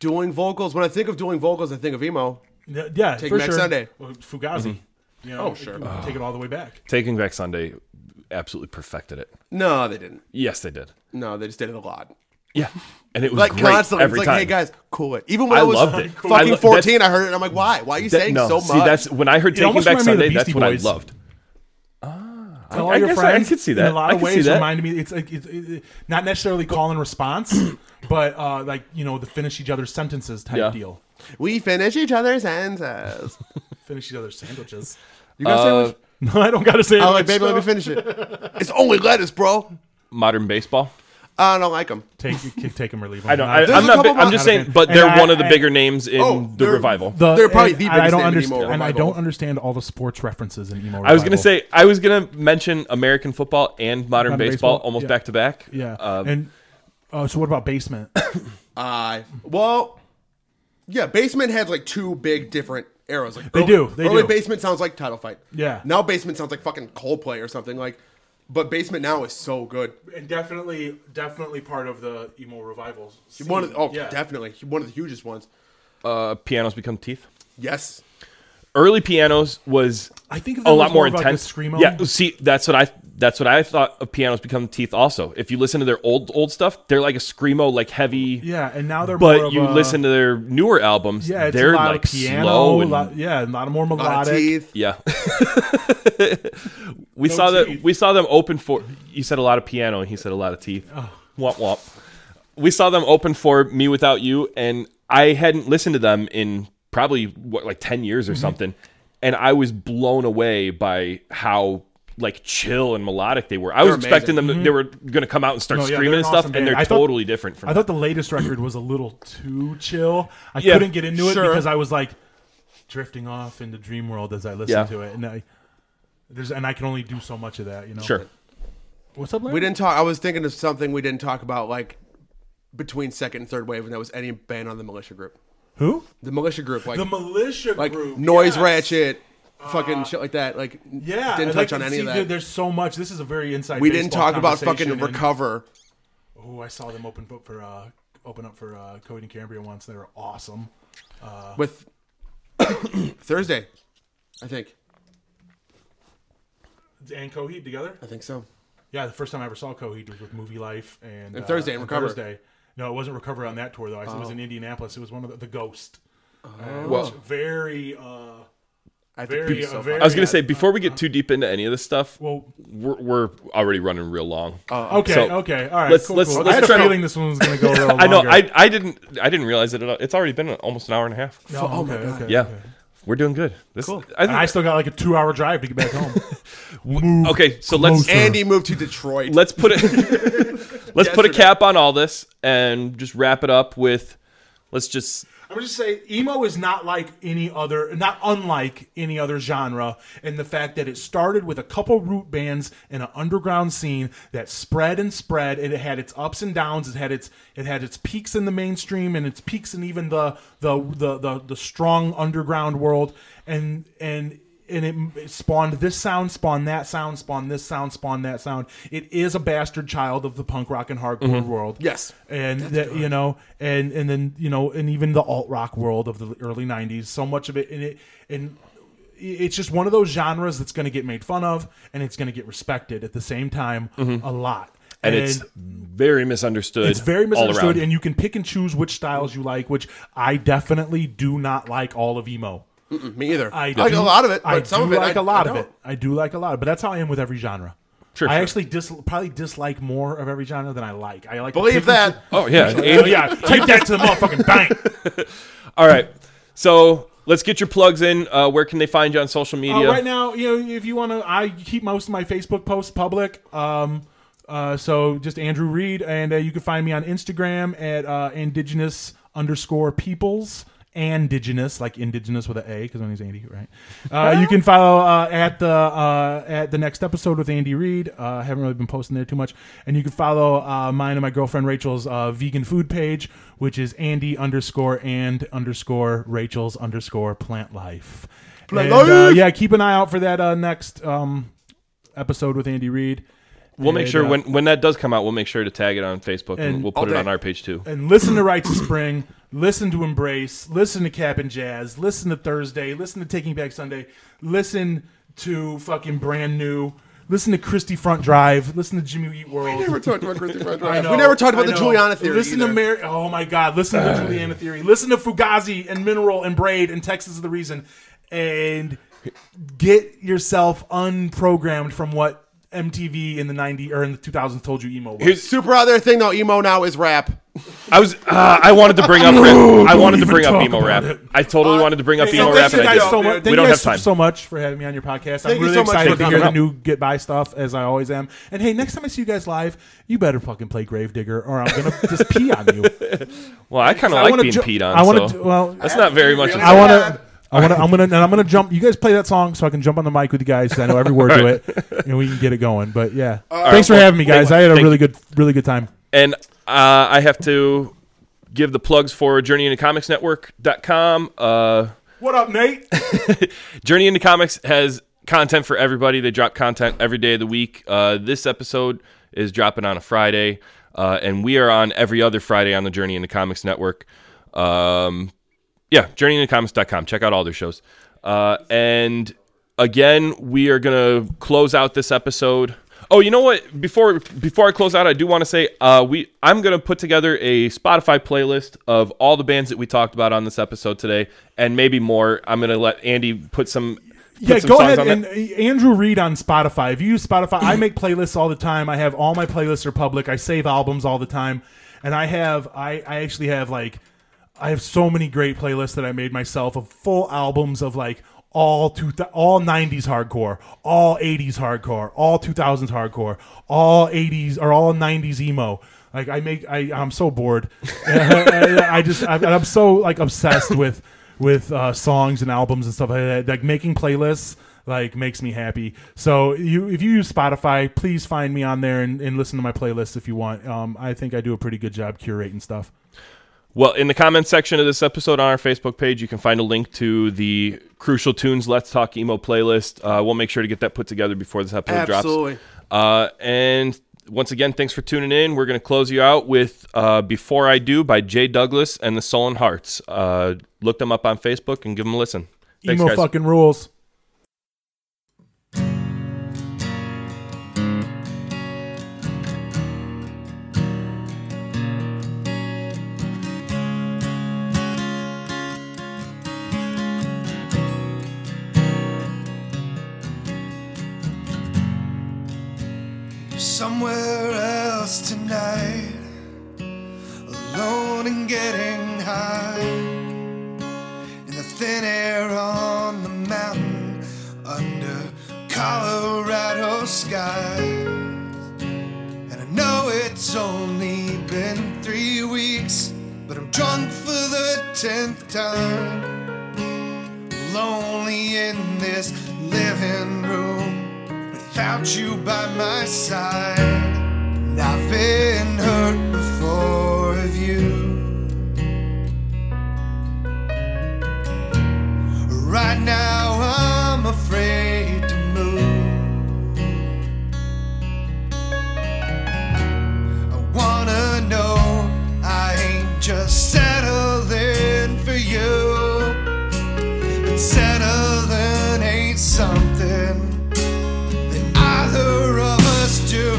Dueling vocals. When I think of dueling vocals, I think of emo.
Yeah, yeah
Take
for
Me Back
sure.
Sunday.
Well, Fugazi.
Mm-hmm.
You know, oh, sure.
Ah.
Take it all the way back.
Taking Back Sunday absolutely perfected it.
No, they didn't.
Yes, they did.
No, they just did it a lot.
Yeah, and it was
like
great
constantly.
every
it's
time.
like, hey guys, cool it. Even when
I
I, was
loved it. Cool.
[laughs]
I
fucking
lo-
fourteen, I heard it and I'm like, why? Why are you
That-
saying
no,
so much?
see, that's when I heard Taking
almost
Back
reminded me of the
Sunday. That's
Beastie
what I
Boys.
loved.
Tell
Oh, I
all your
guess I- I
friends.
could see
In
that.
a lot
I
of
could see
ways,
that.
reminded me. It's like it's it, it- not necessarily call and
[coughs]
response, but uh, like you know the finish each other's sentences type
Yeah.
deal.
we finish each other's
[laughs]
sentences.
Finish each other's sandwiches.
You got
Uh,
a sandwich?
[laughs] No, I don't gotta say.
I'm
it
like,
much,
baby, let me
though.
finish it. It's only lettuce, bro.
Modern baseball.
I don't like them.
Take kick- take him or leave him.
I don't. I,
There's
I'm
a
not. Big,
couple
I'm just
modern-
saying. But
And
they're
I-
one of the
I-
bigger names in
Oh,
the
they're-
revival.
The-
They're probably
and
the
I
biggest
don't
name in emo
understand, and I
revival.
don't understand all the sports references in emo.
I was gonna
revival.
say. I was gonna mention American football and modern,
Modern
baseball,
baseball,
almost
yeah.
back to back.
yeah,
um,
and uh, so what about basement?
I well, yeah. Basement had like two big different eras. Like
They
early-
do, they
early
do.
basement sounds like title fight.
Yeah.
Now basement sounds like fucking Coldplay or something like. But basement now is so good.
and definitely, definitely part of the emo revivals.
One of the, oh definitely one of the hugest ones.
Uh, pianos become teeth.
Yes.
Early pianos was
I think of
a
them
lot
as
more
of, like,
intense.
a screamo.
Yeah, see, that's what I that's what I thought of pianos become teeth. Also, if you listen to their old old stuff, they're like a screamo, like heavy.
yeah, and now they're more
But
of
you
a-
listen to their newer albums,
Yeah, it's
they're
a lot
like
of piano,
slow
a
and
lot, yeah, a lot of more
A lot of
melodic.
teeth.
[laughs]
yeah. we saw that
teeth.
we saw them open for. You said a lot of piano, and he said a lot of teeth.
Oh.
Womp womp. We saw them open for "Me Without You," and I hadn't listened to them in probably what like ten years or
Mm-hmm.
something, and I was blown away by how like chill and melodic they were. I was
amazing.
expecting them; to, they were going to come out and start
Mm-hmm. No, yeah,
screaming
they're
and
an
stuff,
awesome
and
band.
they're
I thought-
totally different from.
I thought the latest record was a little too chill. I
Yeah,
couldn't get into
sure.
it because I was like drifting off into dream world as I listened
Yeah.
to it, and I there's and I can only do so much of that, you know.
sure.
What's up, Larry?
We didn't talk. I was thinking of something we didn't talk about, like between second and third wave, and that was any band on the militia group.
Who?
The militia group, like
The militia
like
group,
noise
yes. Uh,
ratchet, fucking shit like that. Like
Yeah,
didn't
I'd
touch
like
on
to
any of
see-
that.
dude, there's so much. This is a very inside.
we didn't
baseball
talk about fucking
conversation, and-
recover.
Oh, I saw them open up for uh, open up for uh, Cody and Cambria once. They were awesome. Uh.
with [coughs] Thursday, I think.
And Coheed together.
I think so.
Yeah, the first time I ever saw Coheed was with Movie Life and, uh,
Thursday and Recover.
Thursday. No, it wasn't Recover on that tour though. I, It was
Oh.
in Indianapolis. It was one of the, the Ghost. Uh,
Well-
very. Uh,
I have
Very,
to pee
uh,
so
very-
I was gonna
Yeah. uh-huh.
say before we get too deep into any of this stuff,
well,
we're, we're already running real long.
okay,
uh, so-
okay, all right.
let's-
cool,
let's-
cool.
let's
I had
try
a
to-
feeling this one was
[laughs]
going to go a little longer.
I know. I, I didn't I didn't realize it. At all. It's already been almost an hour and a half.
No,
Oh my
okay,
God.
okay,
Yeah,
okay.
we're doing good. This, cool. I
And I
think,
still got like a two-hour drive to get back
[laughs]
home.
okay, so let's
closer.
Andy moved to Detroit.
let's put it [laughs] let's put a
Yesterday.
cap on all this and just wrap it up with let's just
I'm just say emo is not like any other, not unlike any other genre, and the fact that it started with a couple root bands and an underground scene that spread and spread, and it had its ups and downs. It had its it had its peaks in the mainstream and its peaks in even the the the the, the strong underground world, and and and it, it spawned this sound, spawned that sound, spawned this sound, spawned that sound. It is a bastard child of the punk rock and hardcore world.
Yes.
and that you know, and and then you know, and even the alt rock world of the early '90s. So much of it, and it, and it's just one of those genres that's going to get made fun of and it's going to get respected at the same time
Mm-hmm.
a lot.
and, it's very misunderstood.
It's very misunderstood,
All around.
and you can pick and choose which styles you like. Which I definitely do not like all of emo.
me either.
I
I,
do,
like a lot of it, but
I
some
do
of it
like
a
a lot of it. I do like a lot, but that's how I am with every genre.
Sure,
I
sure.
actually dis- probably dislike more of every genre than I like. I like to
Believe
pick and
that.
oh yeah.
choose- Oh, yeah, take that to the motherfucking bank.
all right. So let's get your plugs in. Uh, where can they find you on social
Uh,
media?
Right now, you know, if you want to, I keep most of my Facebook posts public. Um, uh, so just Andrew Reed, and uh, you can find me on Instagram at uh, indigenous underscore peoples. Indigenous, like indigenous with an A, because my name's Andy, right? Uh, you can follow uh, at the uh, at the next episode with Andy Reed. Uh, I haven't really been posting there too much, and you can follow uh, mine and my girlfriend Rachel's uh, vegan food page, which is Andy underscore and underscore Rachel's underscore plant life. And, uh, yeah, keep an eye out for that uh, next um, episode with Andy Reed.
we'll make
And,
sure
uh,
when when that does come out, we'll make sure to tag it on Facebook and,
And
we'll put
all
it on
day.
our page too.
and listen to Rights of Spring, listen to Embrace, listen to Cap and Jazz, listen to Thursday, listen to Taking Back Sunday, listen to fucking brand new, listen to Christie Front Drive, listen to Jimmy Eat World.
We never talked about Christopher
[laughs] I
Drive.
know,
We never talked about the
I know.
Juliana theory.
Listen
either. Uh.
to Mary. Oh my God! Listen to the Juliana theory. Listen to Fugazi and Mineral and Braid and Texas is the reason, and get yourself unprogrammed from what MTV in the '90s or in the 2000s told you emo was.
Super other thing though, emo now is rap.
I was uh, I wanted to bring up rap. I wanted to bring up
talk
emo
about
rap.
it.
I totally wanted to bring up
hey,
emo
so
rap,
thank
and
you
I
guys
didn't.
so
didn't.
much.
We
Thank you
don't
guys
have time.
so much for having me on your podcast.
Thank
I'm
you
really
so much
excited
for
to hear
coming
the
out.
new Get By stuff as I always am. And hey, next time I see you guys live, you better fucking play Gravedigger or I'm gonna just pee on
[laughs]
you.
Well, I kind of
I
like
wanna
being
ju-
peed on.
I wanna
so
do- well-
that's not very much. of
Really?
a-
I want
Yeah.
to. I want to. I'm gonna. And I'm gonna jump. You guys play that song so I can jump on the mic with you guys. 'cause I know every word to it, and we can get it going. But yeah, thanks for
well,
having me, guys. I had a
thank
really good, really good time.
And uh, I have to give the plugs for Journey into Comics Network.com. Uh,
What up, Nate?
Journey into Comics has content for everybody. They drop content every day of the week. Uh, this episode is dropping on a Friday, uh, and we are on every other Friday on the Journey into Comics Network. Um, yeah, journeyintocomics.com. Check out all their shows. Uh, and again, we are gonna close out this episode. Oh, you know what? Before before I close out, I do want to say uh, we I'm gonna put together a Spotify playlist of all the bands that we talked about on this episode today, and maybe more. I'm gonna let Andy put some put
yeah,
some
go
songs
ahead
on
and
that.
uh, Andrew Reed on Spotify. If you use Spotify,
[clears throat]
I make playlists all the time. I have all my playlists are public. I save albums all the time, and I have I I actually have like I have so many great playlists that I made myself of full albums of like all two thou- all 90s hardcore, all 80s hardcore, all 2000s hardcore, all 80s or all 90s emo. Like I make I I'm so bored. [laughs] I just I, I'm so like obsessed with with uh, songs and albums and stuff like that. Like making playlists like makes me happy. So you, if you use Spotify, please find me on there and, and listen to my playlist if you want. Um, I think I do a pretty good job curating stuff.
Well, in the comments section of this episode on our Facebook page, you can find a link to the Crucial Tunes Let's Talk Emo playlist. Uh, we'll make sure to get that put together before this episode
Absolutely.
drops. Uh, and once again, thanks for tuning in. We're going to close you out with uh, Before I Do by Jay Douglas and the Sullen Hearts. Uh, look them up on Facebook and give them a listen. Thanks,
Emo
guys.
fucking rules.
somewhere else tonight, alone and getting high. In the thin air on the mountain, under Colorado skies. And I know it's only been three weeks, but I'm drunk for the tenth time. Lonely in this living room without you by my side. And I've been hurt before of you. Right now I'm afraid to move. I wanna know I ain't just settling for you. But settling ain't something than either of us do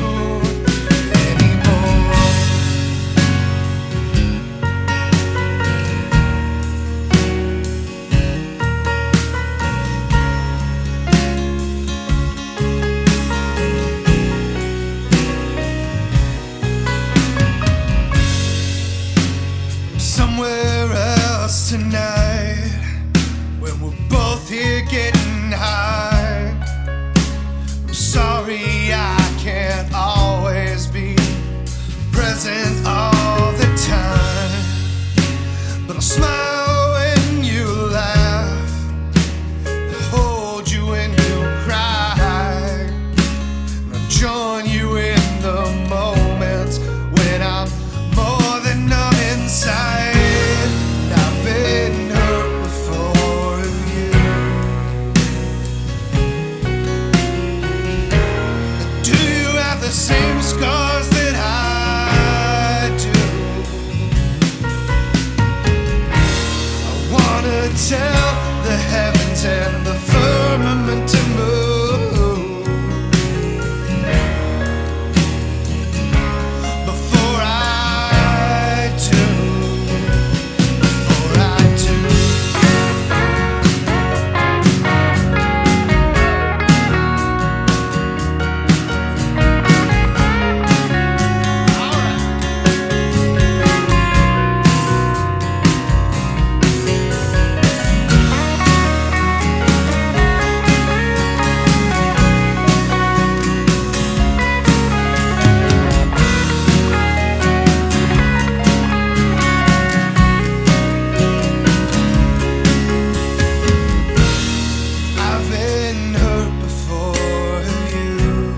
anymore. Somewhere else tonight, when we're both here getting high. Sorry, I can't always be present all the time. But I'll smile when you laugh, hold you when you cry, and I'll join you in the moments when I'm more than numb inside. And I've been hurt before of you. Do you have the same scars that I do? I wanna tell the heavens and the firmament to move before I do. Before I do. I've been hurt before of you.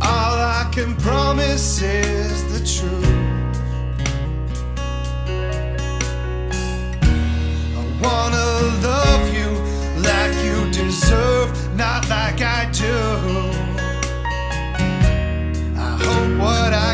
All I can promise is the truth. I wanna love you like you deserve, not like I do. I hope what I